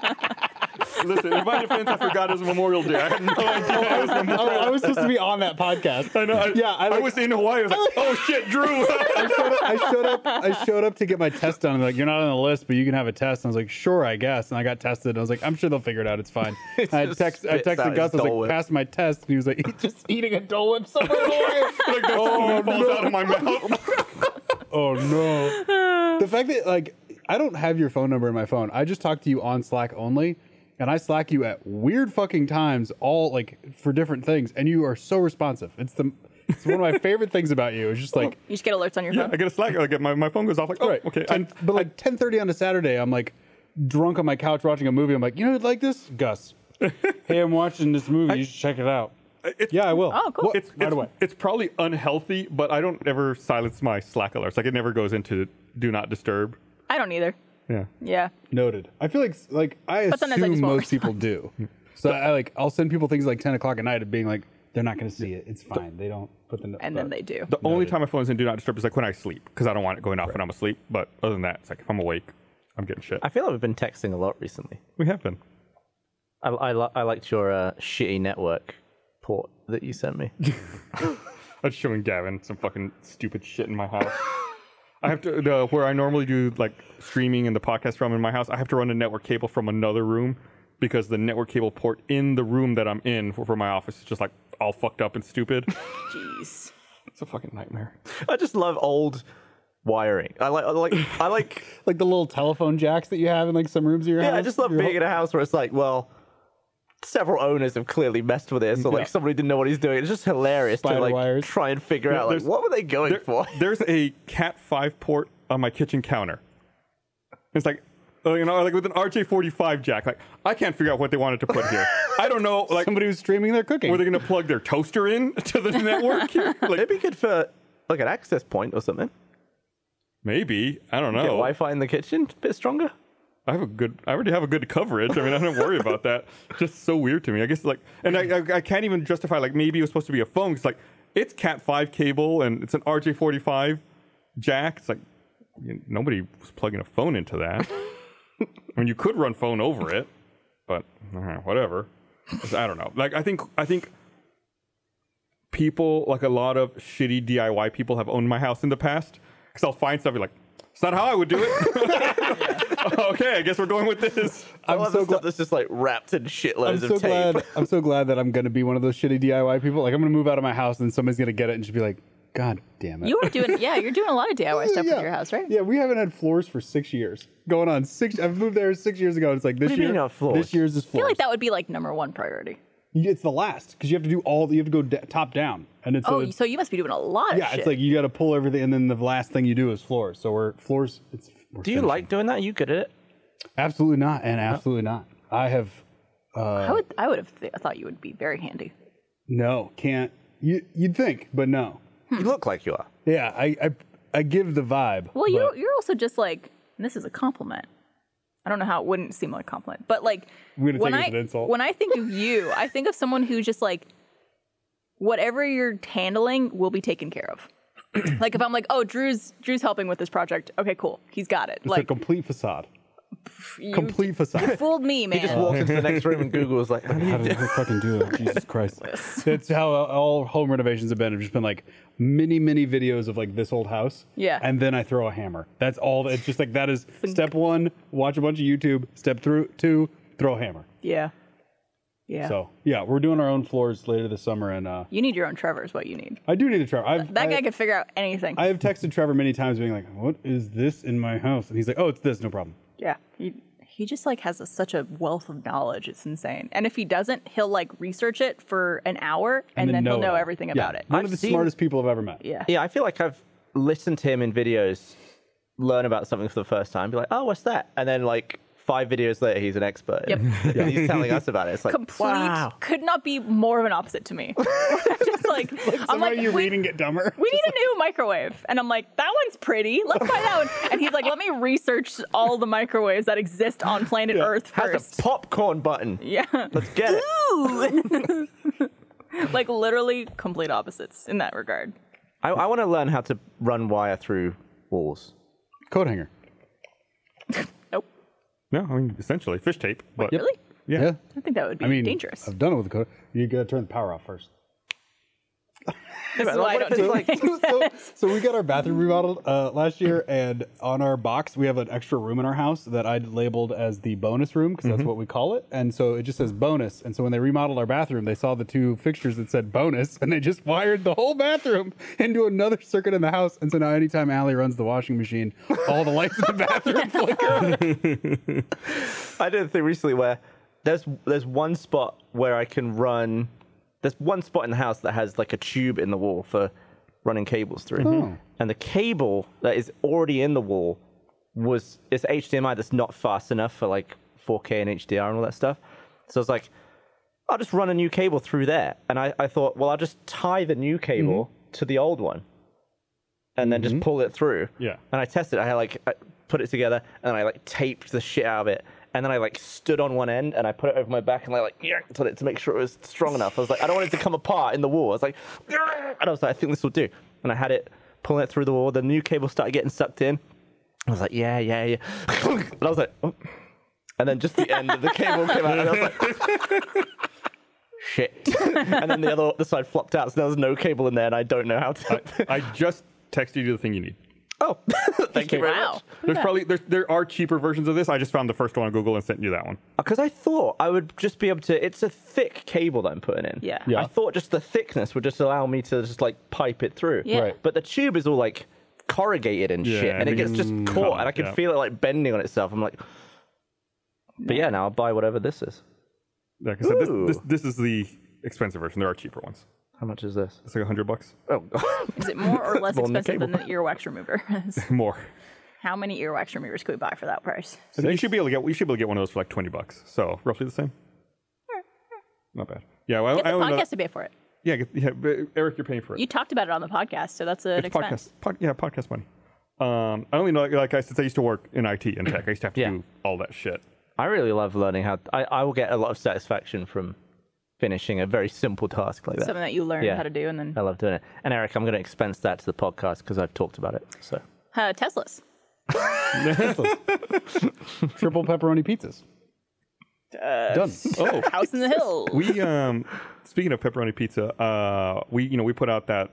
[SPEAKER 2] Listen, in my defense, I forgot it was Memorial
[SPEAKER 4] [laughs]
[SPEAKER 2] Day. I had no idea. It was Memorial
[SPEAKER 4] [laughs] Oh, I was supposed to be on that podcast.
[SPEAKER 2] I know. I,
[SPEAKER 4] Yeah,
[SPEAKER 2] I,
[SPEAKER 4] I like-
[SPEAKER 2] was in Hawaii. I was like, oh shit, Drew.
[SPEAKER 4] showed up- [laughs] I showed up. I showed up to get my test done. They're like, "You're not on the list, but you can have a test." And I was like, "Sure, I guess." And I got tested. And I was like, "I'm sure they'll figure it out.
[SPEAKER 2] [laughs]
[SPEAKER 4] It's fine." And I
[SPEAKER 3] just
[SPEAKER 4] text. I
[SPEAKER 3] spits out
[SPEAKER 4] texted Gus. I
[SPEAKER 3] his
[SPEAKER 4] was
[SPEAKER 3] Dole
[SPEAKER 4] like,
[SPEAKER 3] Whip.
[SPEAKER 4] "Passed my test." And he was like, "He's just eating a Dole Whip somewhere." in Hawaii." [laughs]
[SPEAKER 2] like the oh, falls out of my mouth. [laughs]
[SPEAKER 4] oh no!
[SPEAKER 5] [laughs]
[SPEAKER 4] The fact that like I don't have your phone number in my phone. I just talk to you on Slack only. And I slack you at weird fucking times, all like for different things, and you are so responsive. It's the it's one of my favorite things about you. It's just like
[SPEAKER 5] you just get alerts on your
[SPEAKER 2] yeah, [laughs]
[SPEAKER 5] phone.
[SPEAKER 2] I get a slack. I get my, my phone goes off. Like, [laughs] oh,
[SPEAKER 4] right.
[SPEAKER 2] okay.
[SPEAKER 4] Ten-
[SPEAKER 2] And
[SPEAKER 4] but like ten thirty on a Saturday, I'm like drunk on my couch watching a movie. I'm like, you know, who'd like this,
[SPEAKER 2] [laughs]
[SPEAKER 4] Gus. hey, I'm watching this movie. you should check it out.
[SPEAKER 2] it's-
[SPEAKER 4] yeah, I will.
[SPEAKER 5] Oh, cool.
[SPEAKER 4] What-
[SPEAKER 2] it's,
[SPEAKER 4] right
[SPEAKER 2] it's,
[SPEAKER 4] away.
[SPEAKER 2] it's probably unhealthy, but I don't ever silence my Slack alerts. Like, it never goes into do not disturb.
[SPEAKER 5] I don't either.
[SPEAKER 2] Yeah.
[SPEAKER 5] Yeah.
[SPEAKER 4] Noted. I feel like like I
[SPEAKER 5] sometimes I
[SPEAKER 4] assume
[SPEAKER 5] just won't
[SPEAKER 4] most people do. So I like I'll send people things like ten o'clock at night of being like they're not going to see it. It's fine. They don't put the no-
[SPEAKER 5] And then they do.
[SPEAKER 2] The only time my phone's in do not disturb is like when I sleep because I don't want it going off when I'm asleep. But other than that, it's like if I'm awake, I'm getting shit.
[SPEAKER 3] I feel like we've been texting a lot recently.
[SPEAKER 2] we have been.
[SPEAKER 3] I, I, li- I liked your uh, shitty network port that you sent me.
[SPEAKER 2] I was showing Gavin some fucking stupid shit in my house. I have to the, where I normally do like streaming and the podcast from in my house. I have to run a network cable from another room because the network cable port in the room that I'm in for, for my office is just like all fucked up and stupid.
[SPEAKER 5] Jeez.
[SPEAKER 2] it's a fucking nightmare.
[SPEAKER 3] [laughs] I just love old wiring. I like, I like, I like.
[SPEAKER 4] like the little telephone jacks that you have in like some rooms of your house.
[SPEAKER 3] [laughs] Yeah, I just love
[SPEAKER 4] Your
[SPEAKER 3] being in a house where it's like, well, several owners have clearly messed with this, or like somebody didn't know what he's doing. It's just hilarious to
[SPEAKER 4] Spider
[SPEAKER 3] like
[SPEAKER 4] wires.
[SPEAKER 3] try and figure out [laughs] like
[SPEAKER 2] there's-
[SPEAKER 3] what were they going
[SPEAKER 2] There-
[SPEAKER 3] for. [laughs]
[SPEAKER 2] There's a Cat Five port on my kitchen counter. It's like. uh, You know, like with an RJ45 jack, like I can't figure out what they wanted to put
[SPEAKER 3] [laughs]
[SPEAKER 2] here. I don't know, like
[SPEAKER 4] [laughs] somebody was streaming their cooking.
[SPEAKER 2] were they going to plug their toaster in [laughs] to the
[SPEAKER 3] [laughs]
[SPEAKER 2] network? here? Like
[SPEAKER 3] It'd be good for like an access point or something.
[SPEAKER 2] maybe I don't know.
[SPEAKER 3] Get Wi-Fi in the kitchen, a bit stronger.
[SPEAKER 2] I have a good. I already have a good coverage. I mean, I don't worry about that. Just so weird to me. I guess like, and I, I, I can't even justify like maybe it was supposed to be a phone. It's like it's Cat five cable and it's an RJ forty five jack. It's like you- nobody was plugging a phone into that. I mean, you could run phone over it, but uh, whatever. It's- I don't know. Like, I think I think people like a lot of shitty DIY people have owned my house in the past because I'll find stuff and be like. It's not how I would do it. [laughs] okay, I guess we're going with this.
[SPEAKER 3] I'm
[SPEAKER 4] I'm so glad.
[SPEAKER 3] That's just like wrapped in
[SPEAKER 4] I'm
[SPEAKER 3] shitloads
[SPEAKER 4] so
[SPEAKER 3] of tape.
[SPEAKER 4] glad. I'm so glad that I'm gonna be one of those shitty DIY people. Like I'm gonna move out of my house and somebody's gonna get it and just be like, "God damn it!"
[SPEAKER 5] You are doing, yeah, you're doing a lot of DIY
[SPEAKER 4] [laughs]
[SPEAKER 5] stuff
[SPEAKER 4] yeah.
[SPEAKER 5] with your house, right?
[SPEAKER 4] Yeah, we haven't had floors for six years. Going on six. I've moved there six years ago. and It's like this
[SPEAKER 3] do you
[SPEAKER 4] year.
[SPEAKER 3] mean not floors?
[SPEAKER 4] This year's is
[SPEAKER 5] I feel
[SPEAKER 4] floors.
[SPEAKER 5] like that would be like number one priority.
[SPEAKER 4] It's the last because you have to do all. You have to go d- top down, and it's
[SPEAKER 5] oh,
[SPEAKER 4] it's,
[SPEAKER 5] so you must be doing a lot
[SPEAKER 4] yeah.
[SPEAKER 5] of shit.
[SPEAKER 4] It's like you got to pull everything, and then the last thing you do is floors. So we're floors. It's we're
[SPEAKER 3] Do you
[SPEAKER 4] finishing.
[SPEAKER 3] like doing that? You good at it?
[SPEAKER 4] Absolutely not, and absolutely not. I have uh,
[SPEAKER 5] I would, I would have th- thought you would be very handy.
[SPEAKER 4] no. Can't. You you'd think, but no.
[SPEAKER 3] Hmm. You look like you are.
[SPEAKER 4] Yeah, I I, I give the vibe.
[SPEAKER 5] Well, you,
[SPEAKER 4] but-
[SPEAKER 5] you're also just like, and this is a compliment. I don't know how it wouldn't seem like a compliment, but like
[SPEAKER 4] We're gonna
[SPEAKER 5] when
[SPEAKER 4] take it
[SPEAKER 5] I
[SPEAKER 4] as an insult.
[SPEAKER 5] when I think of you, I think of someone who just like whatever you're handling will be taken
[SPEAKER 4] [clears throat]
[SPEAKER 5] care of. like if I'm like, oh, Drew's Drew's helping with this project. Okay, cool, he's got it.
[SPEAKER 4] it's a
[SPEAKER 5] like
[SPEAKER 4] complete facade.
[SPEAKER 5] you
[SPEAKER 4] Complete facade.
[SPEAKER 5] fooled
[SPEAKER 4] [laughs]
[SPEAKER 5] me, man.
[SPEAKER 3] You just walked into the next room and Google was like, "How do you
[SPEAKER 4] How did I fucking do that? Jesus Christ. That's how all home renovations have been. Have just been like many, many videos of like this old house.
[SPEAKER 5] Yeah.
[SPEAKER 4] And then I throw a hammer. That's all. It's just like that is step one. Watch a bunch of YouTube. Step through two. Throw a hammer.
[SPEAKER 5] yeah, yeah.
[SPEAKER 4] So yeah, we're doing our own floors later this summer, and uh,
[SPEAKER 5] you need your own Trevor is what you need.
[SPEAKER 4] I do need to try. I've,
[SPEAKER 5] That
[SPEAKER 4] I,
[SPEAKER 5] guy could figure out anything.
[SPEAKER 4] I have texted Trevor many times, being like, "What is this in my house?" And he's like, "Oh, it's this. No problem."
[SPEAKER 5] yeah, he he just like has a, such a wealth of knowledge. It's insane. And if he doesn't, he'll like research it for an hour and, then, he'll
[SPEAKER 4] it
[SPEAKER 5] know
[SPEAKER 4] all.
[SPEAKER 5] everything
[SPEAKER 4] Yeah.
[SPEAKER 5] about it.
[SPEAKER 4] One
[SPEAKER 3] I've
[SPEAKER 4] of the
[SPEAKER 3] seen-
[SPEAKER 4] smartest people I've ever met.
[SPEAKER 5] Yeah.
[SPEAKER 3] Yeah, I feel like I've listened to him in videos, learn about something for the first time, be like, oh, what's that? And then like five videos later, he's an expert. [laughs]
[SPEAKER 5] Yep.
[SPEAKER 3] And he's telling us about it. It's like,
[SPEAKER 5] Complete
[SPEAKER 3] wow.
[SPEAKER 5] could not be more of an opposite
[SPEAKER 4] [laughs]
[SPEAKER 5] to me. [laughs] just like, I'm
[SPEAKER 4] Somehow
[SPEAKER 5] like,
[SPEAKER 4] you
[SPEAKER 5] we,
[SPEAKER 4] reading it dumber.
[SPEAKER 5] we need a new microwave, and I'm like, that one's pretty. Let's buy that one. And he's like, let me research all the microwaves that exist on planet Earth
[SPEAKER 3] Has
[SPEAKER 5] first. [laughs]
[SPEAKER 3] a popcorn button.
[SPEAKER 5] yeah.
[SPEAKER 3] Let's get
[SPEAKER 5] [laughs]
[SPEAKER 3] it.
[SPEAKER 5] Ooh. like literally complete opposites in that regard.
[SPEAKER 3] I, I want to learn how to run wire through walls.
[SPEAKER 4] Coat hanger.
[SPEAKER 5] [laughs] Nope.
[SPEAKER 2] No, I mean essentially fish tape. But [laughs]
[SPEAKER 5] Really?
[SPEAKER 2] Yeah.
[SPEAKER 4] Yeah.
[SPEAKER 5] I think that would be
[SPEAKER 4] I mean,
[SPEAKER 5] dangerous.
[SPEAKER 4] I've done it with the coat. You gotta turn the power off first.
[SPEAKER 5] This is
[SPEAKER 3] but
[SPEAKER 5] why I
[SPEAKER 3] what
[SPEAKER 5] don't
[SPEAKER 3] if
[SPEAKER 5] do
[SPEAKER 3] it's like-
[SPEAKER 5] things.
[SPEAKER 4] [laughs] so, so we got our bathroom remodeled uh, last year, and on our box we have an extra room in our house that I labeled as the bonus room because that's what we call it. And so it just says bonus. And so when they remodeled our bathroom, they saw the two fixtures that said bonus, and they just wired the whole bathroom into another circuit in the house. And so now anytime Allie runs the washing machine, all the lights in the bathroom flicker.
[SPEAKER 3] I did a thing recently where there's there's one spot where I can run. There's one spot in the house that has like a tube in the wall for running cables through, and the cable that is already in the wall was it's HDMI that's not fast enough for like 4K and HDR and all that stuff. So I was like, I'll just run a new cable through there, and I, I thought, well, I'll just tie the new cable to the old one, and then just pull it through.
[SPEAKER 2] Yeah.
[SPEAKER 3] And I tested. it. I had like I put it together, and I like taped the shit out of it, and then I like stood on one end, and I put it over my back, and I like yanked on it to make sure it was strong enough. I was like, I don't want it to come apart in the wall. I was like, "Yark!" and I was like, I think this will do. And I had it pulling it through the wall. The new cable started getting sucked in. I was like, yeah, yeah, [laughs] yeah. and I was like, oh. and then just the end of the cable came out, and I was like. [laughs] Shit. [laughs] and then the other the side flopped out, so there was no cable in there, and I don't know how to.
[SPEAKER 2] I just texted you the thing you need.
[SPEAKER 3] Oh, [laughs] thank you very
[SPEAKER 5] [laughs] Wow.
[SPEAKER 2] There's probably there's, there are cheaper versions of this. I just found the first one on Google and sent you that one.
[SPEAKER 3] Because I thought I would just be able to. It's a thick cable that I'm putting in.
[SPEAKER 5] Yeah.
[SPEAKER 4] Yeah.
[SPEAKER 3] I thought just the thickness would just allow me to just like pipe it through.
[SPEAKER 5] Yeah. Right.
[SPEAKER 3] But the tube is all like corrugated and shit,
[SPEAKER 2] Yeah,
[SPEAKER 3] and it
[SPEAKER 2] it
[SPEAKER 3] gets just
[SPEAKER 2] gets
[SPEAKER 3] caught,
[SPEAKER 2] caught,
[SPEAKER 3] and I can
[SPEAKER 2] yeah.
[SPEAKER 3] feel it like bending on itself. I'm like, but yeah, now I'll buy whatever this is.
[SPEAKER 2] Like I said, this,
[SPEAKER 3] Ooh.
[SPEAKER 2] this this is the expensive version. There are cheaper ones.
[SPEAKER 3] How much is this?
[SPEAKER 2] It's like hundred bucks
[SPEAKER 5] Uh.
[SPEAKER 3] Oh, [laughs]
[SPEAKER 5] Is it more or less
[SPEAKER 3] Well, in the
[SPEAKER 5] expensive than the
[SPEAKER 3] cable.
[SPEAKER 5] earwax remover?
[SPEAKER 2] [laughs]
[SPEAKER 5] [laughs]
[SPEAKER 2] more.
[SPEAKER 5] How many earwax removers could we buy for that price?
[SPEAKER 2] And you should be able to get you should be able to get one of those for like twenty bucks. So roughly the same. Not bad. Yeah, well,
[SPEAKER 5] Get
[SPEAKER 2] Oh, I
[SPEAKER 5] the
[SPEAKER 2] own a-
[SPEAKER 5] podcast to pay for it.
[SPEAKER 2] yeah, get- yeah, but Eric, you're paying for it.
[SPEAKER 5] You talked about it on the podcast, so that's an
[SPEAKER 2] it's
[SPEAKER 5] expense.
[SPEAKER 2] podcast. Pod, yeah, podcast money. Um, I only know like, like I since I used to work in IT and tech. I used to have to
[SPEAKER 3] Yeah.
[SPEAKER 2] do all that shit.
[SPEAKER 3] I really love learning how. I, I will get a lot of satisfaction from finishing a very simple task like that.
[SPEAKER 5] Something that you learn
[SPEAKER 3] Yeah.
[SPEAKER 5] how to do, and then
[SPEAKER 3] I love doing it. And Eric, I'm going to expense that to the podcast because I've talked about it. So
[SPEAKER 5] uh, Teslas.
[SPEAKER 4] Triple pepperoni pizzas. Done.
[SPEAKER 2] Oh,
[SPEAKER 5] Uh, [laughs] House in the hill.
[SPEAKER 2] we um speaking of pepperoni pizza uh we you know we put out that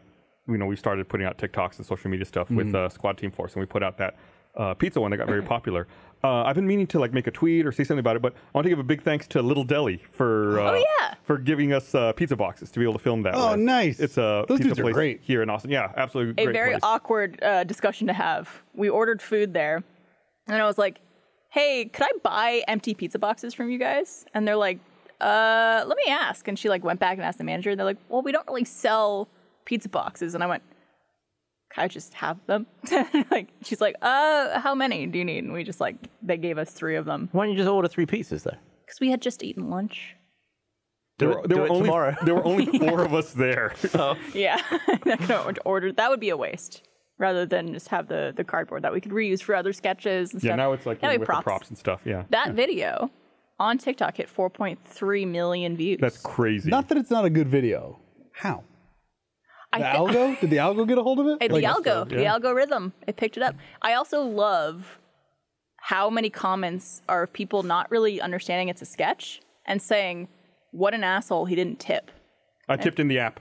[SPEAKER 2] you know we started putting out tiktoks and social media stuff with uh, squad team force and we put out that uh, pizza one that [laughs] got very popular uh, i've been meaning to like make a tweet or say something about it but i want to give a big thanks to little deli for uh,
[SPEAKER 5] yeah.
[SPEAKER 2] for giving us uh, pizza boxes to be able to film that
[SPEAKER 4] Oh,
[SPEAKER 2] with.
[SPEAKER 4] nice.
[SPEAKER 2] it's a
[SPEAKER 4] Those
[SPEAKER 2] pizza
[SPEAKER 4] dudes are
[SPEAKER 2] place
[SPEAKER 4] great.
[SPEAKER 2] here in austin yeah absolutely
[SPEAKER 5] a
[SPEAKER 2] great
[SPEAKER 5] very
[SPEAKER 2] place.
[SPEAKER 5] awkward uh, discussion to have. We ordered food there, and I was like, "Hey, could I buy empty pizza boxes from you guys?" And they're like, "Uh, let me ask." And she like went back and asked the manager, and they're like, "Well, we don't really sell pizza boxes." And I went, "Can I just have them?" [laughs] like she's like, "Uh, how many do you need?" And we just like they gave us three of them
[SPEAKER 3] why don't you just order three pieces though?
[SPEAKER 5] because we had just eaten lunch.
[SPEAKER 3] Do
[SPEAKER 2] there,
[SPEAKER 3] it,
[SPEAKER 2] were- there
[SPEAKER 3] do
[SPEAKER 2] were
[SPEAKER 3] it
[SPEAKER 2] only
[SPEAKER 3] tomorrow.
[SPEAKER 2] there were [laughs] only four of us
[SPEAKER 5] [laughs]
[SPEAKER 2] there
[SPEAKER 5] Oh, Yeah, I couldn't order. That would be a waste. Rather than just have the, the cardboard that we could reuse for other sketches and
[SPEAKER 2] yeah
[SPEAKER 5] stuff.
[SPEAKER 2] now it's like
[SPEAKER 5] That'd
[SPEAKER 2] in
[SPEAKER 5] be
[SPEAKER 2] with
[SPEAKER 5] props.
[SPEAKER 2] the props and stuff yeah
[SPEAKER 5] That video on TikTok hit 4.3 million views.
[SPEAKER 2] that's crazy
[SPEAKER 4] [laughs] Not that it's not a good video. How?
[SPEAKER 5] I
[SPEAKER 4] The
[SPEAKER 5] thi-
[SPEAKER 4] [laughs] algo? Did the algo get a hold of it?
[SPEAKER 5] Hey, the
[SPEAKER 4] Like-
[SPEAKER 5] algo, the algorithm, it picked it up. I also love how many comments are of people not really understanding it's a sketch and saying, "What an asshole! He didn't tip."
[SPEAKER 2] i tipped in the app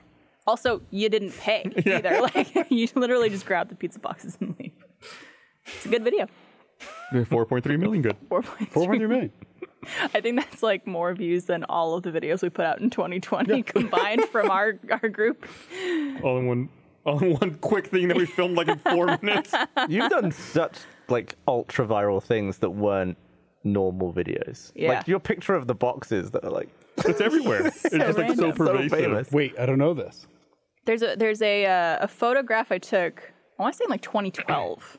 [SPEAKER 5] Also, you didn't pay either. [laughs] Like you literally just grabbed the pizza boxes and leave. It's a good video.
[SPEAKER 2] 4.3 million good
[SPEAKER 5] 4.3.
[SPEAKER 4] 4.3 million.
[SPEAKER 5] [laughs] I think that's like more views than all of the videos we put out in 2020 [laughs] combined from our our group.
[SPEAKER 2] all in one [laughs] all in one quick thing that we filmed like in four [laughs] minutes.
[SPEAKER 3] [laughs] You've done such like ultra viral things that weren't normal videos.
[SPEAKER 5] Yeah.
[SPEAKER 3] Like your picture of the boxes that are like
[SPEAKER 2] It's everywhere. It's just like so
[SPEAKER 3] so
[SPEAKER 5] random.
[SPEAKER 2] pervasive.
[SPEAKER 3] famous.
[SPEAKER 4] Wait, I don't know this.
[SPEAKER 5] There's a there's a uh, a photograph I took. I want to say in like 2012,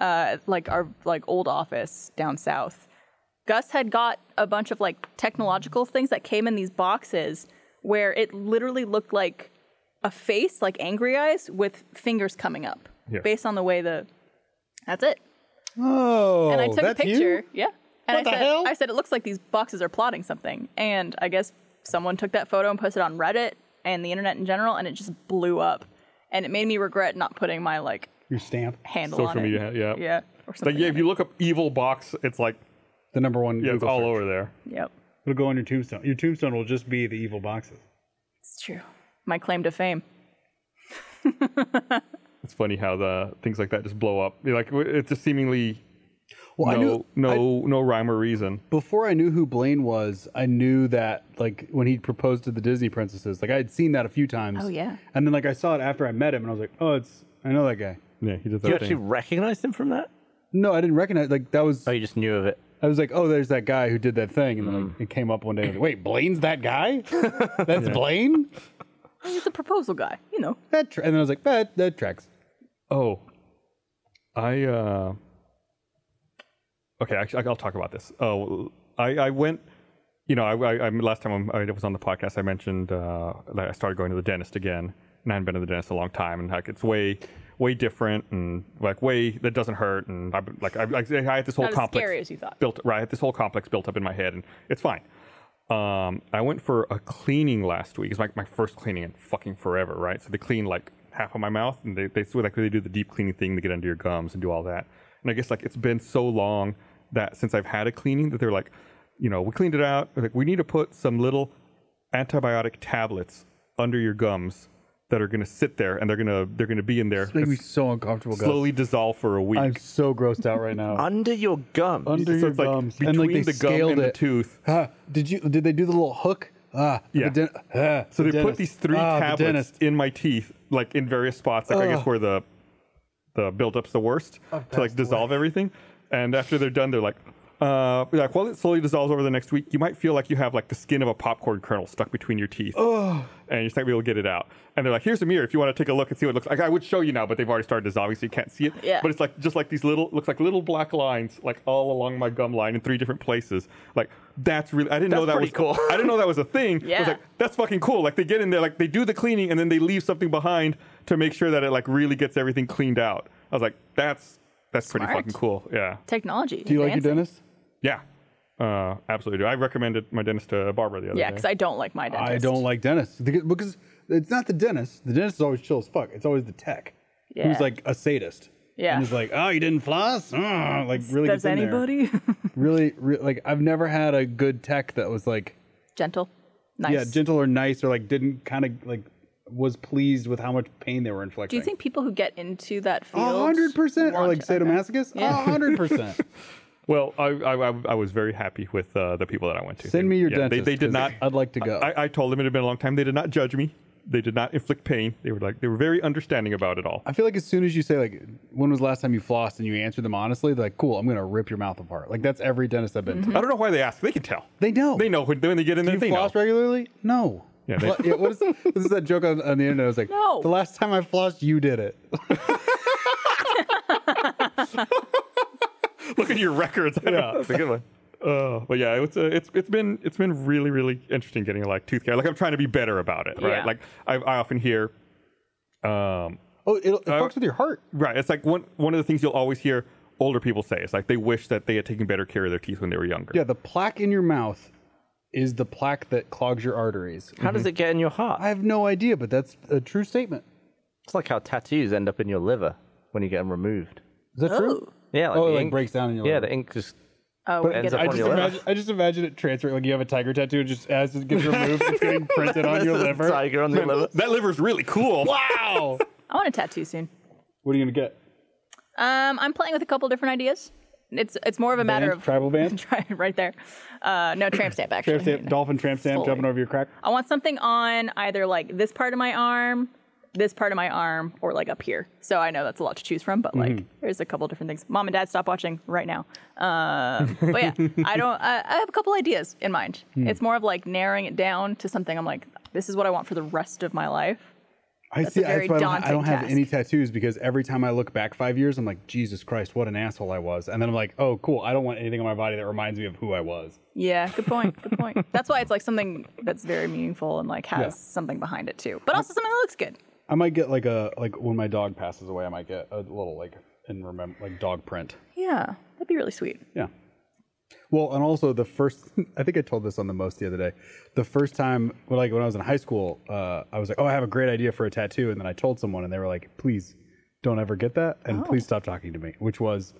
[SPEAKER 5] uh, like our like old office down south. Gus had got a bunch of like technological things that came in these boxes where it literally looked like a face, like angry eyes, with fingers coming up,
[SPEAKER 2] Yeah.
[SPEAKER 5] based on the way the. That's it.
[SPEAKER 4] Oh,
[SPEAKER 5] and I took a
[SPEAKER 4] that's you?
[SPEAKER 5] picture. Yeah. And I
[SPEAKER 4] What the
[SPEAKER 5] said,
[SPEAKER 4] hell?
[SPEAKER 5] I said it looks like these boxes are plotting something. And I guess someone took that photo and posted it on Reddit and the internet in general, and it just blew up. And it made me regret not putting my like
[SPEAKER 4] Your stamp.
[SPEAKER 5] handle
[SPEAKER 2] Social
[SPEAKER 5] on it.
[SPEAKER 2] media, yeah.
[SPEAKER 5] Yeah. Or something.
[SPEAKER 2] Like yeah, if you look up evil box, it's like
[SPEAKER 4] The number one.
[SPEAKER 2] yeah, it's
[SPEAKER 4] Google
[SPEAKER 2] all
[SPEAKER 4] search.
[SPEAKER 2] over there.
[SPEAKER 5] Yep.
[SPEAKER 4] It'll go on your tombstone. Your tombstone will just be the evil boxes.
[SPEAKER 5] It's true. My claim to fame.
[SPEAKER 2] It's funny how the things like that just blow up. You're Like it's just seemingly no
[SPEAKER 4] Well, I knew
[SPEAKER 2] no no rhyme or reason.
[SPEAKER 4] before I knew who Blaine was. I knew that like when he proposed to the Disney princesses, like I had seen that a few times.
[SPEAKER 5] Oh, yeah.
[SPEAKER 4] And then like I saw it after I met him, and I was like, oh, it's I know that guy.
[SPEAKER 2] Yeah, he did that
[SPEAKER 3] you
[SPEAKER 2] thing.
[SPEAKER 3] actually recognized him from that?
[SPEAKER 4] No, I didn't recognize. Like that was
[SPEAKER 3] Oh, you just knew of it.
[SPEAKER 4] I was like, oh, there's that guy who did that thing, and
[SPEAKER 2] Mm.
[SPEAKER 4] then like, it came up one day. I was like, Wait, Blaine's that
[SPEAKER 2] [laughs]
[SPEAKER 4] guy? That's Blaine.
[SPEAKER 5] He's a proposal guy, you know.
[SPEAKER 4] That tra-. and then I was like, that that tracks.
[SPEAKER 2] Oh, I uh, okay. Actually, I'll talk about this. Oh, I I went. You know, I, I, I last time I'm- I was on the podcast, I mentioned uh, that I started going to the dentist again, and I hadn't been to the dentist in a long time, and like it's way way different, and like way that doesn't hurt, and I've been, like I, I, I had this whole
[SPEAKER 5] Not as
[SPEAKER 2] complex
[SPEAKER 5] scary as you thought.
[SPEAKER 2] built right. I had this whole complex built up in my head, and it's fine. Um, I went for a cleaning last week. It's like my first cleaning in fucking forever, right? So they clean like half of my mouth, and they they so, like they do the deep cleaning thing to get under your gums and do all that. And I guess like it's been so long that since I've had a cleaning that they're like, you know, we cleaned it out. They're like we need to put some little antibiotic tablets under your gums that are going to sit there and they're going to they're going to be in there
[SPEAKER 4] It's making me
[SPEAKER 2] just
[SPEAKER 4] so uncomfortable, guys.
[SPEAKER 2] slowly dissolve for a week.
[SPEAKER 4] I'm so grossed out right
[SPEAKER 2] [laughs]
[SPEAKER 4] now.
[SPEAKER 3] Under your gum.
[SPEAKER 4] Under
[SPEAKER 2] so
[SPEAKER 4] your
[SPEAKER 2] it's like
[SPEAKER 4] gums,
[SPEAKER 2] between
[SPEAKER 4] and like they
[SPEAKER 2] the gum
[SPEAKER 4] scaled
[SPEAKER 2] and the
[SPEAKER 4] it.
[SPEAKER 2] tooth.
[SPEAKER 4] Ah, did you? Did they do the little hook? Ah, the
[SPEAKER 2] Yeah.
[SPEAKER 4] den- ah,
[SPEAKER 2] so
[SPEAKER 4] the
[SPEAKER 2] they
[SPEAKER 4] dentist.
[SPEAKER 2] put these three
[SPEAKER 4] Ah, the
[SPEAKER 2] tablets
[SPEAKER 4] dentist.
[SPEAKER 2] in my teeth, like in various spots, like I guess where the the buildup's the worst,
[SPEAKER 4] Oh,
[SPEAKER 2] to like dissolve everything. And after they're done, they're like, uh, like while it slowly dissolves over the next week, you might feel like you have like the skin of a popcorn kernel stuck between your teeth, and you're just not gonna be able to get it out. And they're like, here's a mirror if you want to take a look and see what it looks like. I would show you now, but they've already started dissolving, so you can't see it.
[SPEAKER 5] Yeah.
[SPEAKER 2] But it's like just like these little looks like little black lines, like all along my gum line in three different places. Like that's really I didn't know
[SPEAKER 3] That's
[SPEAKER 2] that was
[SPEAKER 3] pretty cool.
[SPEAKER 2] I didn't know that was a thing.
[SPEAKER 3] [laughs]
[SPEAKER 2] I was
[SPEAKER 5] Yeah.
[SPEAKER 2] like, that's fucking cool. Like they get in there, like they do the cleaning and then they leave something behind to make sure that it like really gets everything cleaned out. I was like, that's that's pretty
[SPEAKER 5] Smart.
[SPEAKER 2] fucking cool. Yeah.
[SPEAKER 5] Technology.
[SPEAKER 4] Do you like your dentist?
[SPEAKER 2] Yeah. Uh, absolutely. Do. I recommended my dentist to Barbara the other
[SPEAKER 5] Yeah,
[SPEAKER 2] day.
[SPEAKER 5] because I don't like my dentist.
[SPEAKER 4] I don't like dentists because because it's not the dentist. The dentist is always chill as fuck. It's always the tech
[SPEAKER 5] Yeah.
[SPEAKER 4] who's like a sadist.
[SPEAKER 5] Yeah.
[SPEAKER 4] and he's like, oh, you didn't floss? Mm, like really
[SPEAKER 5] Does
[SPEAKER 4] gets in there.
[SPEAKER 5] anybody? [laughs]
[SPEAKER 4] really, re- like I've never had a good tech that was like
[SPEAKER 5] gentle. Nice.
[SPEAKER 4] yeah gentle or nice or like didn't kind of like was pleased with how much pain they were
[SPEAKER 5] Do
[SPEAKER 4] inflicting.
[SPEAKER 5] you think people who get into that
[SPEAKER 4] A
[SPEAKER 5] field?
[SPEAKER 4] hundred percent or
[SPEAKER 5] want
[SPEAKER 4] like
[SPEAKER 5] to- okay.
[SPEAKER 4] sadomasochist? A
[SPEAKER 5] Yeah.
[SPEAKER 4] hundred percent.
[SPEAKER 2] Well, I, I I- I was very happy with uh, the people that I went to.
[SPEAKER 4] Send me your
[SPEAKER 2] They,
[SPEAKER 4] dentist,
[SPEAKER 2] they did
[SPEAKER 4] 'cause
[SPEAKER 2] not.
[SPEAKER 4] I'd like to go.
[SPEAKER 2] I, I told them it had been a long time. They did not judge me. They did not inflict pain. They were like they were very understanding about it all.
[SPEAKER 4] [laughs] I feel like as soon as you say like, when was the last time you flossed, and you answer them honestly, they're like, cool, I'm gonna rip your mouth apart. Like that's every dentist I've been
[SPEAKER 5] Mm-hmm.
[SPEAKER 4] to.
[SPEAKER 2] I don't know why they ask. They can tell.
[SPEAKER 4] They know.
[SPEAKER 2] They know when, when they get in
[SPEAKER 4] Do
[SPEAKER 2] there.
[SPEAKER 4] you
[SPEAKER 2] they
[SPEAKER 4] floss
[SPEAKER 2] know.
[SPEAKER 4] regularly? No.
[SPEAKER 2] Yeah, they-
[SPEAKER 4] Fla- yeah, [laughs] what is, this is that joke on, on the internet. It was like,
[SPEAKER 5] No.
[SPEAKER 4] the last time I flossed, you did it. [laughs]
[SPEAKER 2] Look at your records. I don't know.
[SPEAKER 3] [laughs] That's a good one.
[SPEAKER 2] Uh, but yeah, it's uh, it's it's been it's been really really interesting getting like tooth care. Like I'm trying to be better about it, right?
[SPEAKER 5] Yeah.
[SPEAKER 2] Like I, I often hear, um,
[SPEAKER 4] Oh, it'll, it
[SPEAKER 2] I-
[SPEAKER 4] fucks with your heart.
[SPEAKER 2] right? It's like one one of the things you'll always hear older people say. It's like they wish that they had taken better care of their teeth when they were younger.
[SPEAKER 4] Yeah, the plaque in your mouth is the plaque that clogs your arteries.
[SPEAKER 3] How does it get in your heart?
[SPEAKER 4] I have no idea, but that's a true statement.
[SPEAKER 3] It's like how tattoos end up in your liver when you get them removed.
[SPEAKER 4] Is that true?
[SPEAKER 3] Yeah, like
[SPEAKER 4] Oh,
[SPEAKER 3] the
[SPEAKER 4] it, like,
[SPEAKER 3] ink,
[SPEAKER 4] breaks down in your
[SPEAKER 3] Yeah,
[SPEAKER 4] liver.
[SPEAKER 3] the ink
[SPEAKER 4] [laughs]
[SPEAKER 3] just. But
[SPEAKER 5] Oh, we get
[SPEAKER 3] ends up
[SPEAKER 4] I
[SPEAKER 5] it.
[SPEAKER 3] on
[SPEAKER 4] just
[SPEAKER 3] your liver.
[SPEAKER 4] imagine I just imagine it transferring like you have a tiger tattoo and just as it gets removed, it's getting printed on your
[SPEAKER 5] [laughs]
[SPEAKER 3] There's a
[SPEAKER 4] liver.
[SPEAKER 3] Tiger on
[SPEAKER 4] [laughs]
[SPEAKER 3] the liver.
[SPEAKER 2] that liver's really cool.
[SPEAKER 4] Wow.
[SPEAKER 5] I want a tattoo soon.
[SPEAKER 4] what are you gonna get?
[SPEAKER 5] Um, I'm playing with a couple different ideas. It's it's more of a matter
[SPEAKER 4] Band?
[SPEAKER 5] of [laughs]
[SPEAKER 4] Tribal band?
[SPEAKER 5] Try it right there. Uh, no tramp stamp actually.
[SPEAKER 4] Tramp stamp, dolphin tramp stamp
[SPEAKER 5] Fully. Oh,
[SPEAKER 4] jumping over your crack.
[SPEAKER 5] I want something on either like this part of my arm, this part of my arm, or like up here. So I know that's a lot to choose from, but like
[SPEAKER 4] Mm-hmm.
[SPEAKER 5] there's a couple different things. Mom and Dad, stop watching right now.
[SPEAKER 4] [laughs]
[SPEAKER 5] Um, but yeah, I don't. I, I have a couple ideas in mind.
[SPEAKER 4] Hmm.
[SPEAKER 5] It's more of like narrowing it down to something. I'm like, this is what I want for the rest of my life.
[SPEAKER 4] I
[SPEAKER 5] That's
[SPEAKER 4] see.
[SPEAKER 5] a very
[SPEAKER 4] that's why I don't, I
[SPEAKER 5] daunting
[SPEAKER 4] don't have
[SPEAKER 5] task.
[SPEAKER 4] any tattoos because every time I look back five years, I'm like, Jesus Christ, what an asshole I was. And then I'm like, oh, cool. I don't want anything on my body that reminds me of who I was.
[SPEAKER 5] Yeah, good point. Good
[SPEAKER 4] [laughs]
[SPEAKER 5] point. That's why it's like something that's very meaningful and like has
[SPEAKER 4] Yeah.
[SPEAKER 5] something behind it too, but also something that looks good.
[SPEAKER 4] I might get like a like when my dog passes away, I might get a little like and remember like dog print.
[SPEAKER 5] Yeah, that'd be really sweet.
[SPEAKER 4] Yeah. Well, and also the first, [laughs] I think I told this on the most the other day. The first time, well, like when I was in high school, uh, I was like, oh, I have a great idea for a tattoo. And then I told someone, and they were like, please don't ever get that. And
[SPEAKER 5] Oh.
[SPEAKER 4] please stop talking to me, which was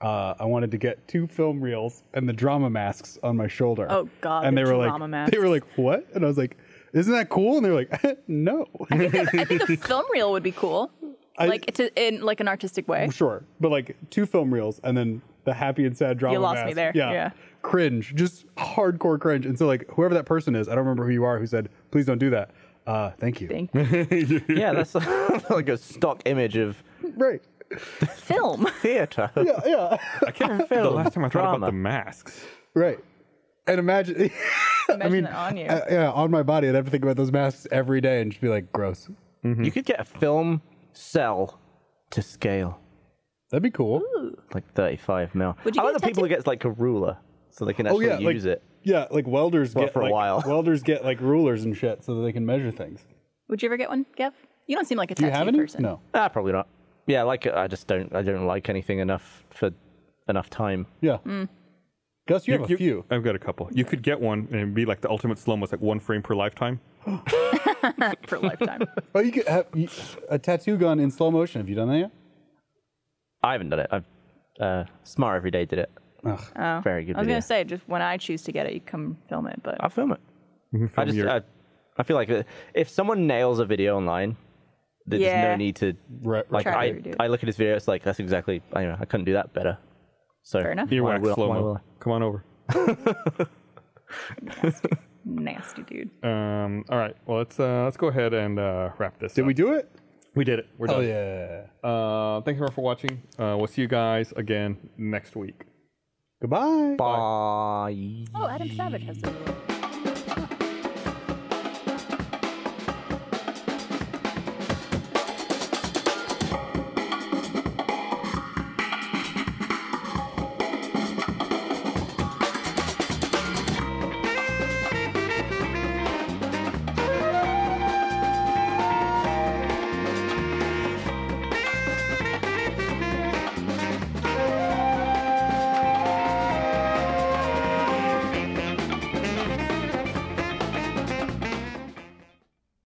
[SPEAKER 4] uh, I wanted to get two film reels and the drama masks on my shoulder.
[SPEAKER 5] Oh, God,
[SPEAKER 4] And
[SPEAKER 5] the
[SPEAKER 4] they were
[SPEAKER 5] drama
[SPEAKER 4] like,
[SPEAKER 5] masks.
[SPEAKER 4] they were like, what? And I was like, isn't that cool? And they were like, [laughs] no.
[SPEAKER 5] I think a film reel would
[SPEAKER 4] [laughs]
[SPEAKER 5] be cool, like to, in like an artistic way.
[SPEAKER 4] Sure, but like two film reels and then the happy and sad drama.
[SPEAKER 5] lost me
[SPEAKER 4] mask.
[SPEAKER 5] there.
[SPEAKER 4] Yeah.
[SPEAKER 5] Yeah.
[SPEAKER 4] Cringe, just hardcore cringe. And so like whoever that person is, I don't remember who you are, who said, "Please don't do that." Uh, thank you.
[SPEAKER 5] Thank-
[SPEAKER 3] Yeah, that's [laughs] like a stock image of
[SPEAKER 4] right.
[SPEAKER 5] Film.
[SPEAKER 3] theatre.
[SPEAKER 4] Yeah, yeah. [laughs]
[SPEAKER 2] I can't remember the last time I thought about
[SPEAKER 3] Drama.
[SPEAKER 2] the masks.
[SPEAKER 4] right. And imagine, [laughs] [laughs]
[SPEAKER 5] Imagine
[SPEAKER 4] I mean,
[SPEAKER 5] that on you.
[SPEAKER 4] uh, yeah, on my body, I'd have to think about those masks every day and just be like, gross.
[SPEAKER 3] You could get a film cell to scale,
[SPEAKER 4] That'd be cool.
[SPEAKER 3] like 35 mil.
[SPEAKER 5] Would you
[SPEAKER 3] I
[SPEAKER 5] get
[SPEAKER 3] like
[SPEAKER 5] a
[SPEAKER 3] the people who get like a ruler, so they can
[SPEAKER 4] Oh
[SPEAKER 3] actually
[SPEAKER 4] yeah, like
[SPEAKER 3] use it.
[SPEAKER 4] yeah, like welders
[SPEAKER 3] Well,
[SPEAKER 4] get
[SPEAKER 3] for a
[SPEAKER 4] like-
[SPEAKER 3] while. [laughs]
[SPEAKER 4] Welders get like rulers and shit so that they can measure things.
[SPEAKER 5] Would you ever get one, Gav? You don't seem like a
[SPEAKER 4] Do
[SPEAKER 5] tattoo
[SPEAKER 4] you have any?
[SPEAKER 5] person.
[SPEAKER 4] No.
[SPEAKER 3] Ah, probably not. Yeah, like uh, I just don't. I don't like anything enough for enough time.
[SPEAKER 4] Yeah.
[SPEAKER 5] Mm.
[SPEAKER 4] Gus, you, have a few.
[SPEAKER 2] I've got a couple. You could get one and it'd be like the ultimate slow mo. It's like one frame per lifetime.
[SPEAKER 5] for a
[SPEAKER 4] [laughs]
[SPEAKER 5] lifetime.
[SPEAKER 4] Oh, you could have you, a tattoo gun in slow motion. Have you done that yet?
[SPEAKER 3] I haven't done it. I've uh, smart every day did it.
[SPEAKER 5] Oh.
[SPEAKER 3] Very good
[SPEAKER 5] I was
[SPEAKER 3] video.
[SPEAKER 5] gonna say, just when I choose to get it, you come
[SPEAKER 4] Uh,
[SPEAKER 5] film it. But
[SPEAKER 3] I'll film it. I just
[SPEAKER 2] your-
[SPEAKER 3] I, I feel like uh, if someone nails a video online, there's no
[SPEAKER 5] Yeah.
[SPEAKER 3] need to
[SPEAKER 4] Right, right.
[SPEAKER 3] like
[SPEAKER 5] Try to
[SPEAKER 3] I,
[SPEAKER 5] redo it.
[SPEAKER 3] I look at his video it's like that's exactly I, know, I couldn't do that better so
[SPEAKER 5] Fair enough.
[SPEAKER 3] why will-
[SPEAKER 2] Earwax
[SPEAKER 3] why
[SPEAKER 2] slow
[SPEAKER 3] will
[SPEAKER 2] mo.
[SPEAKER 3] I?
[SPEAKER 2] Come on over.
[SPEAKER 5] Nasty dude.
[SPEAKER 2] Um, all right. Well, let's uh, let's go ahead and uh, wrap this.
[SPEAKER 4] Did
[SPEAKER 2] up.
[SPEAKER 4] we do it?
[SPEAKER 2] We did it.
[SPEAKER 3] Oh,
[SPEAKER 2] We're done.
[SPEAKER 4] yeah.
[SPEAKER 2] Uh, thanks everyone for watching. Uh, we'll see you guys again next week.
[SPEAKER 4] Goodbye.
[SPEAKER 3] Bye.
[SPEAKER 5] Oh, Adam Savage has it.